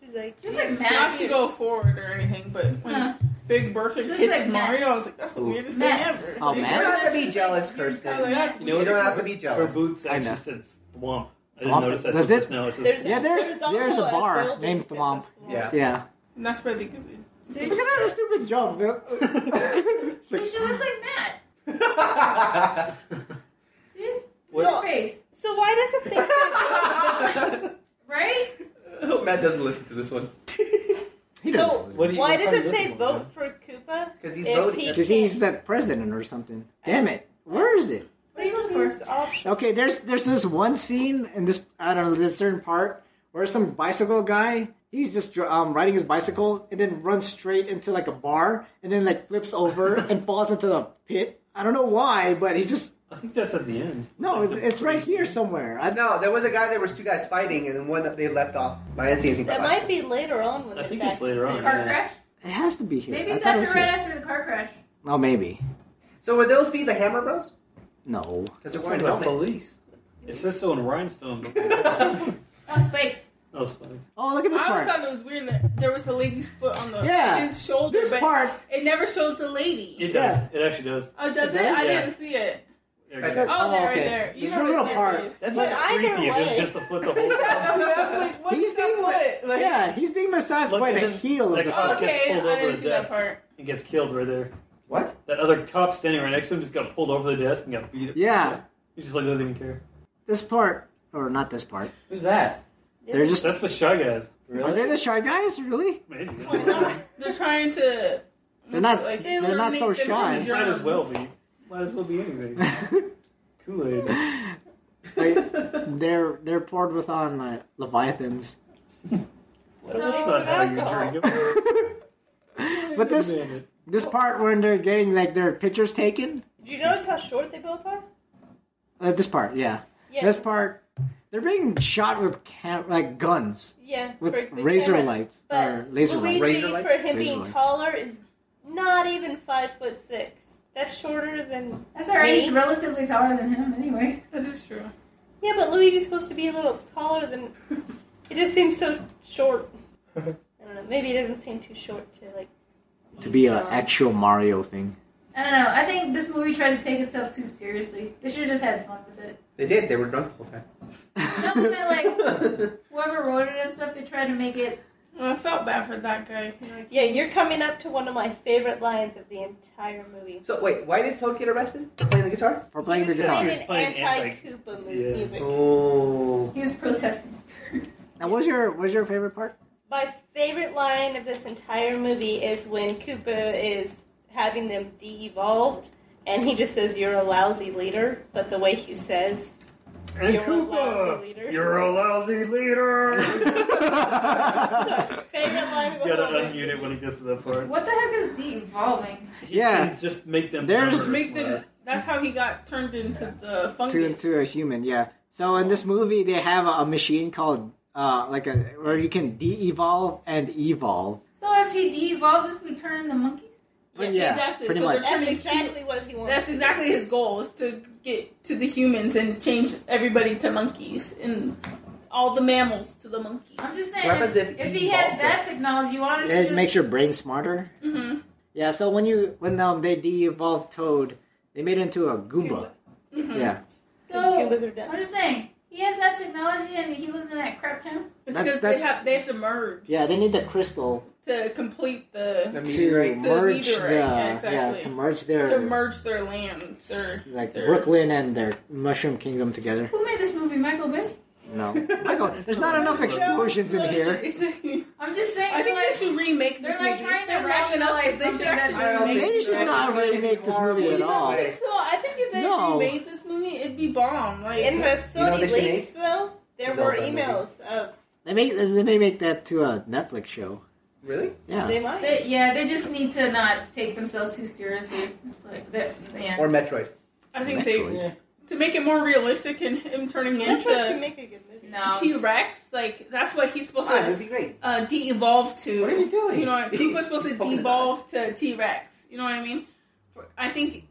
S3: She's like,
S9: She's
S3: "Yeah."
S9: like
S8: Not to
S9: mad.
S8: go forward or anything, but when
S9: Huh.
S8: Big Bertha
S9: She looks
S8: kisses
S9: like Matt.
S8: Mario, I was like, that's the
S2: Ooh.
S8: weirdest
S9: Matt.
S8: thing ever.
S2: Oh,
S8: Like,
S7: You
S2: Matt?
S7: don't have to be jealous,
S8: I
S9: Oh,
S8: was like,
S7: Kirsten.
S8: that's
S4: You
S7: You
S8: weird.
S7: don't have to be
S4: Her
S7: jealous.
S4: boots
S2: I know.
S4: actually said thwomp. I didn't
S2: Thwomp.
S4: notice that
S2: Does
S4: till
S2: it-
S4: just now. It's just
S3: There's
S2: Yeah, there's- there's a
S3: also
S2: bar
S3: building
S2: named
S3: that's a
S2: Thwomp.
S3: slum.
S7: Yeah.
S2: Yeah.
S8: And that's where they give it.
S9: They
S2: Look at that
S9: just-
S2: stupid jump. It's
S9: She
S2: like-
S9: she looks like Matt. See, it's
S3: So-
S9: her face,
S3: So why does it think so?
S9: right?
S7: Matt doesn't listen to this one
S2: he
S3: So-
S2: doesn't. listen.
S4: What do you-
S3: Why
S4: what
S3: does
S4: kind
S3: it
S4: of
S3: say
S4: looking
S3: vote for Koopa?
S7: because he's
S3: If
S7: voting.
S3: he-
S2: Because he's the president or something. Damn it. Where is it?
S9: What do you look for?
S3: It's optional.
S2: Okay, there's there's this one scene in this I don't know this certain part where some bicycle guy he's just dr- um, riding his bicycle and then runs straight into like a bar and then like flips over and falls into the pit. I don't know why, but he's just
S4: I think that's at the end.
S2: no, it- it's right here somewhere. I,
S7: No, there was a guy. There was two guys fighting, and then one they left off. I didn't see anything.
S3: That
S7: about
S3: might be later on. When
S4: I
S3: they're
S4: think
S3: back
S4: it's later
S3: in
S4: on,
S3: the
S9: Car
S4: yeah.
S9: crash?
S2: it has to be here.
S9: Maybe
S2: I
S9: it's
S2: thought
S9: after
S2: it was
S9: right
S2: here.
S9: after the car crash.
S2: No, maybe
S7: So would those be the Hammer Bros?
S2: no.
S7: Because they're
S4: It's
S7: wearing
S4: like the
S7: helmets.
S4: police. It says so in rhinestones.
S9: Oh, spikes.
S4: oh, sorry.
S2: Oh, look at this
S8: I always
S2: part.
S8: thought it was weird that there was the lady's foot on the
S2: Yeah.
S8: his shoulder,
S2: This
S8: but
S2: part.
S8: it never shows the lady.
S4: It does.
S2: Yeah.
S4: It actually does.
S8: oh, does it?
S2: does?
S8: I
S4: Yeah.
S8: didn't see it.
S4: There
S7: Right
S4: you
S7: there.
S4: go.
S8: Oh, there,
S2: Oh, okay.
S8: there. You
S2: It's
S8: know
S2: a little
S8: it's
S2: part.
S8: serious.
S4: That'd be
S3: But either
S4: creepy if it was
S3: way-
S4: just the foot the whole time.
S8: Exactly. I was like, what
S2: He's
S8: is that
S2: being
S8: foot? Like,
S2: Yeah, he's being massaged
S4: Look
S2: by
S4: at
S2: the
S4: him.
S2: heel of
S4: Like,
S2: the.
S4: oh,
S2: fuck.
S4: Gets
S8: okay,
S4: pulled
S8: I
S4: over
S8: didn't
S4: the
S8: see that
S4: desk.
S8: part.
S4: He gets killed right there.
S7: What?
S4: That other cop standing right next to him just got pulled over the desk and got beat up.
S2: Yeah,
S4: He's just like, doesn't even care.
S2: this part or not this part.
S7: Who's that?
S2: They're just
S4: That's the Shy Guys.
S2: are they the shy guys? Really?
S4: Maybe.
S3: Why not?
S8: They're trying to.
S2: They're not-
S8: Like,
S2: they're not so
S8: eliminate them from
S2: shy.
S8: the
S4: Might as well
S8: germs.
S4: be. Might as well be anything. Kool Aid.
S2: Like, they're they're poured with on uh, leviathans.
S4: That's not how you drink it.
S2: But this
S4: Damn it.
S2: this part when they're getting like their pictures taken.
S3: Did you notice how short they both are?
S2: Uh, this part, yeah.
S3: Yeah.
S2: This part, they're being shot with cam- like guns
S3: yeah.
S2: with
S3: for the
S2: razor
S3: camera.
S2: lights
S3: But
S2: or laser
S3: Luigi,
S2: lights.
S7: Razor lights?
S3: for him
S2: Razor
S3: being
S2: lights.
S3: taller, is not even five foot six. That's shorter than.
S9: That's alright. He's
S3: Me?
S9: relatively taller than him anyway.
S8: That is true.
S3: Yeah, but Luigi's supposed to be a little taller than. It just seems so short. I don't know. Maybe it doesn't seem too short to like.
S2: To be an
S3: John.
S2: actual Mario thing.
S9: I don't know. I think this movie tried to take itself too seriously. They should have just had fun with it.
S7: They did. They were drunk the whole time.
S9: No, but they're like
S7: Like,
S9: whoever wrote it and stuff. They tried to make it.
S8: Well, I felt bad for that guy. Like,
S3: Yeah, you're coming up to one of my favorite lines of the entire movie.
S7: so wait, why did Toad get arrested for playing the guitar?
S2: For playing the
S3: He's
S2: guitar.
S3: playing
S4: Playing
S3: an anti-Koopa mu-
S4: Yeah.
S3: music.
S7: Oh.
S9: He was protesting.
S2: Now, what's your what's your favorite part?
S3: My favorite line of this entire movie is when Koopa is having them de-evolved, and he just says, "You're a lousy leader," but the way he says,
S4: And
S3: "You're a lousy
S4: Koopa,
S3: leader,"
S4: you're a lousy leader.
S3: So, favorite line of the
S4: You gotta
S3: whole movie.
S4: unmute it when it gets to that part.
S9: What the heck is de-evolving?
S4: He
S2: Yeah.
S4: can Just make them.
S2: There's-
S4: numbers,
S8: make
S4: whatever.
S8: them. That's how he got turned into the fungus.
S2: to, to a human, yeah. So in this movie, they have a, a machine called uh, like a where you can de-evolve and evolve.
S9: So if he de-evolves, does we turn into monkeys?
S2: But
S8: Yeah,
S2: yeah,
S8: exactly.
S2: pretty
S8: so
S2: much.
S8: they're
S3: That's
S8: turning
S3: exactly what he wants.
S8: That's
S3: to do.
S8: exactly his goal: is to get to the humans and change everybody to monkeys and all the mammals to the monkey.
S9: I'm just saying,
S1: What happens
S9: if,
S1: if
S9: if
S1: he
S9: he has
S1: evolves
S9: that
S1: us?
S9: technology, why don't you
S2: It
S9: just...
S2: makes your brain smarter.
S8: Mm-hmm.
S2: Yeah, so when you when um they de-evolved Toad, they made it into a Goomba.
S8: Mm-hmm.
S2: Yeah,
S3: Because you
S9: So,
S3: can wizard that.
S9: I'm just saying, he has that technology and he lives in that crap town?
S8: It's
S2: That's-
S8: because they
S2: that's-
S8: have they have to merge.
S2: yeah, they need the crystal
S8: To complete the
S1: The
S2: to
S1: meteorite.
S8: To
S2: merge the
S8: meteorite, yeah,
S2: yeah
S8: exactly.
S2: to merge their
S8: to merge their lands. Their,
S2: like
S8: their-
S2: Brooklyn and their Mushroom Kingdom together.
S9: Who made this movie? Michael Bay?
S2: No, Michael, there's not enough explosions in here.
S9: I'm just saying,
S8: I think
S9: like,
S8: they should remake
S9: they're
S8: this
S9: like
S8: movie.
S9: trying
S8: It's been
S9: to
S8: long enough
S9: rationalize
S8: that they should
S9: something
S8: actually
S9: that
S8: remake
S2: They
S8: this
S2: should
S8: movie.
S2: not remake this movie at
S8: You don't
S2: all.
S8: think so? I think if they
S2: No.
S8: remade this movie, it'd be bomb. Like
S3: In the
S1: you know
S3: Sony
S1: they should
S3: leaks, though, there were
S1: Zelda movie.
S3: emails of
S2: They make they may make that to a Netflix show.
S1: Really?
S2: Yeah,
S3: they might.
S9: They, yeah, they just need to not take themselves too seriously. Like, that, yeah.
S1: Or Metroid.
S8: I think
S2: Metroid.
S8: they to make it more realistic and him turning
S3: That's what can
S8: into
S3: make a good movie.
S9: no.
S8: T Rex. Like that's what he's supposed
S1: Ah, it would
S8: to
S1: be great.
S8: uh, de-evolve to.
S1: What is he doing?
S8: You know, Koopa's supposed to
S1: Poking his
S8: de-evolve to T Rex. You know what I mean? For, I think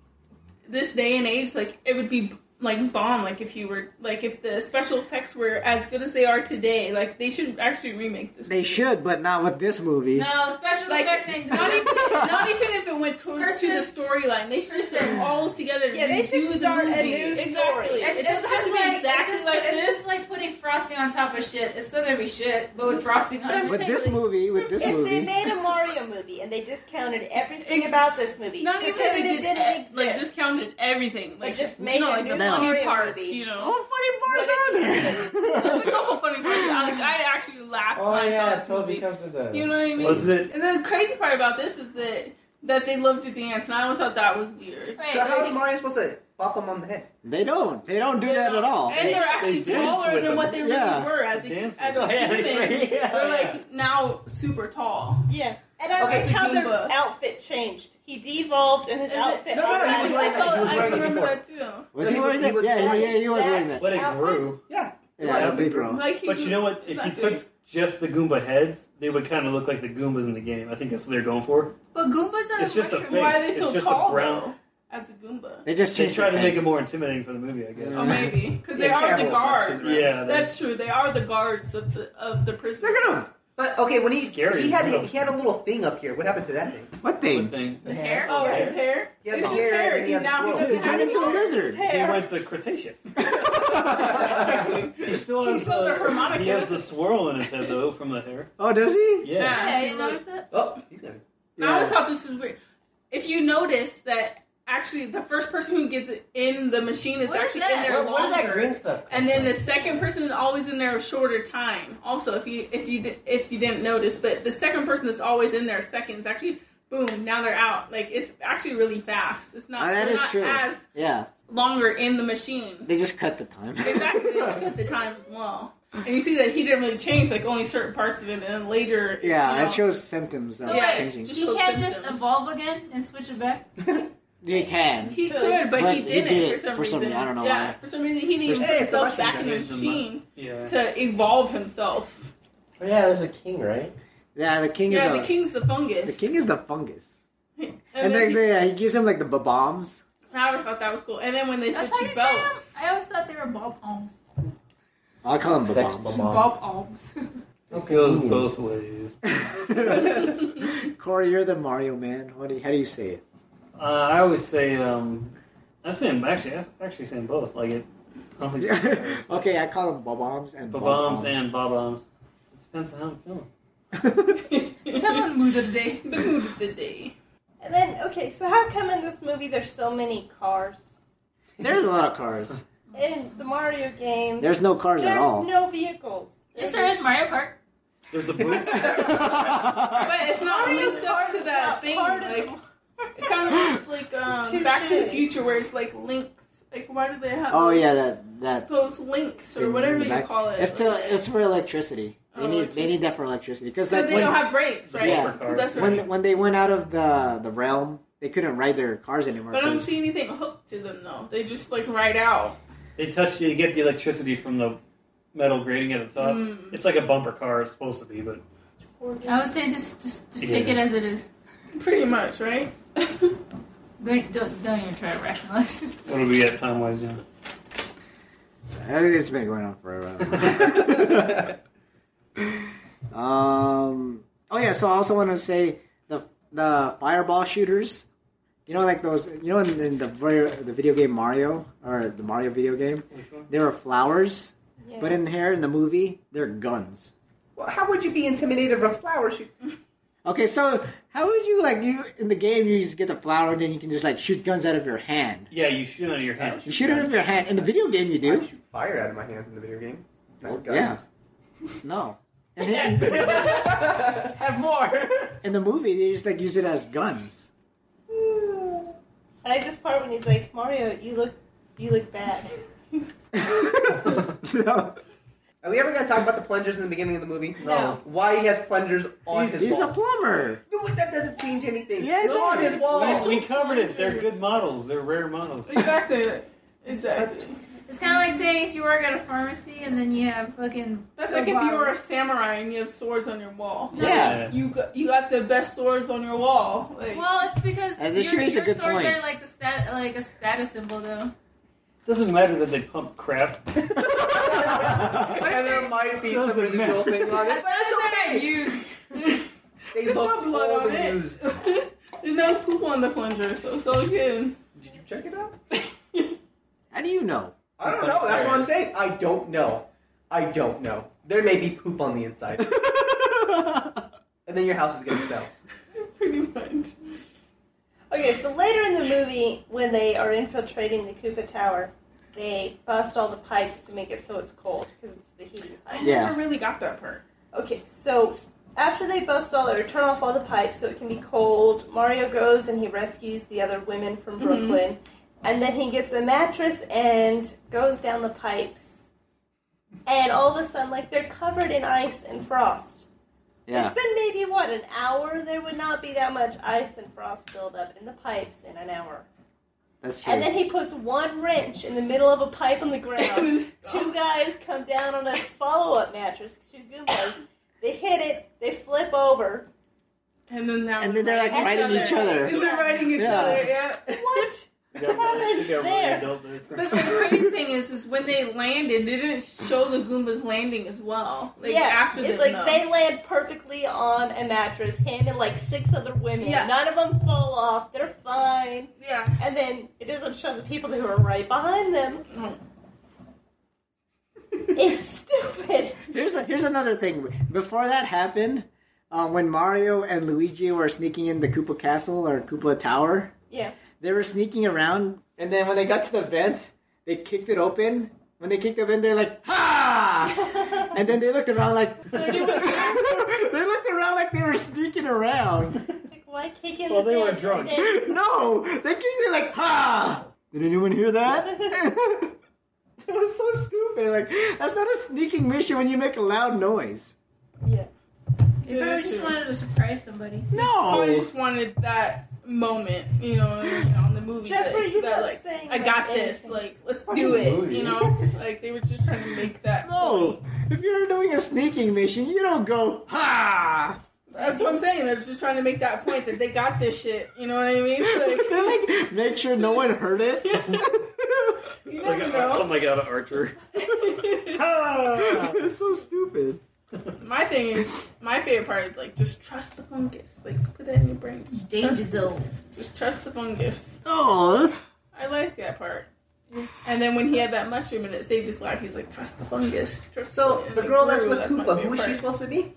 S8: this day and age, like it would be like bomb. Like if you were like if the special effects were as good as they are today, like they should actually remake this.
S2: they
S8: movie.
S2: should, but not with this movie.
S9: No, special
S8: Like
S9: effects ain't
S8: not even not even if it went to, to
S9: Kirsten.
S8: the storyline, they should just
S9: Kirsten.
S8: all together.
S3: Yeah, they
S8: redo
S3: should
S8: the
S3: start a
S8: movie.
S3: new
S8: Exactly.
S3: story.
S9: It's,
S8: It
S9: it's
S8: doesn't have
S9: just
S8: to be
S9: like it's
S8: exactly
S9: just,
S8: like
S9: it's
S8: this.
S9: just like putting frosting on top of shit. It's still gonna be shit, but with frosting on.
S8: But I'm
S9: it.
S2: With this movie, with this
S3: if they
S2: movie,
S3: made a Mario movie and they discounted everything
S8: Ex-
S3: about this movie,
S8: Not even
S3: pretended
S8: they
S3: it
S8: did
S3: didn't
S8: eh,
S3: exist,
S8: like discounted everything. Like
S3: just
S8: you
S3: made
S8: know,
S3: a
S8: like
S3: new
S8: the funny
S3: Mario
S8: parts,
S3: movie.
S8: you know.
S2: oh, funny bars are there?
S8: There's a couple funny parts. I, like I actually
S2: Oh,
S8: laughed
S7: Oh,
S8: when I saw this movie.
S1: comes in the.
S8: You know what I mean?
S4: Was it?
S8: And the crazy part about this is that that they love to dance, and I always thought that was weird.
S9: Wait,
S1: So how is
S9: like,
S1: Mario supposed to pop him on the head?
S2: They don't. They don't do that at all.
S8: And they're actually
S4: They danced
S8: taller
S4: with
S8: than
S4: them.
S8: what they really
S2: Yeah.
S8: were as a,
S4: Danced
S8: as
S4: with
S8: a
S4: them. Yeah, that's
S8: human.
S4: right. Oh, Yeah,
S8: they're
S4: yeah.
S8: like now super tall.
S3: Yeah. And I
S8: Okay,
S3: like how their
S8: Goomba.
S3: outfit changed. He devolved and his
S8: And the-
S3: outfit.
S1: No, no, no, he was wearing
S8: I,
S1: that. He was
S8: I
S1: wearing it
S8: remember
S1: before.
S8: that too.
S2: Was
S1: No,
S2: he
S1: he
S2: wearing
S1: was-
S2: that?
S1: he was
S2: Yeah,
S1: wearing
S2: yeah, he was wearing that.
S4: But it grew.
S2: Yeah, that'd be gross.
S8: Like he
S4: But you know what? If you took just the Goomba heads, they would kind of look like the Goombas in the game. I think that's what they're going for.
S9: but Goombas are
S4: It's just a
S9: mushrooms.
S4: face.
S8: why are they
S4: It's
S8: so
S4: just a
S8: tall
S4: brown-
S8: though? As a Goomba.
S2: They just
S4: They
S2: changed
S4: try to
S2: their
S4: make
S2: head.
S4: it more intimidating for the movie, I guess.
S8: Oh, maybe because they
S1: Yeah,
S8: are the
S1: Cavill
S8: guards.
S1: Yeah.
S4: Yeah,
S8: That's true. They are the guards of the of the prison.
S1: Look at him. But okay, when he
S4: Scary
S1: he had
S4: as
S1: he had a little thing up here. What happened to that thing?
S2: What thing?
S4: Good thing.
S9: His hair.
S8: Oh,
S1: Yeah.
S8: his hair.
S1: He had
S8: It's
S1: the
S8: just
S1: hair,
S8: hair.
S1: and then he had
S8: Now he
S1: the
S8: doesn't
S2: He
S1: swirl.
S2: turned into a lizard.
S4: He went to Cretaceous. he still
S8: He still has
S4: has,
S8: a
S4: the,
S8: harmonica.
S4: he has the swirl in his head though from the hair.
S2: Oh, does he?
S4: Yeah.
S9: Yeah, you notice that?
S1: Oh, he's gonna.
S8: And I always thought this was weird. If you notice that actually the first person who gets in the machine is
S9: What is
S8: actually
S9: that?
S8: in there
S9: What-
S8: longer.
S1: What is that green stuff?
S8: and then the second person is always in there a shorter time. Also, if you if you di- if you didn't notice, but the second person that's always in there second is actually boom. Now they're out. Like it's actually really fast. It's not
S2: Oh, that
S8: they're
S2: is
S8: not
S2: true.
S8: as
S2: Yeah,
S8: longer in the machine.
S2: they just cut the time.
S8: Exactly. They just cut the time as well. And you see that he didn't really change. Like only certain parts of him, and then later.
S2: Yeah,
S8: you know,
S2: it shows symptoms of
S8: So, yeah,
S2: changing.
S8: just
S9: He
S8: shows
S9: can't just
S8: symptoms.
S9: evolve again and switch it back.
S2: They can.
S8: He could, but,
S2: But
S8: he
S2: he
S8: didn't
S2: did
S8: for
S2: it
S8: some
S2: for some
S8: reason.
S2: reason. I don't know
S8: yeah,
S2: why.
S8: for some reason he didn't even
S1: For- Hey,
S8: put himself
S1: Sebastian's
S8: back in the
S4: against him.
S8: machine
S4: Yeah.
S8: to evolve himself.
S1: Oh, yeah, there's a king, right?
S2: Yeah, the king
S8: yeah,
S2: is
S8: the
S2: a,
S8: king's the fungus.
S2: the king is the fungus.
S8: and, then
S2: And, then
S8: he-
S2: they, yeah, he gives him like the bombs.
S8: I always thought that was cool. And then when they
S9: That's
S8: switched
S9: how you
S8: to
S9: say 'em?
S8: belts,
S9: I always thought they were ball palms.
S2: I'll call him
S1: Sex
S2: bombs.
S1: bomb.
S8: Bob Alms.
S4: It goes both ways.
S2: Corey, you're the Mario man. What do you, how do you say it?
S4: Uh, I always say, um, I'm saying actually, I'm actually saying both. Like it. I don't think
S2: okay, I call him bombs and
S4: Bob-ombs and bob-ombs. It depends on how I'm feeling.
S2: bombs.
S9: Depends on the mood of the day.
S8: the mood of the day.
S3: And then, okay, so how come in this movie there's so many cars?
S2: There's a lot of cars.
S3: In the Mario games,
S2: There's no cars at
S3: there's
S2: all.
S3: no vehicles.
S9: Yes, there is Mario Kart.
S4: There's a boot.
S8: But it's not
S3: Mario
S8: linked up
S3: Kart
S8: to
S3: is
S8: that
S3: not
S8: thing.
S3: part of
S8: Like
S3: the-
S8: it kind of looks like um,
S3: Touche.
S8: Back to the Future, where it's like links. Like why do they have?
S2: oh
S8: those,
S2: yeah, that that.
S8: those links or
S2: in
S8: whatever
S2: the
S8: you
S2: back.
S8: call it.
S2: It's to, it's for electricity. They
S8: Oh,
S2: need they
S8: electricity.
S2: need that for electricity because
S8: Because
S2: like
S8: they
S2: when,
S8: don't have brakes, right?
S2: Yeah.
S8: So That's right.
S2: when when they went out of the the realm, they couldn't ride their cars anymore.
S8: but I don't
S2: 'cause-
S8: see anything hooked to them though. They just like ride out.
S4: They touch you to get the electricity from the metal grating at the top.
S8: Mm.
S4: It's like a bumper car. It's supposed to be, but
S8: I would say just just just
S4: Yeah.
S8: take it as it is. Pretty much, right? don't, don't don't even try to rationalize.
S4: what are we at time wise now?
S2: I mean, it's been going on forever. I don't know. um. Oh yeah. So I also want to say the the fireball shooters. You know, like those. You know, in, in the very, the video game Mario or the Mario video game,
S4: Which one?
S2: there are flowers.
S3: Yeah.
S2: But in here in the movie, they're guns.
S7: Well, how would you be intimidated of a flower shoot?
S2: Okay, so how would you like you in the game? You just get the flower and then you can just like shoot guns out of your hand.
S4: Yeah, you shoot out of your hand.
S2: You shoot it out of your hand in the video game. You
S7: I
S2: do
S7: shoot fire out of my hands in the video game. Not
S2: Well,
S7: guns.
S2: no. And then,
S7: Have more.
S2: in the movie, they just like use it as guns.
S3: I like this part when he's like, Mario, you look you look bad.
S2: no.
S7: Are we ever going to talk about the plungers in the beginning of the movie?
S3: No.
S7: Why he has plungers on
S2: He's,
S7: his
S2: he's a
S7: wall?
S2: plumber.
S7: No, but that doesn't change anything.
S2: Yeah, it
S7: They're on
S2: does.
S7: his wall.
S4: We, we covered it. They're good models. They're rare models.
S8: exactly. Exactly.
S9: It's kind of like saying if you work at a pharmacy and then you have fucking.
S8: That's
S9: pill
S8: like if you were a
S9: bottles.
S8: samurai and you have swords on your wall.
S2: Yeah.
S8: You got, you got the best swords on your wall. Like,
S9: Well, it's because
S2: And this
S9: your,
S2: makes a
S9: your
S2: good
S9: swords
S2: point.
S9: are like the stat, like a status symbol, though.
S4: Doesn't matter that they pump crap.
S9: What if
S7: and there
S9: they're,
S7: might be
S4: Doesn't
S7: some residual
S4: matter.
S7: thing on
S9: what if
S7: it.
S9: they're not used?
S7: They
S8: There's
S7: look
S8: no blood
S7: old
S8: on
S7: and
S8: it.
S7: used.
S8: There's no poop on the plunger, so it's all good.
S7: Did you check it out?
S2: How do you know?
S7: I don't know. That's what I'm saying. I don't know. I don't know. There may be poop on the inside. and then your house is going to smell.
S8: Pretty much.
S3: Okay, so later in the movie, when they are infiltrating the Koopa Tower, they bust all the pipes to make it so it's cold because it's the heating
S8: I
S3: pipe.
S2: Yeah.
S8: never really got that part.
S3: Okay, so after they bust all or turn off all the pipes so it can be cold, Mario goes and he rescues the other women from
S2: Mm-hmm.
S8: Mhm.
S3: Brooklyn, and then he gets a mattress and goes down the pipes, and all of a sudden, like they're covered in ice and frost.
S2: Yeah.
S3: It's been maybe what an hour. There would not be that much ice and frost buildup in the pipes in an hour.
S2: That's true.
S3: And then he puts one wrench in the middle of a pipe on the ground. Two guys come down on a follow-up mattress. Two goombas. They hit it. They flip over.
S8: And then now
S2: And then they're like
S3: Each
S2: fighting each
S8: and
S2: other.
S8: they're writing each
S2: Yeah.
S8: other. Yeah.
S3: What?
S4: You got really- you got really
S3: There.
S4: adult there.
S8: But the crazy thing is, is when they landed, they didn't show the Goombas landing as well. Like
S3: yeah.
S8: after
S3: it's
S8: them,
S3: like
S8: no.
S3: they land perfectly on a mattress. Him and like six other women.
S8: Yeah.
S3: None of them fall off. They're fine.
S8: Yeah.
S3: And then it doesn't show the people who are right behind them. it's stupid.
S2: Here's a, here's another thing. Before that happened, uh, when Mario and Luigi were sneaking in the Koopa Castle or Koopa Tower,
S3: Yeah.
S2: they were sneaking around, and then when they got to the vent, they kicked it open. When they kicked it open, they're like, "Ha!" and then they looked around like they looked around like they were sneaking around.
S3: Like, why kick in
S4: Well,
S3: the
S4: they were
S3: bin?
S4: drunk.
S3: Then-
S2: No, they kicked it like, "Ha!" Did anyone hear that? that was so stupid. Like that's not a sneaking mission when you make a loud noise.
S3: Yeah.
S9: They probably just wanted to surprise somebody.
S2: No.
S8: I just wanted that moment, you know, on the movie.
S3: Jeffrey,
S8: that,
S3: you're
S8: that,
S3: not
S8: like,
S3: saying
S8: I got
S3: anything.
S8: this. Like, let's
S7: Fucking
S8: do it.
S7: movie.
S8: You know, like they were just trying to make that.
S2: No,
S8: point.
S2: if you're doing a sneaking mission, you don't go ha.
S8: that's what I'm saying. They're just trying to make that point that they got this shit. You know what I mean? Like,
S2: They like make sure no one heard it.
S8: you
S4: It's like
S8: never
S4: a-
S8: know.
S4: something like out of Archer. Ah!
S2: it's so stupid.
S8: My thing is, my favorite part is like just trust the fungus. Like, put that in your brain. Just
S9: Danger
S8: trust-
S9: zone.
S8: Just trust the fungus.
S2: Oh, that's-
S8: I like that part. And then when he had that mushroom and it saved his life, he's like, trust the fungus. Trust
S7: So
S8: it."
S7: the
S8: Like,
S7: girl that's
S8: ooh,
S7: with
S8: my
S7: Koopa,
S8: favorite
S7: who is she
S8: part.
S7: supposed to be?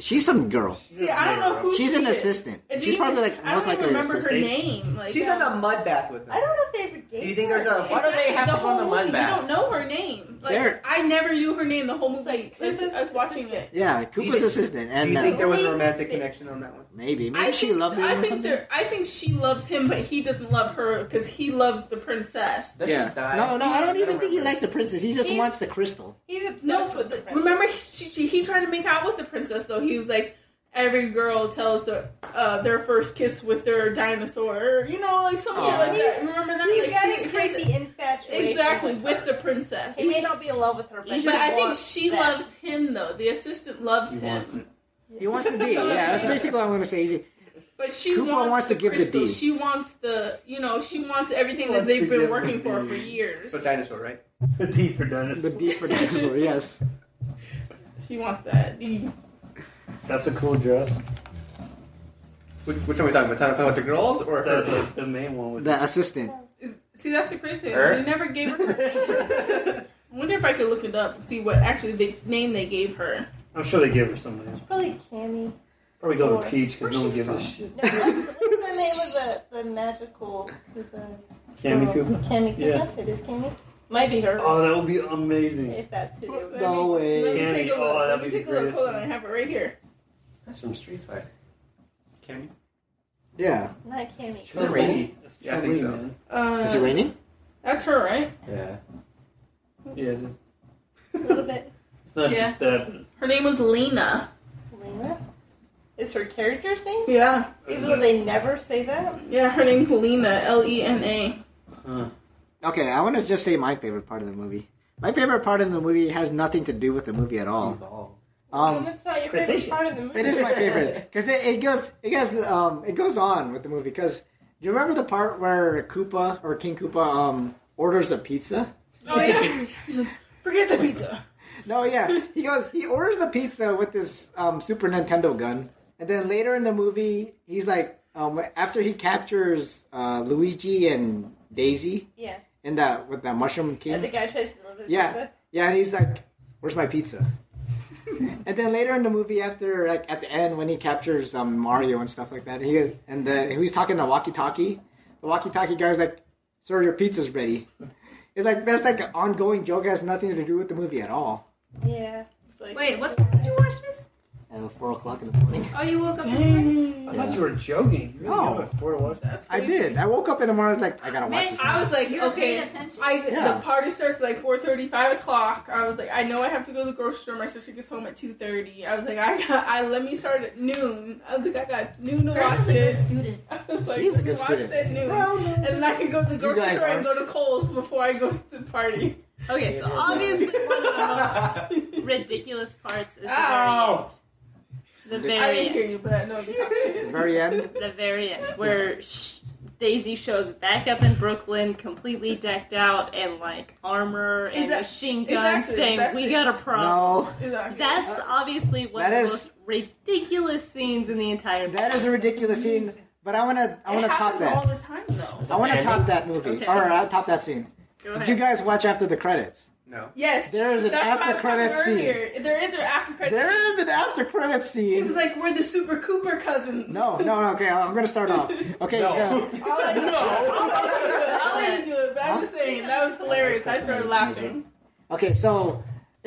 S2: she's some girl.
S8: See, I don't know who
S2: She's
S8: she
S2: an
S8: is.
S2: assistant.
S8: I
S2: She's
S8: didn't
S2: probably,
S8: even-
S2: like,
S8: I
S2: most
S8: don't even
S2: likely an
S8: remember her name. Like,
S7: She's in
S8: yeah.
S7: a mud bath with
S3: I
S7: him.
S3: don't know if they ever gave
S7: Do you think
S3: her
S7: there's a-
S3: name.
S7: Why do they have
S8: the
S7: to go
S8: whole
S7: in the mud
S8: movie,
S7: bath?
S8: You don't know her name. Like
S2: They're-
S8: I never knew her name the whole movie. Like,
S3: like Koopa's
S8: us watching
S3: assistant.
S8: it.
S2: Yeah,
S7: Do you
S2: Koopa's
S7: think-
S2: assistant,
S7: Do
S2: and
S7: you
S2: uh,
S7: think there was a
S3: Wait.
S7: romantic connection on that one?
S2: maybe maybe
S8: I
S2: she
S8: think,
S2: loves him
S8: I
S2: or
S8: think
S2: something.
S8: there- I think she loves him, but he doesn't love her because he loves the princess.
S7: Does
S2: yeah.
S7: she die?
S2: No, no, I don't even think he
S7: remember.
S2: likes the princess. He just
S3: He's-
S2: wants the crystal.
S3: He's obsessed
S8: No,
S3: with the
S8: remember he, she, she, he tried to make out with the princess though. He was like, every girl tells the, uh, their first kiss with their dinosaur, or, you know, like some shit like that. Remember that?
S3: You
S8: Like,
S3: gotta
S8: they
S3: create
S8: did
S3: the infatuation.
S8: exactly
S3: with
S8: with the princess.
S3: He may not be in love with her, but,
S8: But
S3: he
S8: I think
S3: wants
S8: she
S3: that.
S8: loves him though. The assistant loves
S4: He
S8: him,
S4: wants it.
S2: He wants the D. Yeah, that's basically what I'm gonna say. Easy.
S8: but she
S2: Koopa
S8: wants,
S2: wants
S8: the
S2: to give the
S8: crystal.
S2: D.
S8: She wants the you know she wants everything that
S4: wants
S8: they've
S4: to
S8: been
S4: give
S8: working
S4: the
S8: for
S4: D.
S8: for years.
S1: But dinosaur, right?
S4: The D for dinosaur.
S2: The D for dinosaur. Yes.
S8: She wants that. D.
S4: That's a cool dress.
S1: Which, which one are we talking about? Talking about the girls or
S4: The, the, the main one with
S2: The assistant.
S8: Is- See, that's the crazy thing.
S10: Her?
S8: They never gave her. her name.
S1: her?
S8: I wonder if I could look it up and see what actually the name they gave her.
S4: I'm sure they gave her something.
S3: Probably Cammy.
S4: Probably go to Peach because no one gives a shit.
S3: No, what's, what's the name of the, the magical Koopa?
S4: Cammy
S3: girl?
S4: Koopa.
S3: Cammy Koopa.
S4: Yeah.
S3: It is Cammy. Might be her.
S4: Oh, that would be amazing.
S3: if that's who they were.
S2: No
S8: Let me- Let me
S4: way.
S8: take a
S4: Cammy, oh,
S8: look. Let
S4: that'd
S8: me
S4: be
S8: take a
S4: the
S8: look. Hold on, I
S4: greatest.
S8: have it right here.
S1: That's from Street Fighter. Cammy?
S2: Yeah.
S3: Not Cammy.
S1: Is it raining?
S4: That's
S1: Yeah, I think
S4: Charmaine,
S1: so.
S4: man.
S8: Uh,
S2: Is it raining?
S8: That's her, right?
S1: Yeah.
S4: Yeah, it is.
S3: A little bit.
S4: it's not
S8: Yeah.
S4: just that. But it's,
S8: Her name was Lena.
S3: Lena? Is her character's name?
S8: Yeah,
S3: Even though they never say that?
S8: yeah. Her name's Lena. L E N A.
S4: Huh.
S2: Okay, I want to just say my favorite part of the movie. My favorite part of the movie has nothing to do with the movie at all.
S3: Well,
S2: Um,
S3: that's not your favorite
S4: Cretaceous.
S3: part of the movie.
S2: it is my favorite because it, it goes, it goes, um, it goes on with the movie. Because you remember the part where Koopa or King Koopa um orders a pizza?
S8: Oh yeah. he says, "Forget the pizza."
S2: No, yeah, he goes, he orders a pizza with this um Super Nintendo gun, and then later in the movie, he's like, um, after he captures uh, Luigi and Daisy
S3: Yeah.
S2: in that with that mushroom king.
S3: And the guy tries to deliver the
S2: Yeah.
S3: pizza.
S2: Yeah, and he's like, "Where's my pizza?" and then later in the movie, after like at the end when he captures um, Mario and stuff like that, he and the, he's talking to walkie-talkie. The walkie-talkie guy's like, "Sir, your pizza's ready." It's like that's like an ongoing joke. It has nothing to do with the movie at all.
S3: Yeah. It's like,
S9: Wait, what time did you watch this?
S2: At four o'clock in the morning.
S9: Oh, you woke up this morning?
S4: I thought you were joking. You
S2: No.
S4: really got four to watch.
S8: That's
S2: I
S8: crazy.
S2: did. I woke up in the morning. I was like, "I gotta watch
S9: Man,
S2: this."
S8: I
S2: now.
S8: was like,
S9: You were
S8: okay.
S9: paying attention?
S8: I
S2: Yeah.
S8: the party starts at like four thirty, five o'clock. I was like, I know I have to go to the grocery store. My sister gets home at two thirty. I was like, I got, I let me start at noon. I was like, I got noon to
S9: Chris
S8: watch
S9: was a good
S8: it.
S9: student.
S8: I was like,
S2: She's a
S8: let me
S2: good
S8: watch
S2: student.
S8: it at noon, and then I could go to the grocery
S2: guys
S8: store and
S2: aren't.
S8: go to Kohl's before I go to the party.
S3: Okay, so obviously one of the most ridiculous parts is the very
S11: Ow!
S3: end. The
S8: I
S3: very
S8: didn't hear
S3: end.
S8: you, but I know you talk
S2: At
S8: shit.
S2: the very end.
S3: The very end, where sh- Daisy shows back up in Brooklyn, completely decked out in like armor and
S8: Exac-
S3: machine guns,
S8: exactly,
S3: saying,
S8: that's
S3: "We
S8: it.
S3: got a problem."
S2: No,
S8: Exactly.
S3: That's obviously one
S2: That
S3: of
S2: is-
S3: the most ridiculous scenes in the entire.
S2: that is a ridiculous scene. But I wanna, I wanna
S8: it
S2: top
S8: happens all
S2: that.
S8: the time though.
S2: I wanna
S10: Andy?
S2: top that movie,
S3: Okay.
S2: or uh, top that scene.
S3: Go
S2: Did
S3: ahead.
S2: you guys watch after the credits?
S1: No.
S8: Yes,
S2: There is an
S8: that's what I
S2: after
S8: was talking
S2: credit scene.
S8: earlier. There is an after credit.
S2: There is an after credit
S8: It
S2: scene.
S8: was like we're the Super Cooper cousins.
S2: No, no, no. Okay, I'm gonna start off. Okay, yeah.
S8: I'll let you do it. I'll let you do it. But I'm just saying that was hilarious. I started laughing.
S2: okay. So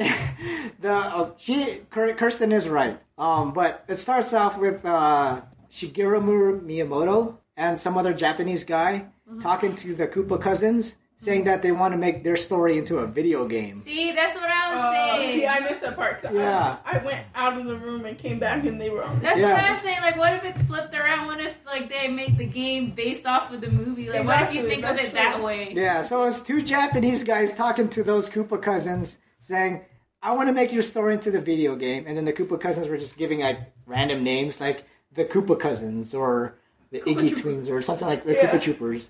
S2: the uh, she Kir- Kirsten is right. Um, but it starts off with uh, Shigeru Miyamoto and some other Japanese guy
S8: Mm-hmm.
S2: talking to the Koopa cousins, saying that they want to make their story into a video game.
S9: See, that's what I was
S8: Oh,
S9: saying.
S8: see, I missed that part. 'cause I was-
S2: Yeah.
S8: I, went out of the room and came back, and they were on.
S9: That's what
S2: Yeah.
S9: I'm saying. Like, what if it's flipped around? What if like they make the game based off of the movie? Like, what if you
S8: Exactly,
S9: think of
S8: that's
S9: it that
S8: true.
S9: way?
S2: Yeah, so it's two Japanese guys talking to those Koopa cousins, saying, "I want to make your story into the video game," and then the Koopa cousins were just giving like random names, like the Koopa cousins or the Iggy Twins or something like the
S8: Yeah.
S2: Koopa Troopers.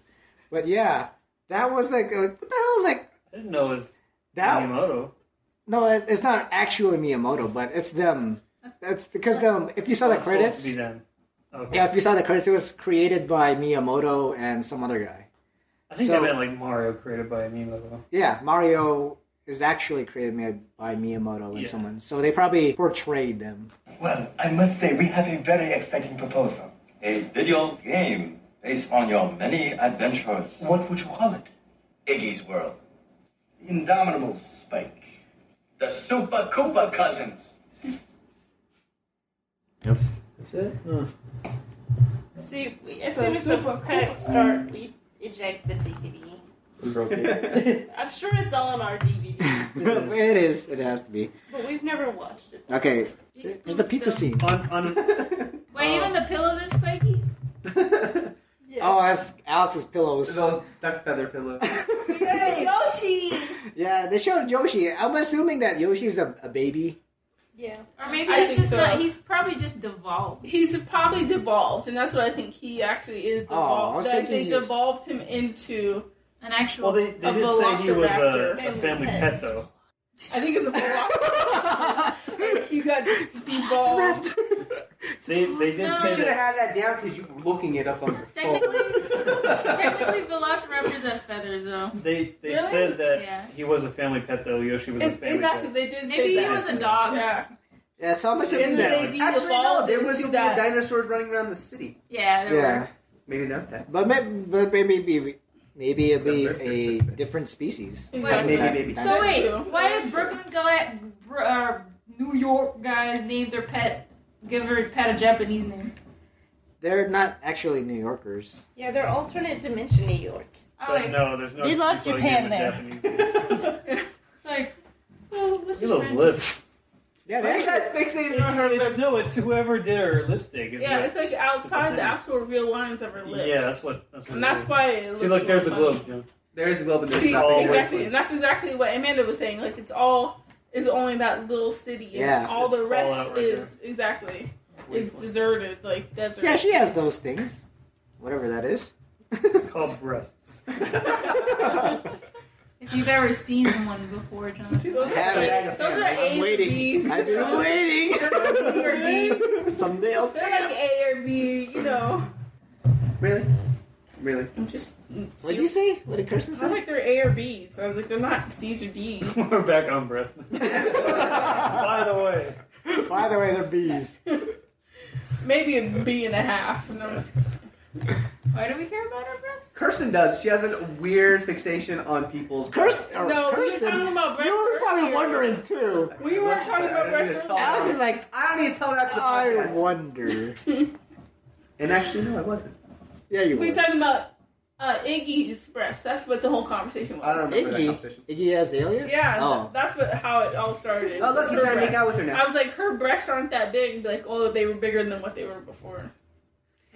S2: But yeah, that was like, uh, what the hell? Like
S4: I didn't know it was
S2: that?
S4: Miyamoto.
S2: No, it, it's not actually Miyamoto, but it's them. That's because them. If you saw the
S4: It's supposed
S2: credits,
S4: to be them. Okay.
S2: yeah, if you saw the credits, it was created by Miyamoto and some other guy.
S4: I think
S2: so-
S4: I meant like Mario created by Miyamoto.
S2: Yeah, Mario is actually created mi- by Miyamoto and
S4: Yeah.
S2: someone, so they probably portrayed them.
S12: Well, I must say we have a very exciting proposal.
S7: A video game based on your many adventures.
S12: What would you call it?
S7: Iggy's World.
S12: The Indomitable Spike.
S7: The Super Koopa Cousins.
S1: That's it?
S3: See, we, as soon as the credits start, we eject the DVD.
S7: We broke it.
S3: I'm sure it's all on our DVD,
S2: it is. It has to be.
S3: but we've never watched it.
S2: Okay. There's the pizza scene.
S9: Wait, even the pillows are spiky?
S2: Oh, that's Alex's pillows.
S7: Those duck feather pillows.
S3: Yoshi!
S2: yeah, they showed Yoshi. I'm assuming that Yoshi's a, a baby.
S3: Yeah.
S8: Or
S9: Maybe it's just not. He's probably just devolved.
S8: He's probably devolved, and that's what I think he actually is devolved.
S2: Oh, I was
S8: that
S2: thinking
S8: they
S2: he was-
S8: devolved him into
S9: An actual.
S4: Well, they, they
S8: A
S4: did say he was a,
S8: velociraptor.
S4: a family pet, though.
S8: I think it's a velociraptor. he got devolved.
S4: They, they did
S9: No.
S4: say
S7: You should have had
S4: that.
S7: that down because you were looking it up on your phone.
S9: Technically, technically, velociraptors have feathers, though.
S4: They, they
S8: Really?
S4: said that
S9: Yeah.
S4: he was a family pet, though. Yoshi was a
S8: It-
S4: family
S8: exactly,
S4: pet.
S8: they did say
S9: Maybe he
S8: that.
S9: was a dog. Yeah,
S8: yeah.
S2: Yeah, so I'm assuming
S8: And
S2: that.
S8: they de-
S7: Actually, no, there
S8: Evolved
S7: was
S8: into
S7: little
S8: that.
S7: dinosaurs running around the city.
S9: there
S2: Yeah.
S9: were.
S7: Maybe not that.
S2: But maybe, but maybe, maybe it'd be a different species.
S8: Exactly.
S7: Maybe, maybe.
S2: So
S9: So
S8: That's
S9: wait,
S8: true.
S9: why
S8: That's
S9: did Brooklyn Galette, Br- uh, New York guys name their pet, give her pet a Japanese name?
S2: They're not actually New Yorkers.
S3: Yeah, they're alternate dimension New York.
S5: Oh,
S9: I
S4: But
S9: was
S4: no, there's no
S3: We
S4: excuse
S3: love
S4: why he
S3: Japan
S4: gave
S3: there.
S4: a Japanese-
S9: like, oh, let's
S4: Look at
S9: just
S4: those
S9: friend-
S4: lips.
S2: Yeah,
S7: Why
S2: they
S7: are you guys
S2: actually,
S7: fixated on
S4: It's,
S7: her
S4: it's,
S7: lips?
S4: no, it's whoever did her lipstick. Is
S8: Yeah,
S4: what-
S8: it's like outside the actual real lines of her lips.
S4: yeah, that's what. That's what
S8: And
S4: it
S8: that's
S4: is.
S8: why. It looks
S4: See, look,
S8: so
S4: there's the
S8: funny.
S4: globe. Jim.
S7: There is a globe, but there's
S8: See,
S7: not
S4: always-
S8: exactly, and that's exactly what Amanda was saying. Like it's all is only that little city, and
S2: Yeah.
S8: all the
S4: It's
S8: rest
S4: Fallout right
S8: is exactly is deserted, like desert.
S2: yeah, she has those things. Whatever that is.
S4: Called breasts.
S9: If you've ever seen one before, John.
S8: those are,
S2: Have it.
S8: A's- those are
S7: I'm
S8: A's,
S2: waiting.
S8: B's.
S2: I've
S8: you
S2: been
S8: know?
S2: waiting.
S8: Or D's.
S2: Someday I'll see.
S8: They're like A or B, you know.
S7: Really? Really?
S8: I'm just.
S2: What'd you say? What did Kirsten
S8: I was
S2: say?
S8: like they're A or B's. I was like they're not C's or D's.
S4: We're back on breasts. By the way,
S2: By the way, they're bees.
S8: Maybe a B and a half. And I'm just,
S9: Why do we care about our breasts?
S7: Kirsten does. She has a weird fixation on people's.
S2: Kirsten. or
S8: no, we were
S2: Kirsten.
S8: talking about breasts.
S2: you were probably
S8: earlier.
S2: wondering too.
S8: We were talking about breasts
S7: I
S2: Alex is
S7: don't need to tell her.
S2: like,
S7: I don't need to tell her that to the
S2: I
S7: podcast.
S2: wonder.
S7: And actually, no, I wasn't.
S2: Yeah, you
S8: We were
S2: would.
S8: talking about uh, Iggy's breasts. That's what the whole conversation was.
S7: I don't remember that
S2: Iggy.
S7: conversation.
S2: Iggy Azalea.
S8: Yeah,
S2: Oh.
S8: th- that's what how it all started.
S7: Oh, look,
S8: Her
S7: he's trying to make
S8: breasts.
S7: out with her
S8: I
S7: now.
S8: was like, her breasts aren't that big. and be like, oh, they were bigger than what they were before.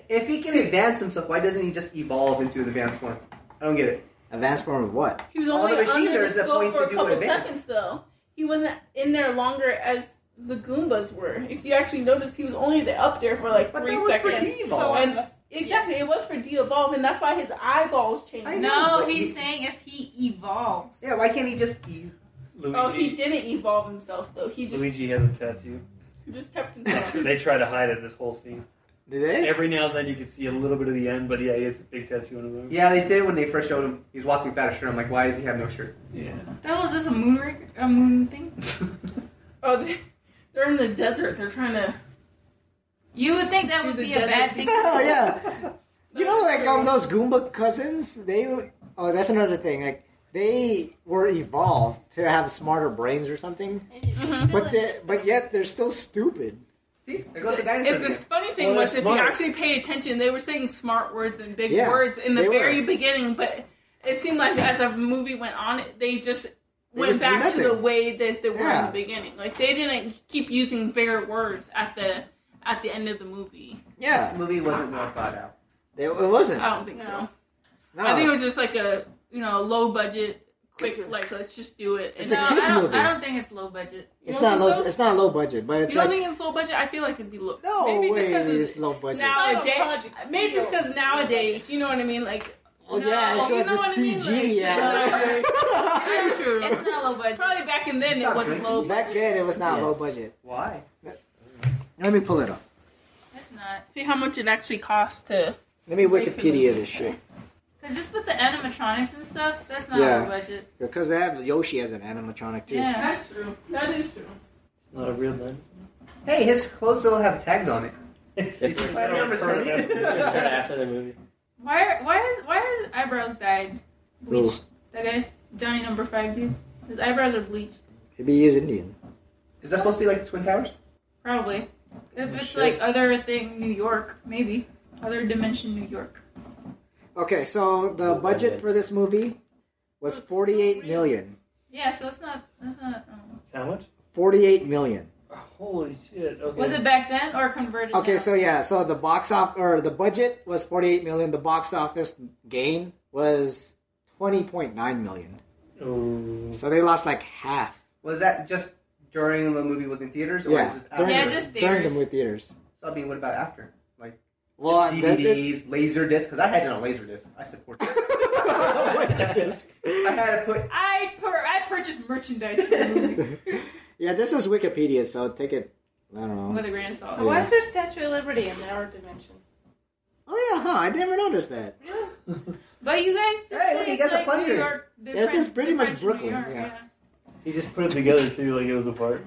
S7: If he can advance himself, why doesn't he just evolve into the advanced one? I don't get it.
S2: Advanced form of what?
S8: He was
S7: Although
S8: only
S7: is she
S8: under the
S7: there's a
S8: scope
S7: point
S8: for
S7: to
S8: a
S7: do
S8: couple
S7: advance.
S8: seconds, though. He wasn't in there longer as the Goombas were. If you actually notice, he was only there- up there for like
S7: But
S8: three
S7: that was for
S8: seconds.
S7: de-evolve.
S8: and exactly, it was for de-evolve, and that's why his eyeballs
S7: I
S8: changed.
S7: know.
S9: No, he's saying if he evolves.
S7: Yeah, why can't he just e-? evolve?
S4: Luigi,
S8: Oh, he didn't evolve himself though. He just
S4: Luigi has a tattoo.
S8: he just kept himself.
S4: They try to hide it this whole scene.
S2: Did they?
S4: Every now and then you can see a little bit of the end, but yeah, he has a big tattoo on his arm.
S7: Yeah, they did when they first showed him. He's walking without a shirt. I'm like, why does he have no shirt?
S4: Yeah.
S9: That was this a moon rig- a moon thing?
S8: oh, they, they're in the desert. They're trying to.
S9: You would think that
S8: Do
S9: would
S8: the
S9: be a
S8: desert
S9: bad thing.
S2: Hell yeah. You know, like um, those Goomba cousins. They oh, that's another thing. Like they were evolved to have smarter brains or something,
S3: And it's still
S2: Mm-hmm. but they, but yet they're still stupid.
S7: See, there goes the
S8: If
S7: dinosaurs
S8: the
S7: again.
S8: funny thing
S4: Well,
S8: was,
S4: they're
S8: if you
S4: smart.
S8: actually pay attention, they were saying smart words and big
S2: Yeah,
S8: words in the
S2: they were.
S8: very beginning, but it seemed like as the movie went on, it- they just went
S2: just do
S8: back to
S2: nothing.
S8: the way that they were in
S2: Yeah.
S8: the beginning. Like they didn't keep using bigger words at the at the end of the movie.
S2: Yeah,
S7: This movie wasn't well thought out.
S2: Uh, they, it wasn't.
S8: I don't think so.
S3: No.
S2: No.
S8: Oh, I think it was just like a you know low budget, quick like let's just do it. And
S2: It's a
S9: no,
S8: now-
S2: kids
S9: I don't,
S2: movie.
S9: I don't think it's low budget.
S8: you
S2: It's
S8: don't
S2: not
S8: think
S2: low.
S8: so?
S2: It's not low budget, but it's
S8: you don't
S2: like
S8: think it's low budget? I feel like it'd be low.
S2: no
S8: maybe
S2: way
S8: just because
S2: it's low budget.
S8: nowadays,
S3: Final project.
S8: maybe because nowadays, you know what I mean? Like,
S2: oh
S8: no,
S2: yeah, it's
S8: you
S2: like
S8: know
S2: with
S8: what I mean?
S2: CG.
S8: Like,
S2: yeah,
S8: That's true.
S9: It's not low budget.
S8: Probably back in then
S7: It's
S8: it
S7: not
S8: wasn't
S7: drinking.
S8: low
S2: back
S8: budget.
S2: then it was not
S4: Yes.
S2: low budget.
S7: Why?
S2: Let me pull it up.
S9: It's not.
S8: See how much it actually cost to.
S2: Let me
S8: Wait for
S2: Wikipedia
S8: the-
S2: this shit
S9: Cause just with the animatronics and stuff, that's not
S2: Yeah.
S9: low budget.
S2: because they have Yoshi as an animatronic too.
S9: Yeah.
S8: That's true. That is true.
S4: It's not a real lens.
S7: Hey, his clothes still have tags on it.
S4: It's
S7: like,
S4: I don't
S7: return it.
S4: return
S1: Turn it after the movie.
S9: Why? Are, why is? Why are his eyebrows dyed?
S2: Ooh.
S9: Bleached. That guy, Johnny Number Five, dude. His eyebrows are bleached.
S2: Maybe he is Indian.
S7: Is that supposed to be like the Twin Towers?
S9: Probably. If it's
S2: Shit.
S9: like other thing, New York, maybe other dimension, New York.
S2: Okay, so the
S1: Oh,
S2: budget
S1: okay.
S2: for this movie was 48 million.
S8: Yeah, so that's not that's not. oh.
S5: um,
S13: How much?
S2: 48 million.
S13: Holy shit. Okay.
S8: Was it back then or converted?
S2: Okay,
S8: now?
S2: so yeah, so the box off or the budget was 48 million. The box office gain was 20.9 million.
S13: Oh.
S2: So they lost like half.
S7: Was that just during the movie was in theaters, or
S2: Yeah,
S7: was this after?
S2: during, the- during the movie theaters.
S7: So I mean, what about after? Like
S2: Well, that-
S7: DVDs, laser disc? Because I had it on laser disc. I support. that. I had to put.
S8: I per I purchased merchandise for the movie
S2: Yeah, this is Wikipedia, so take it. I don't know.
S8: with a grand salt.
S2: Why is
S3: Why is there Statue of Liberty in our dimension?
S2: Oh yeah, huh? I never noticed that.
S8: But you guys, did
S7: Hey,
S8: say
S7: look, he
S8: it's
S7: got a
S8: like
S7: plunger.
S8: New York. the
S2: This is
S8: French-
S2: pretty
S8: the
S2: much
S8: French in New
S2: Brooklyn.
S8: York,
S2: yeah.
S13: He just put it together too, like it was apart.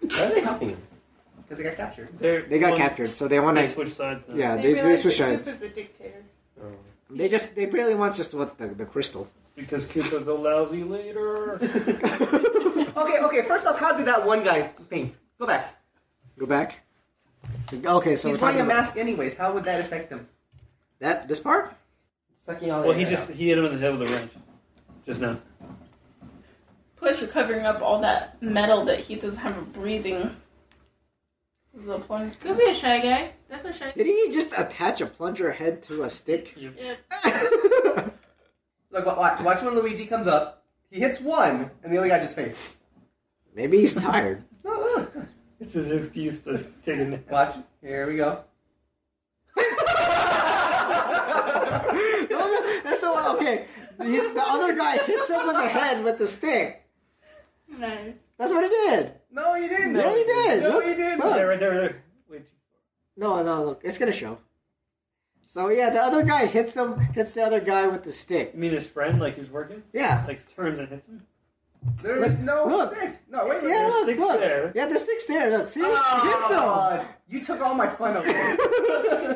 S7: Why are they helping you? Because they got captured.
S13: They're,
S2: They got
S13: one-
S2: captured, so they want
S13: They
S2: to.
S13: switched sides now.
S2: Yeah,
S3: Uh, They
S2: they, they
S3: realized
S2: switched
S3: that Coop
S2: sides.
S3: is the dictator.
S2: They just they pretty much just want the, the crystal.
S13: Because Koopa's a lousy leader.
S7: Okay, okay. First off, how did that one guy thing? Go back.
S2: Go back. Okay, so
S7: He's
S2: we're talking
S7: wearing a
S2: about
S7: mask anyways. How would that affect him?
S2: that this part.
S7: Sucking all the
S13: well, he
S7: air
S13: just
S7: out.
S13: he hit him in the head with a wrench. Just now.
S8: Plus, you're covering up all that metal that he doesn't have a breathing. The plunge.
S5: Could be a shy guy. That's what shy.
S2: Did he just attach a plunger head to a stick?
S7: Look, wa- wa- watch when Luigi comes up. He hits one, and the other guy just faints.
S2: Maybe he's tired.
S7: No, look.
S13: It's his excuse to take a nap.
S7: Watch. Here we go.
S2: That's so okay. He's- the other guy hits him in the head with the stick.
S3: Nice.
S2: That's what he did.
S7: No, he didn't.
S2: Yeah, he did.
S7: No,
S2: Look,
S7: he didn't.
S2: look.
S13: There, right there, right there. Wait.
S2: No, no, look, it's gonna show. So yeah, the other guy hits him, hits the other guy with the stick.
S13: You mean his friend, like who's working?
S2: Yeah,
S13: Like turns and hits him?
S7: There is no
S2: Look.
S7: stick. No, wait, wait.
S2: yeah,
S13: There's
S7: there's-
S2: look,
S13: sticks
S2: look.
S13: there. Oh.
S2: yeah, the stick's there. Look, see,
S7: Ah,
S2: he hits him.
S7: God. You took all my fun away.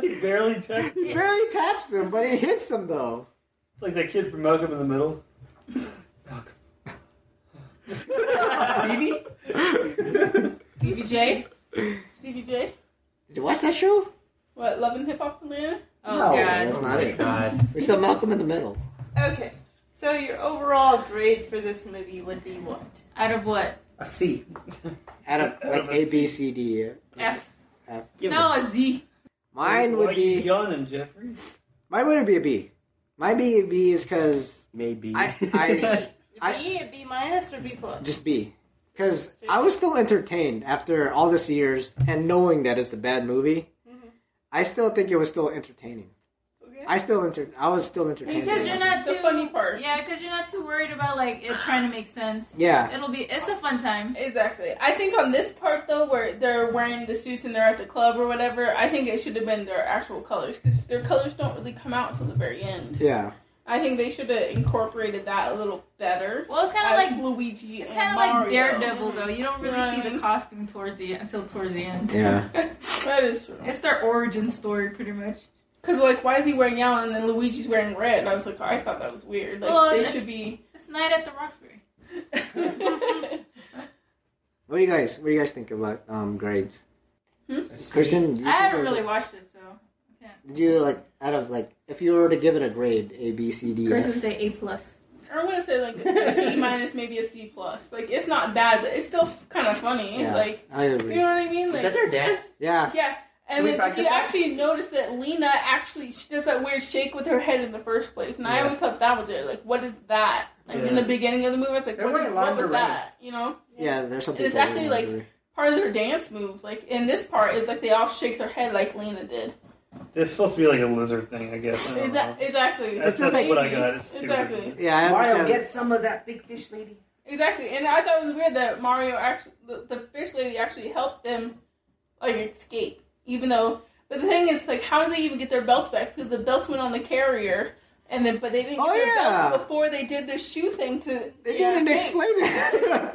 S13: He barely tapped.
S2: He barely taps him, but he hits him though.
S13: It's like that kid from Malcolm in the Middle.
S7: Stevie?
S8: Stevie J. Stevie J.
S2: Did you watch that show?
S8: What? Love and Hip Hop Atlanta.
S5: Oh
S2: no,
S5: god.
S2: that's not it.
S1: God.
S2: We saw Malcolm in the Middle.
S3: Okay, so your overall grade for this movie would be what?
S5: Out of what?
S7: A C.
S2: Out of like A, B, C, D. yeah.
S5: F.
S13: Give
S5: no,
S13: it.
S5: a Z.
S2: Mine
S13: Why
S2: would
S13: you
S2: be.
S13: yawning, Jeffrey?
S2: Mine wouldn't be a B. My B would be is because
S1: Maybe.
S2: I, I
S3: B,
S2: I-
S3: B minus, or B plus?
S2: just B. Because I was still entertained after all these years and knowing that it's a bad movie.
S5: Mm-hmm.
S2: I still think it was still entertaining.
S3: Okay.
S2: I still enter. I was still entertained.
S5: Because you're not
S8: The
S5: too
S8: funny part.
S5: Yeah, because you're not too worried about like it trying to make sense.
S2: Yeah.
S5: It'll be. It's a fun time.
S8: Exactly. I think on this part though, where they're wearing the suits and they're at the club or whatever, I think it should have been their actual colors because their colors don't really come out until the very end.
S2: Yeah.
S8: I think they should have incorporated that a little better.
S5: Well, it's kind of
S8: As
S5: like
S8: Luigi.
S5: it's
S8: and
S5: kind of like
S8: Mario.
S5: Daredevil though. You don't really see the
S8: Right.
S5: costume towards the until towards the end.
S2: Yeah.
S8: That is true.
S5: It's their origin story, pretty much.
S8: Because like, why is he wearing yellow and then Luigi's wearing red? And I was like, I thought that was weird. Like
S5: Well,
S8: they
S5: that's-
S8: should be.
S5: It's Night at the Roxbury.
S2: What do you guys? What do you guys think about um grades?
S8: Hmm?
S2: Christian,
S5: I
S2: do you think it
S5: haven't
S2: was
S5: really
S2: like-
S5: watched it, so
S2: Did you like out of like if you were to give it a grade, A, B, C, D? F?
S5: would say A plus.
S8: Or I'm gonna say like a B minus, maybe a C plus. Like it's not bad, but it's still kind of funny.
S2: Yeah.
S8: Like
S2: I
S8: you
S2: agree.
S8: know what I mean?
S7: Is
S8: Like
S7: that their dance?
S2: Yeah.
S8: yeah.
S7: Can
S8: And
S7: we
S8: then if
S7: practice
S8: you
S7: that?
S8: actually notice that Lena actually she does that weird shake with her head in the first place, and I
S7: Yeah.
S8: always thought that was it. Like what is that? Like in
S13: Yeah.
S8: the beginning of the movie, I was like,
S7: They're
S8: what, is,
S7: wearing
S8: what was
S7: lingerie.
S8: that? You know,
S2: Yeah. There's something.
S8: It's
S2: going
S8: actually,
S2: on
S8: like-
S2: there.
S8: part of their dance moves. Like in this part, it's like they all shake their head like Lena did.
S13: It's supposed to be like a lizard thing, I guess. I don't
S8: Is that
S13: know.
S5: Uh-huh.
S8: exactly?
S13: That's, that's
S2: just like-
S13: what I got. It's stupid.
S8: Exactly.
S2: Yeah. I
S7: Mario,
S2: understand.
S7: get some of that big fish lady.
S8: Exactly, and I thought it was weird that Mario actually, the, the fish lady actually helped them, like escape. Even though, but the thing is, like, how did they even get their belts back? Because the belts went on the carrier, and then but they didn't get
S2: Oh,
S8: their
S2: yeah.
S8: belts before they did the shoe thing to.
S2: They didn't
S8: escape.
S2: explain it.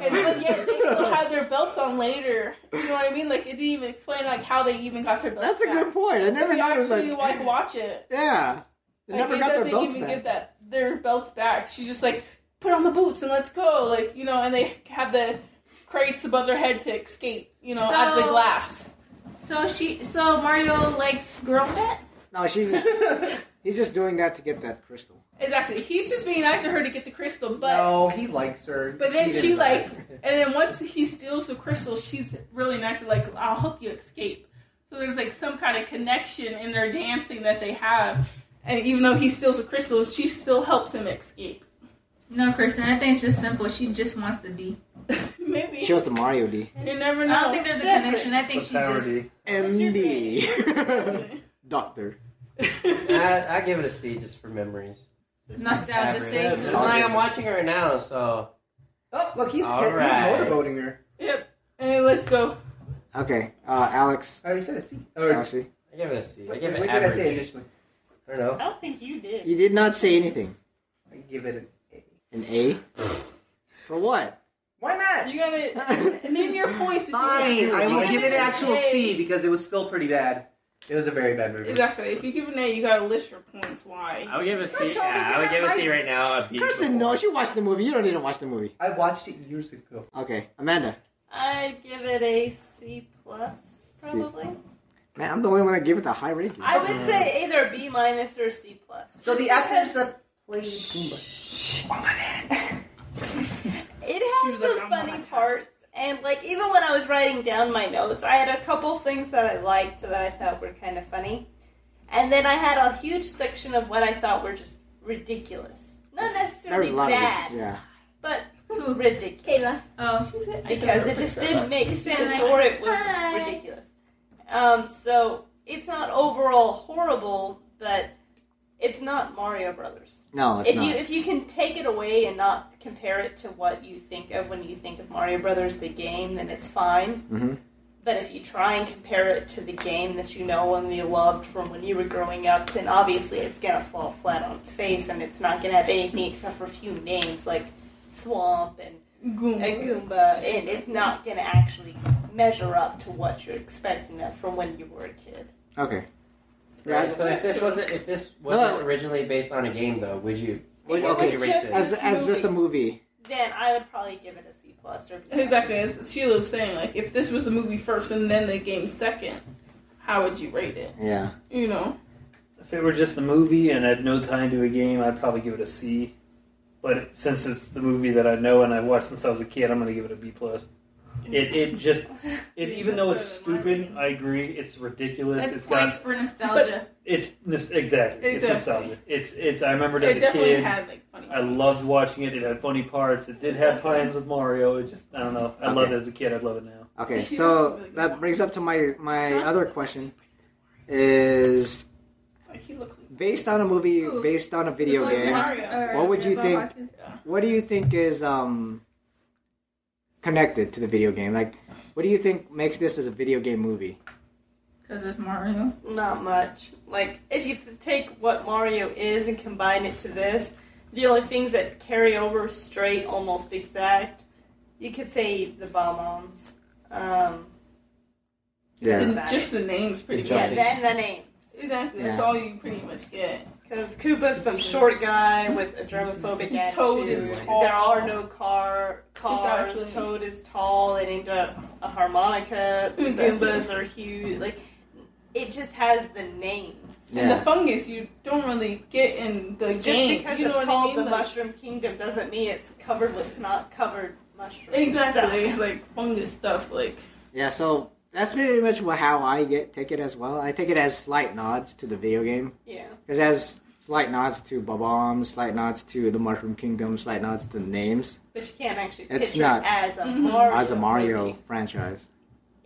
S8: And but yet they still had their belts on later. You know what I mean? Like it didn't even explain like how they even got their belts.
S2: That's a
S8: back.
S2: good point. I never
S8: If you
S2: noticed.
S8: actually
S2: Like,
S8: like watch it.
S2: yeah. They
S8: Like,
S2: never
S8: it
S2: got their
S8: doesn't
S2: belts
S8: even
S2: back.
S8: get that their belts back. She just like put on the boots and let's go. Like you know, and they had the crates above their head to escape. You know,
S5: So-
S8: at the glass.
S5: So she, so Mario likes girl pet.
S2: No, she's he's just doing that to get that crystal.
S8: Exactly. He's just being nice to her to get the crystal, but
S7: no, he likes her.
S8: But then
S7: He
S8: she
S7: didn't
S8: like,
S7: her.
S8: and then once he steals the crystal, she's really nice. to Like, I'll help you escape. So there's like some kind of connection in their dancing that they have, and even though he steals the crystal, she still helps him escape.
S9: No, Kristen, I think it's just simple. She just wants the D.
S8: Maybe
S2: She was the Mario D.
S8: you never
S9: I
S8: know.
S9: don't think there's a connection. I think she just.
S2: MD. Doctor.
S1: I, I give it a C just for memories.
S9: Nostalgia sake.
S1: Average. It's not like I'm watching her now, so.
S7: Oh, look,
S2: he's-
S1: All
S2: he's
S1: right.
S7: motorboating her.
S8: Yep. Hey, let's go.
S2: Okay, uh, Alex.
S7: I already said a C.
S2: Alex.
S1: I give it a C. I
S7: What-
S1: give it
S7: what did I
S1: average.
S7: say initially?
S1: I don't know.
S3: don't think you did.
S2: You did not say anything.
S7: I give it an
S2: An A? For what?
S7: Why not?
S8: You gotta name your points.
S7: Fine, I will give it an actual C because it was still pretty bad. It was a very bad movie.
S8: Exactly. If you give an A, you gotta list your points. Why?
S1: I would give it a C.
S8: That's all we
S1: Yeah, I would
S8: got.
S1: give it a
S8: Like-
S1: C right now. A B.
S2: Kristen, no, she watched the movie. You don't need to watch the movie.
S7: I watched it years ago.
S2: Okay, Amanda.
S3: I give it a C plus, probably.
S2: Man, I'm the only one that gave it the high rating.
S3: I would say either a B minus or a C plus.
S7: So the actors that played
S3: It has some funny parts, and like even when I was writing down my notes, I had a couple things that I liked that I thought were kind of funny, and then I had a huge section of what I thought were just ridiculous. Not
S2: there was
S3: necessarily
S2: a lot
S3: bad,
S2: of this. Yeah.
S3: but ridiculous.
S9: Oh,
S3: because it just didn't make sense or it was ridiculous. Um, so it's not overall horrible, but it's not Mario Brothers.
S2: No, it's
S3: if you
S2: not.
S3: if you can take it away and not compare it to what you think of when you think of Mario Brothers the game, then it's fine.
S2: Mhm.
S3: But if you try and compare it to the game that you know and you loved from when you were growing up, then obviously it's gonna fall flat on its face, and it's not gonna have anything except for a few names like Thwomp and
S8: Goomba.
S3: and Goomba, and it's not going to actually measure up to what you're expecting of from when you were a kid.
S2: Okay.
S1: Right. So if this wasn't if this wasn't originally based on a game though, would you?
S3: If it
S1: what would
S3: was
S1: you rate
S3: just-
S1: this?
S2: As, as just a movie.
S3: Then I would probably give it a C plus or B. minus.
S8: Exactly, as Sheila was saying, like if this was the movie first and then the game second, how would you rate it?
S2: Yeah.
S8: You know,
S4: If it were just the movie and had no time to a game, I'd probably give it a C. But since it's the movie that I know and I've watched since I was a kid, I'm going to give it a B plus. It it just it even though it's stupid, I agree. It's ridiculous.
S9: That's
S4: it's
S9: points
S4: got
S9: for nostalgia.
S4: it's nos- exactly it's
S9: Exactly.
S4: nostalgia. It's it's I remembered
S9: It
S4: as a
S9: definitely
S4: kid.
S9: had,
S8: like, funny
S4: I loved watching it. It had funny parts. It did have times with Mario. It just I don't know. I loved it as a kid. I love it now.
S2: Okay, so that brings up to my my other question is based on a movie, based on a video
S8: Like
S2: game.
S8: Mario.
S2: What would you
S8: Bob
S2: think?
S8: Hoskins.
S2: What do you think is um connected to the video game? Like, what do you think makes this as a video game movie?
S9: Because it's Mario.
S3: Not much. Like, if you take what Mario is and combine it to this, the only things that carry over straight, almost exact, you could say the bomb bombs. Um,
S2: Yeah.
S8: And just the names, pretty
S3: Yeah,
S8: much.
S3: then the names.
S8: Exactly, that's
S3: Yeah.
S8: all you pretty much get.
S3: Because Koopa's some short guy with a germophobic attitude.
S8: Toad is tall.
S3: There are no car cars.
S8: Exactly.
S3: Toad is tall and into a harmonica. The
S8: Exactly.
S3: Goombas are huge. Like it just has the names.
S8: And the fungus you don't really get in the
S3: Just
S8: game.
S3: because
S8: you know
S3: it's
S8: what I
S3: called
S8: mean?
S3: the
S8: Like,
S3: Mushroom Kingdom doesn't mean it's covered with snot covered mushrooms.
S8: Exactly, it's like fungus stuff. Like
S2: Yeah, so that's pretty much wha- how I get take it as well. I take it as slight nods to the video game.
S3: Yeah.
S2: It has slight nods to Bob-omb, slight nods to the Mushroom Kingdom, slight nods to the names.
S3: But you can't actually
S2: It's
S3: picture
S2: not-
S3: it as a
S8: Mhm.
S3: Mario.
S2: As a Mario franchise.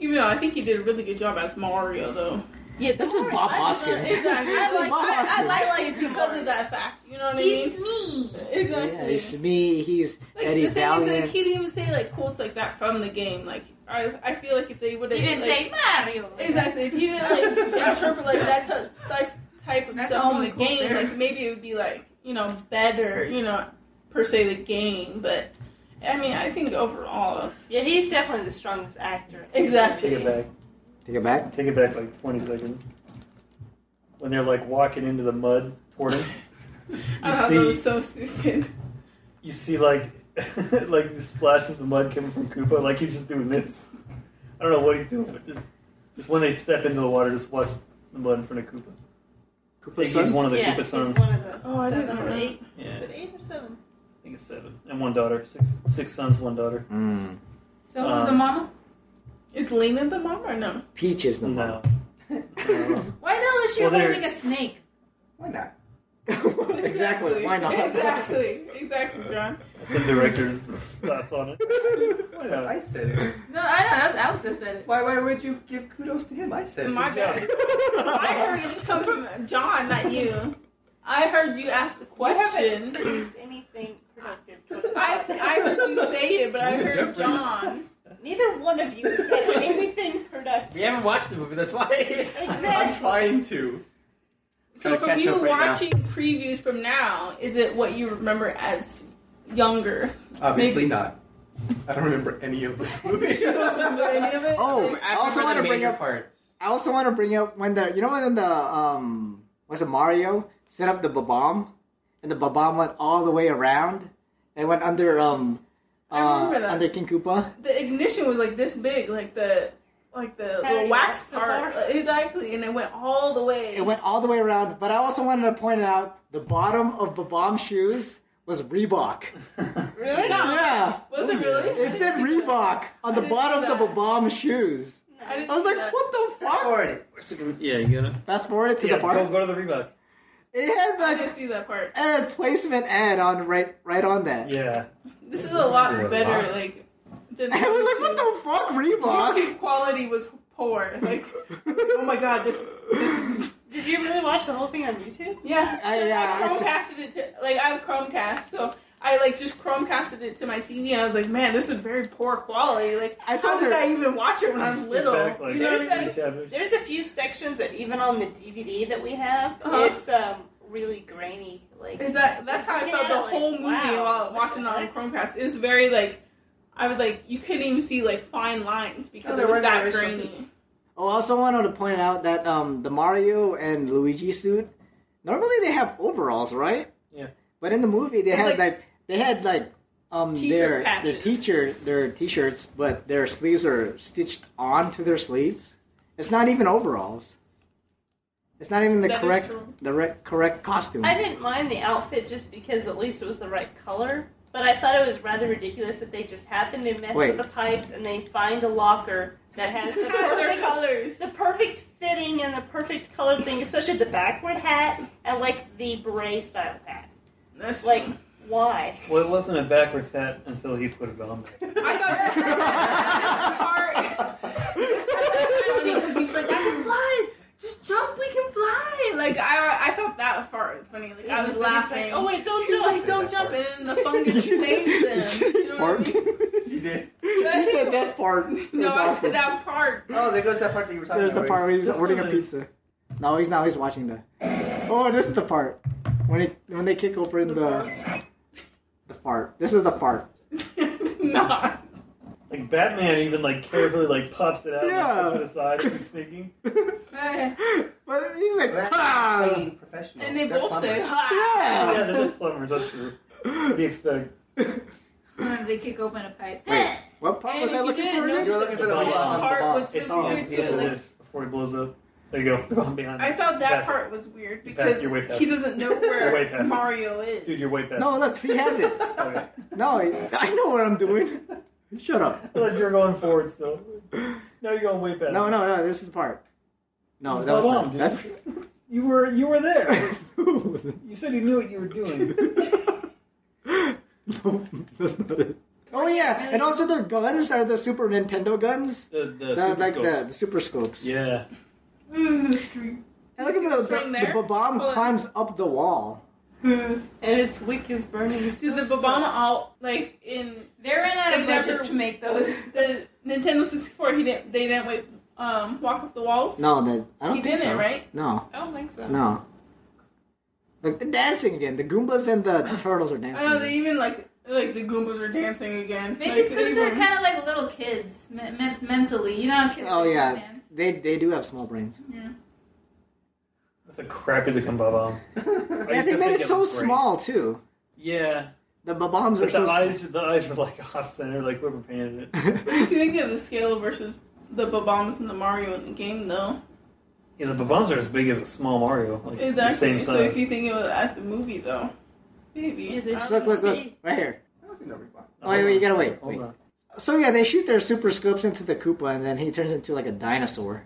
S8: even though I think he did a really good job as Mario, though.
S3: Yeah,
S2: This is Bob Hoskins.
S8: Exactly.
S2: This
S8: I
S2: is
S8: like,
S2: Bob
S8: I, I
S2: Hoskins.
S8: like it because of that fact. You know what I
S9: He's
S8: mean?
S9: me.
S8: Exactly.
S2: Yeah, he's me, he's
S8: Like
S2: Eddie
S8: the thing is,
S2: Valiant.
S8: like he didn't even say like quotes like that from the game. Like I, I feel like if they would have,
S9: He didn't say Mario.
S8: Exactly. If he didn't like interpret like that type stuff, type of
S9: That's
S8: stuff
S9: the
S8: from
S9: only
S8: the
S9: quote
S8: game,
S9: there.
S8: like maybe it would be like you know better, you know, per se the game. But I mean, I think overall,
S3: Yeah, he's definitely the strongest actor.
S8: Exactly.
S4: Take it back.
S2: Take it back.
S4: Take it back like 20 seconds. When they're like walking into the mud toward him, you
S8: I thought that was so stupid.
S4: you see like like the splashes of mud coming from Koopa. Like he's just doing this. I don't know what he's doing, but just just when they step into the water, just watch the mud in front of Koopa. Koopa He's sons? one of the
S3: yeah,
S4: Koopa
S3: he's
S4: sons.
S3: one of the
S4: Oh, I didn't
S3: seven or
S4: know that.
S3: eight.
S4: Yeah.
S3: Is it eight or seven?
S4: I think it's seven. And one daughter. Six six sons, one daughter.
S2: Hmm.
S4: Mm.
S8: So who's the mama? Is Lena the mama or no?
S4: Peach is the no.
S9: Why the hell is she
S4: Well, they're-
S9: holding a snake?
S2: Why not? exactly. Why not?
S8: Exactly. Exactly, John.
S4: That's the director's thoughts on it. Why not?
S7: I said it.
S8: No, I know. That was Alex that said it.
S7: Why, why would you give kudos to him? I said it.
S8: My
S7: Good
S8: bad.
S7: job.
S8: I heard it come from John, not you. I heard you ask the
S3: You haven't
S8: question.
S3: produced anything productive.
S8: I I heard you say it, but I
S1: Neither
S8: heard
S1: Jeffrey.
S8: John.
S3: Neither one of you said anything productive.
S1: You haven't watched the movie, that's why.
S7: I'm trying to.
S8: So
S1: Gotta
S8: from
S1: catch
S8: you
S1: up right now.
S8: watching previews from now, is it what you remember as younger?
S7: Obviously not. I don't remember any of this movie.
S2: Oh, I
S1: After
S2: also
S1: the
S2: want to bring
S1: major
S2: up.
S1: parts.
S2: I also want to bring up when the you know when the um was it Mario set up the bomb and the bomb went all the way around and went under um
S8: I
S2: uh,
S8: remember that.
S2: under King Koopa.
S8: The ignition was like this big, like the like the little
S3: you
S8: wax
S3: walked so
S8: part,
S3: far.
S8: exactly, and it went all the way.
S2: It went all the way around. But I also wanted to point out the bottom of the bomb shoes was Reebok.
S8: really? No,
S2: Yeah.
S8: was it really?
S2: It said Reebok on the
S8: didn't see
S2: bottom of the bomb shoes.
S8: I, didn't
S2: I was
S8: see
S2: like,
S8: that.
S2: what the fuck?
S4: Yeah, you gotta
S2: Fast forward it to
S4: yeah,
S2: the part.
S4: Go, go to the Reebok.
S2: It had
S8: I
S2: like
S8: didn't see that part.
S2: a placement ad on right right on that.
S4: Yeah.
S8: This is a lot
S4: Yeah.
S8: better, like than
S2: I was like, what the fuck, Reebok?
S8: YouTube quality was poor. Like, oh my god, this this
S3: Did you really watch the whole thing on YouTube?
S8: yeah.
S2: I,
S8: I
S2: yeah,
S8: Chromecasted it to like I have Chromecast, so I like just Chromecasted it to my TV, and I was like, man, this is very poor quality. Like,
S2: I
S8: how
S2: thought
S8: did
S2: there-
S8: I even watch it when I was
S4: Sit
S8: little?
S4: back, like,
S8: you know what
S3: there's
S8: I'm saying?
S4: each other.
S3: There's a few sections that even on the DVD that we have,
S8: Uh-huh.
S3: it's um really grainy. Like
S8: Is that that's how I felt
S3: Yeah,
S8: the
S3: like,
S8: whole movie
S3: wow.
S8: while watching it on Chromecast. It was very like I would like you couldn't even see like fine lines because
S7: No,
S8: it
S7: there
S8: was
S7: were no
S8: that
S7: original
S8: grainy.
S7: scenes.
S2: Oh, I also wanted to point out that um, the Mario and Luigi suit. Normally they have overalls, right?
S4: Yeah.
S2: But in the movie they
S8: It's like-
S2: had like, they had like um
S8: T-shirt
S2: their their
S8: patches.
S2: teacher their t-shirts, but their sleeves are stitched onto their sleeves. It's not even overalls. It's not even the
S8: That is
S2: correct
S8: true.
S2: the re- correct costume.
S3: I didn't mind the outfit just because at least it was the right color. But I thought it was rather ridiculous that they just happened to mess
S2: Wait.
S3: with the pipes and they find a locker that has the
S8: Their
S3: perfect,
S8: colors.
S3: the perfect fitting and the perfect color thing, especially the backward hat and like the beret style hat.
S8: That's
S3: Like, why?
S4: Well, it wasn't a backwards hat until he put it on.
S8: I thought this part, this part was funny because he was like, I can fly. Just jump, we can fly. Like I, I thought that part was funny. Like I was
S3: Everybody's
S8: laughing.
S3: Like, oh wait, don't
S8: She was
S3: jump.
S8: like, "Don't jump!" And then the fungus saves them. You know what I mean?
S7: You did.
S8: Did I
S2: You
S8: say-
S2: said that part.
S8: No, I said that part.
S7: Oh, there goes that part that you were talking
S2: There's the
S7: about.
S2: part where he's
S4: That's
S2: ordering a
S4: not it.
S2: pizza. No, he's not. He's watching the. Oh, this is the part when it when they kick over the the, fart. This is the fart.
S8: It's not.
S4: Like Batman even like carefully like pops it out
S2: Yeah.
S4: and like, sets it aside when he's sneaking.
S8: Eh.
S2: But he's like,
S7: That's
S2: "Ah!"
S7: being professional.
S8: And they
S7: They're
S8: both say,
S7: plumbers.
S8: "Ha!"
S4: yeah,
S2: yeah.
S4: they're just plumbers, that's true. What do you expect?
S9: Whenever they kick open a pipe.
S2: Wait, what part
S8: And
S2: was
S8: if
S2: I
S8: you
S2: looking
S8: didn't
S2: for? again?
S8: notice
S7: You're looking for the
S4: The
S7: bomb.
S4: bomb.
S7: on the
S8: Part
S7: bomb.
S8: was
S7: It's
S8: really
S7: on
S8: weird,
S7: the
S8: too,
S7: bomb.
S8: like-
S4: This before he blows up. There you go. The bomb behind
S8: I
S4: him.
S8: thought that
S4: Yes.
S8: part was weird
S4: You're
S8: because
S4: way past
S8: he
S4: it.
S8: doesn't know
S4: You're way
S8: where
S4: past it.
S8: Mario is.
S4: Dude, you're way past.
S2: No, look, he has it.
S4: Okay.
S2: No, I I know what I'm doing. Shut up.
S4: I thought you were going forward still. Now you're going way past.
S2: No, no, no. This is the part. No, that was
S4: Hold on,
S2: not.
S4: dude.
S2: That's.
S4: You were you were there.
S2: No, it wasn't.
S4: You said you knew what you were doing.
S2: No, that's not it. Oh yeah, and also their guns are the Super Nintendo guns.
S4: The the
S2: The-
S4: super
S2: like
S4: scopes.
S2: the, the super scopes.
S4: Yeah.
S2: And look at the,
S8: Swing
S2: the,
S8: there.
S2: the bomb
S8: Hold on.
S2: climbs up the wall.
S3: And its wick is burning.
S8: See, the
S3: so
S8: Babama all like in
S9: They're in
S8: They never-
S9: a budget to make those.
S8: the Nintendo sixty four. He didn't. They didn't wait, um, walk up the walls.
S2: No, that I don't
S8: he
S2: think
S8: didn't,
S2: so.
S8: right?
S2: No,
S3: I don't think so.
S2: no. Look, they're dancing again. The Goombas and the turtles are
S8: I
S2: dancing.
S8: know Oh, they even like like the Goombas are dancing again.
S9: Maybe
S8: like,
S9: it's because they're kind of like little kids me- me- mentally. You know how kids
S2: Oh,
S9: are just
S2: yeah.
S9: fans.
S2: they they do have small brains.
S4: That's a crappy looking bomb.
S2: yeah, they made it so small too.
S4: Yeah,
S2: The bombs are
S4: but the
S2: so
S4: eyes the eyes were like off center, like rubber painted it.
S2: small.
S8: If you think of the scale versus the Babamas and the Mario in the game, though,
S4: Yeah, the bombs are as big as a small Mario. Like, The
S8: Exactly.
S4: same size.
S8: So if you think of it at the movie, though, maybe.
S2: Just look, look, look, right here. Oh,
S8: Hold
S2: wait, wait, you
S8: on.
S2: gotta wait.
S8: Hold
S2: wait. So yeah, they shoot their super scopes into the Koopa, and then he turns into like a dinosaur.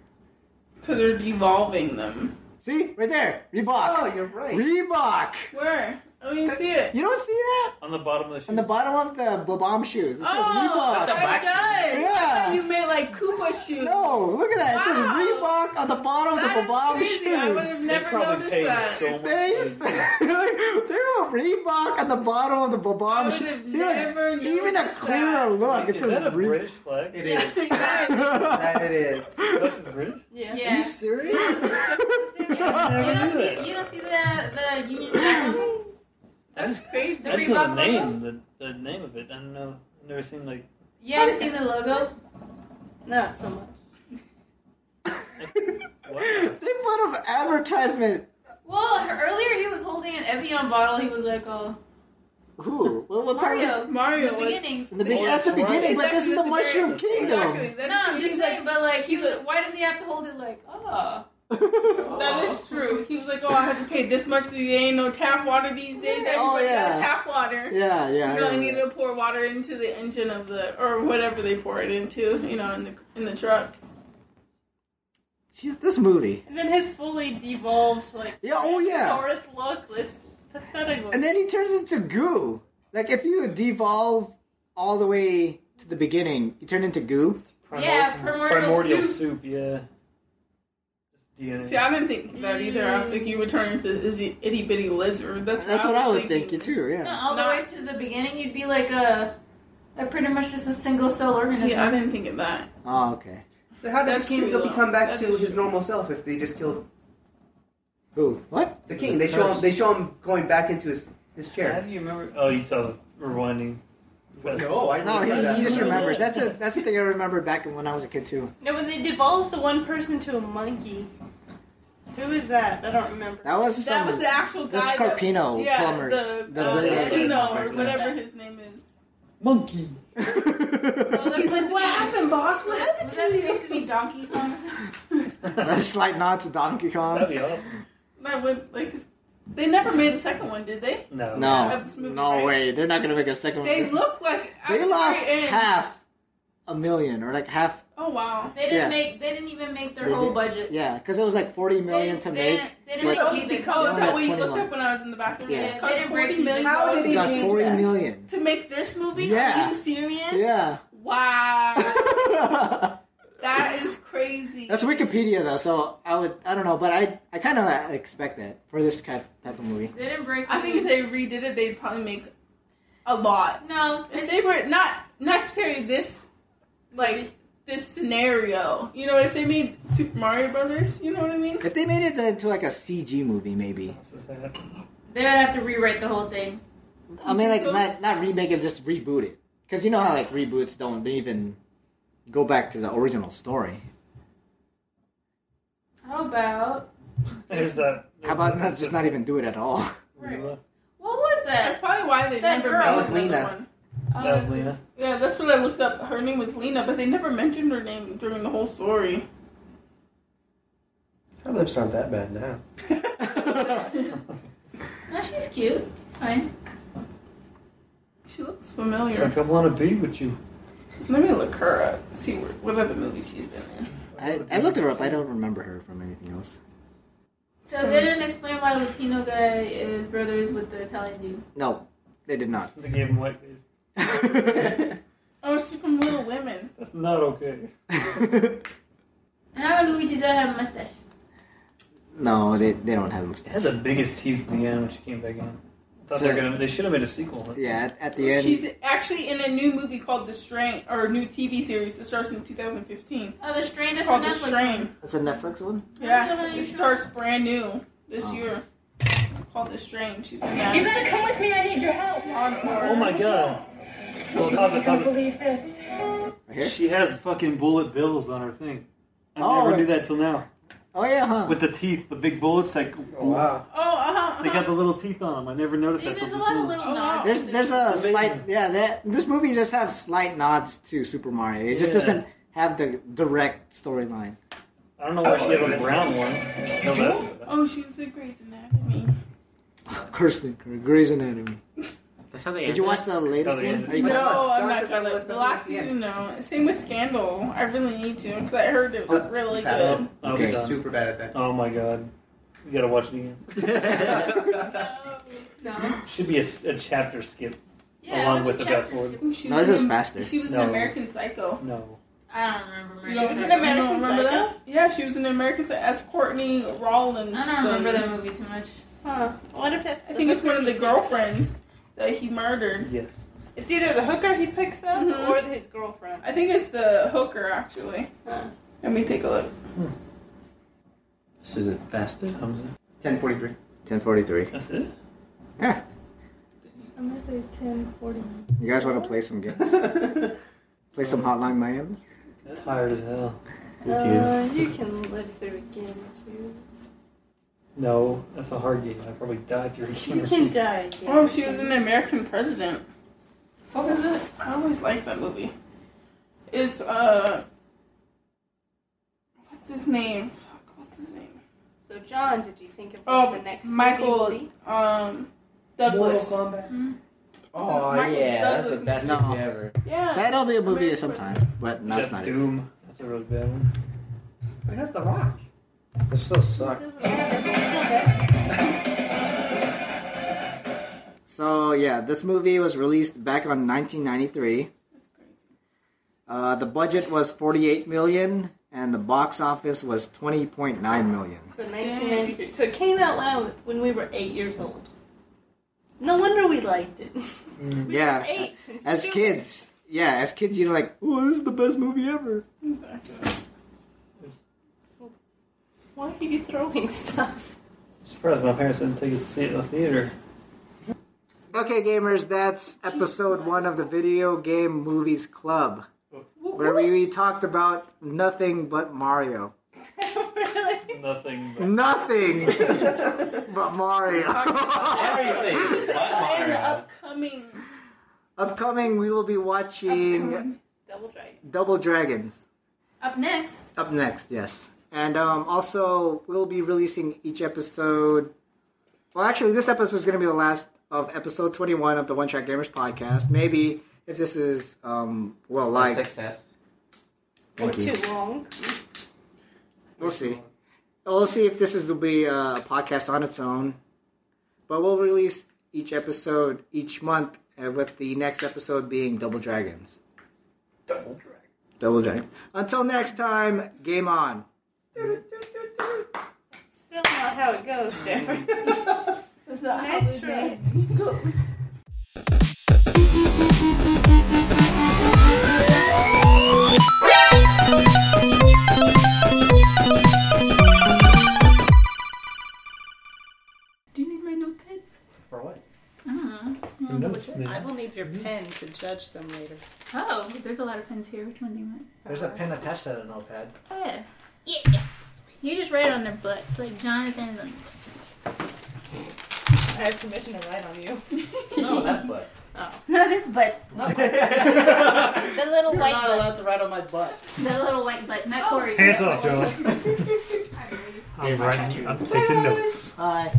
S8: Because they're devolving them.
S2: See, right there, Reebok.
S8: Oh, you're right.
S2: Reebok.
S8: Where? Oh, you see it?
S2: You don't see that
S4: On the bottom of the
S2: on the bottom of the b- bomb shoes. It says
S8: Oh,
S2: Reebok.
S8: it does. I
S2: Yeah.
S8: thought you meant like Koopa shoes.
S2: No, look at that. It says Reebok on the bottom
S8: That
S2: of
S8: is
S2: the bomb
S8: crazy.
S2: shoes.
S8: I would have They never probably noticed paid that. so much
S2: They- They're a Reebok on the bottom of the b- bomb shoes. See, like, even a clearer look. It
S4: is
S2: says
S4: that a
S2: Reebok.
S4: British flag? It
S2: is.
S7: that it is.
S4: That is British.
S9: Yeah.
S7: Are you serious?
S9: You don't see you don't see the the Union Jack on it?
S4: That's
S9: crazy. The
S4: That's
S9: Reebok
S4: the
S9: logo?
S4: name. The, the name of it. I don't know. I've never seen like.
S9: You haven't seen the logo?
S3: Not so much.
S2: They put an advertisement.
S9: Well, earlier he was holding an Evian bottle. He was like, "Oh,
S2: Who? What, what part
S9: Mario, in
S2: of
S9: the beginning."
S2: The be- that's the beginning, but this is the Mushroom Kingdom.
S9: No, I'm just saying, but like, he was. Why does he have to hold it like, oh?
S8: That is true. He was like, "Oh, I have to pay this much. There ain't no tap water these days.
S2: Yeah. Oh,
S8: Everybody
S2: yeah.
S8: has tap water.
S2: Yeah, yeah, I
S8: You know, I
S2: remember
S8: need to pour water into the engine of the or whatever they pour it into. You know, in the in the truck.
S2: Gee, This movie.
S3: And then his fully devolved, like,
S2: Yeah, oh, yeah.
S3: Saurus look. It's pathetic.
S2: And then he turns into goo. Like if you devolve all the way to the beginning, you turn into goo.
S9: Yeah, primordial
S4: primordial
S9: soup.
S4: soup. yeah. DNA.
S8: See, I didn't think of that either. I think you would turn into this itty bitty lizard. That's
S2: That's what
S8: was
S2: I would
S8: thinking.
S2: think you too. Yeah.
S9: No, all the way through the beginning, you'd be like a, a pretty much just a single cell organism.
S8: See, I didn't think of that.
S2: Oh, okay.
S7: So how did
S8: That's
S7: the king
S8: true,
S7: go
S8: though.
S7: become back
S8: That
S7: to
S8: is
S7: his
S8: true.
S7: normal self if they just killed him?
S2: Who? What?
S7: The king. They show him. They show him going back into his his
S4: How
S7: chair.
S4: do you remember? Oh, you saw the rewinding. Oh,
S7: No, I
S2: No,
S7: remember
S2: he,
S7: that.
S2: he just remembers. That's a that's the thing I remember back when I was a kid too.
S3: No, when they devolved the one person to a monkey. Who was that? I don't remember.
S2: That was
S8: That
S2: some,
S8: was the actual
S2: the
S8: guy. that-
S2: Scarpino
S8: yeah,
S2: plumbers.
S8: The,
S2: The
S8: uh,
S2: really-
S8: Scarpino or whatever his name is.
S2: monkey.
S8: He's like, what happened, boss? What happened
S9: Was
S8: to
S9: that
S8: you?
S9: supposed to be Donkey Kong?
S2: That's a slight nod to Donkey Kong.
S4: That'd be awesome.
S8: That would like. They never made a second one, did they?
S4: No,
S2: No,
S8: Of this movie,
S2: no
S8: right?
S2: way. They're not gonna make a second one.
S8: They look like at
S2: They
S8: the
S2: lost
S8: very end-
S2: half a million or like half.
S8: Oh wow!
S9: They didn't
S2: Yeah.
S9: make. They didn't even make their
S2: they
S9: whole
S2: did-
S9: budget.
S2: Yeah, because it was like forty million to
S9: they
S2: make.
S9: didn't- they
S2: It's
S9: didn't
S2: like-
S9: make
S8: Oh, because
S2: Yeah.
S8: that way you looked
S2: 21.
S8: up when I was in the bathroom.
S2: Yeah.
S8: It cost
S9: They didn't
S8: forty
S9: break
S8: million.
S9: even.
S8: dollars
S2: It cost forty million.
S8: to make this movie?
S2: Yeah.
S8: Are you serious?
S2: Yeah.
S8: Wow, that is crazy.
S2: That's Wikipedia though, so I would I don't know, but I I kind of expect that for this type type of movie.
S9: They didn't break.
S8: I think if
S9: even.
S8: they redid it, they'd probably make a lot.
S9: No,
S8: If
S9: it's-
S8: they were not necessarily this, like this scenario, you know, if they made Super Mario Brothers, you know what I mean?
S2: If they made it into like a CG movie, maybe.
S9: they would have to rewrite the whole thing.
S2: I mean, like not not remake it, just reboot it, because you know how like reboots don't they even go back to the original story.
S9: How about
S4: There's that.
S2: How about not, just not even do it at all?
S9: what was
S8: That's
S9: that?
S8: probably why they
S9: That
S8: never
S9: girl.
S8: made
S9: That
S2: was
S8: another
S2: Lena.
S8: one.
S9: Oh,
S8: Yeah, that's what I looked up. Her name was Lena, but they never mentioned her name during the whole story.
S1: Her lips aren't that bad now.
S9: no, she's cute. She's fine.
S8: She looks
S4: I
S8: familiar.
S4: think I want to be with you.
S8: Let me look her up. See what, what other movies she's been in.
S2: I, I looked her up. I don't remember her from anything else.
S9: So, they didn't explain why Latino guy is brothers with the Italian dude.
S2: No, they did not.
S4: They gave him white face.
S8: Oh, she's from Little Women.
S4: That's not okay.
S9: And how come Luigi doesn't have a mustache?
S2: No, they they don't have.
S4: It had the biggest teeth in the end when she came back in. I thought
S2: So-
S4: they were gonna. They should have made a sequel.
S2: Yeah, at, at the end.
S8: She's actually in a new movie called The Strain, or a new TV series that starts in 2015.
S9: Oh, the strain
S8: It's
S9: that's
S8: called
S9: on
S8: The
S9: Netflix.
S8: Strain.
S2: That's a Netflix one.
S8: Yeah, it starts brand new this
S2: Oh.
S8: year. Called The Strain. She's been
S14: You gotta
S8: back.
S14: come with me. I need your help.
S4: Oh my god. Well, pause
S14: I don't
S4: it, pause
S14: believe this.
S4: it. She has fucking bullet bills on her thing. I never
S2: Oh.
S4: knew that till now.
S2: Oh yeah, huh?
S4: With the teeth, the big bullets, like
S7: wow.
S8: Oh, uh-huh,
S4: They
S8: uh-huh.
S4: got the little teeth on them. I never noticed that till
S9: There's a
S4: this
S9: lot of
S4: movie.
S9: little
S8: Oh, wow.
S9: nods.
S2: There's there's a
S4: amazing.
S2: slight yeah that this movie just has slight nods to Super Mario. It just
S4: Yeah.
S2: doesn't have the direct storyline.
S13: I don't know why she has a brown one. No, that's
S8: Oh, she was the Grey's Anatomy.
S9: Kirsten, Grey's Anatomy.
S1: That's how
S8: they
S9: Did
S8: end
S9: you
S8: it?
S9: watch the latest
S8: That's how they
S9: one?
S8: end
S9: Are you-
S8: No, Oh, I'm not gonna. The last season, no. Same with Scandal. I really need to because I heard it was really good.
S7: Okay, super bad at that.
S13: Oh my god. You gotta watch it again.
S8: No.
S13: Should be a, s- a chapter skip
S5: Yeah,
S13: along
S5: what's
S13: with
S5: a
S13: the
S5: chapter
S13: best word.
S5: skip?
S8: Ooh, she
S9: No,
S8: was
S9: this is
S8: in-
S9: faster.
S8: She was
S13: No.
S8: an American Psycho.
S13: No.
S5: I don't remember.
S8: You don't
S5: She's
S8: remember-
S5: like-
S8: you don't remember
S5: Psycho?
S8: that? Yeah, she was an American Psycho as Courtney Rollins.
S5: I don't remember that movie too much.
S8: Huh.
S3: What if it's
S8: I think it's one of the girlfriends that he murdered.
S13: Yes.
S3: It's either the hooker he picks up
S8: Mhm.
S3: or his girlfriend.
S8: I think it's the hooker actually. Let me take a look.
S1: This isn't faster.
S7: 1043.
S2: 1043.
S13: That's it?
S2: Yeah.
S3: I'm gonna say ten forty.
S2: You guys want to play some games? play some Hotline Miami?
S13: Tired as hell.
S3: Uh, you can live through a game or two.
S13: No, that's a hard game. I probably died through a game.
S3: You can die again.
S8: Oh, she was an American president. Fuck is it? I always liked that movie. It's uh, what's his name? Fuck, what's his name?
S3: So John, did you think of
S8: Oh,
S3: the next
S8: Michael
S3: movie?
S8: um Douglas.
S7: Mortal
S8: Oh, Hmm? Michael yeah, that's Douglas the best
S7: movie
S2: No.
S7: ever.
S8: Yeah.
S2: That'll be a movie sometime, but no, it's
S13: Except
S2: not. it.
S13: Doom. That's a really bad one.
S7: But that's The Rock.
S13: That still sucks.
S2: So yeah, this movie was released back on 1993. Uh, the budget was 48 million, and the box office was 20.9 million.
S3: So 1993. So it came out loud when we were eight years old. No wonder we liked it.
S2: Mm, yeah,
S3: eight and
S2: as
S3: stupid.
S2: kids, yeah, as kids, you're like, "Oh, this is the best movie ever."
S8: Exactly.
S3: Why are you throwing stuff?
S13: Surprised my parents didn't take us to see it in the theater.
S2: Okay, gamers, that's episode one of the Video Game Movies Club, where we, we talked about nothing but Mario.
S13: Nothing.
S2: Nothing but Mario.
S8: Everything. And the upcoming.
S2: Upcoming, we will be watching
S3: Double Dragon.
S2: Double Dragons.
S8: Up next.
S2: Up next, yes. And um, also, we'll be releasing each episode. Well, actually, this episode is going to be the last of episode 21 of the One Track Gamers podcast. Maybe if this is um, well
S15: A
S2: liked.
S15: success.
S2: Thank you.
S3: Too long.
S2: We'll see. We'll see if this is will be uh, a podcast on its own. But we'll release each episode each month, uh, with the next episode being Double Dragons.
S16: Double drag.
S2: Double Dragon. Until next time, game on.
S3: Still not how it goes, Jeffrey.
S8: That's
S3: not how we did.
S5: Do you need my notepad?
S7: For what?
S5: I don't know. You wanna
S13: notes,
S5: double check?
S13: man.
S3: I will need your pen to judge them later. Uh-huh.
S5: Oh, there's a lot of pins here. Which one do you want?
S9: There's a pen attached to that notepad.
S5: Oh, yeah. Yeah. You just write on their butts, like Jonathan. Like,
S3: I have permission to write on you.
S7: No, that's butt.
S5: no, this butt. the little
S7: You're
S5: white
S7: not
S5: butt.
S7: allowed to ride on my butt.
S5: The little white butt. Not Corey.
S3: Uh,
S4: Hands up, Joe. I'm writing. I'm taking notes.
S5: Hi.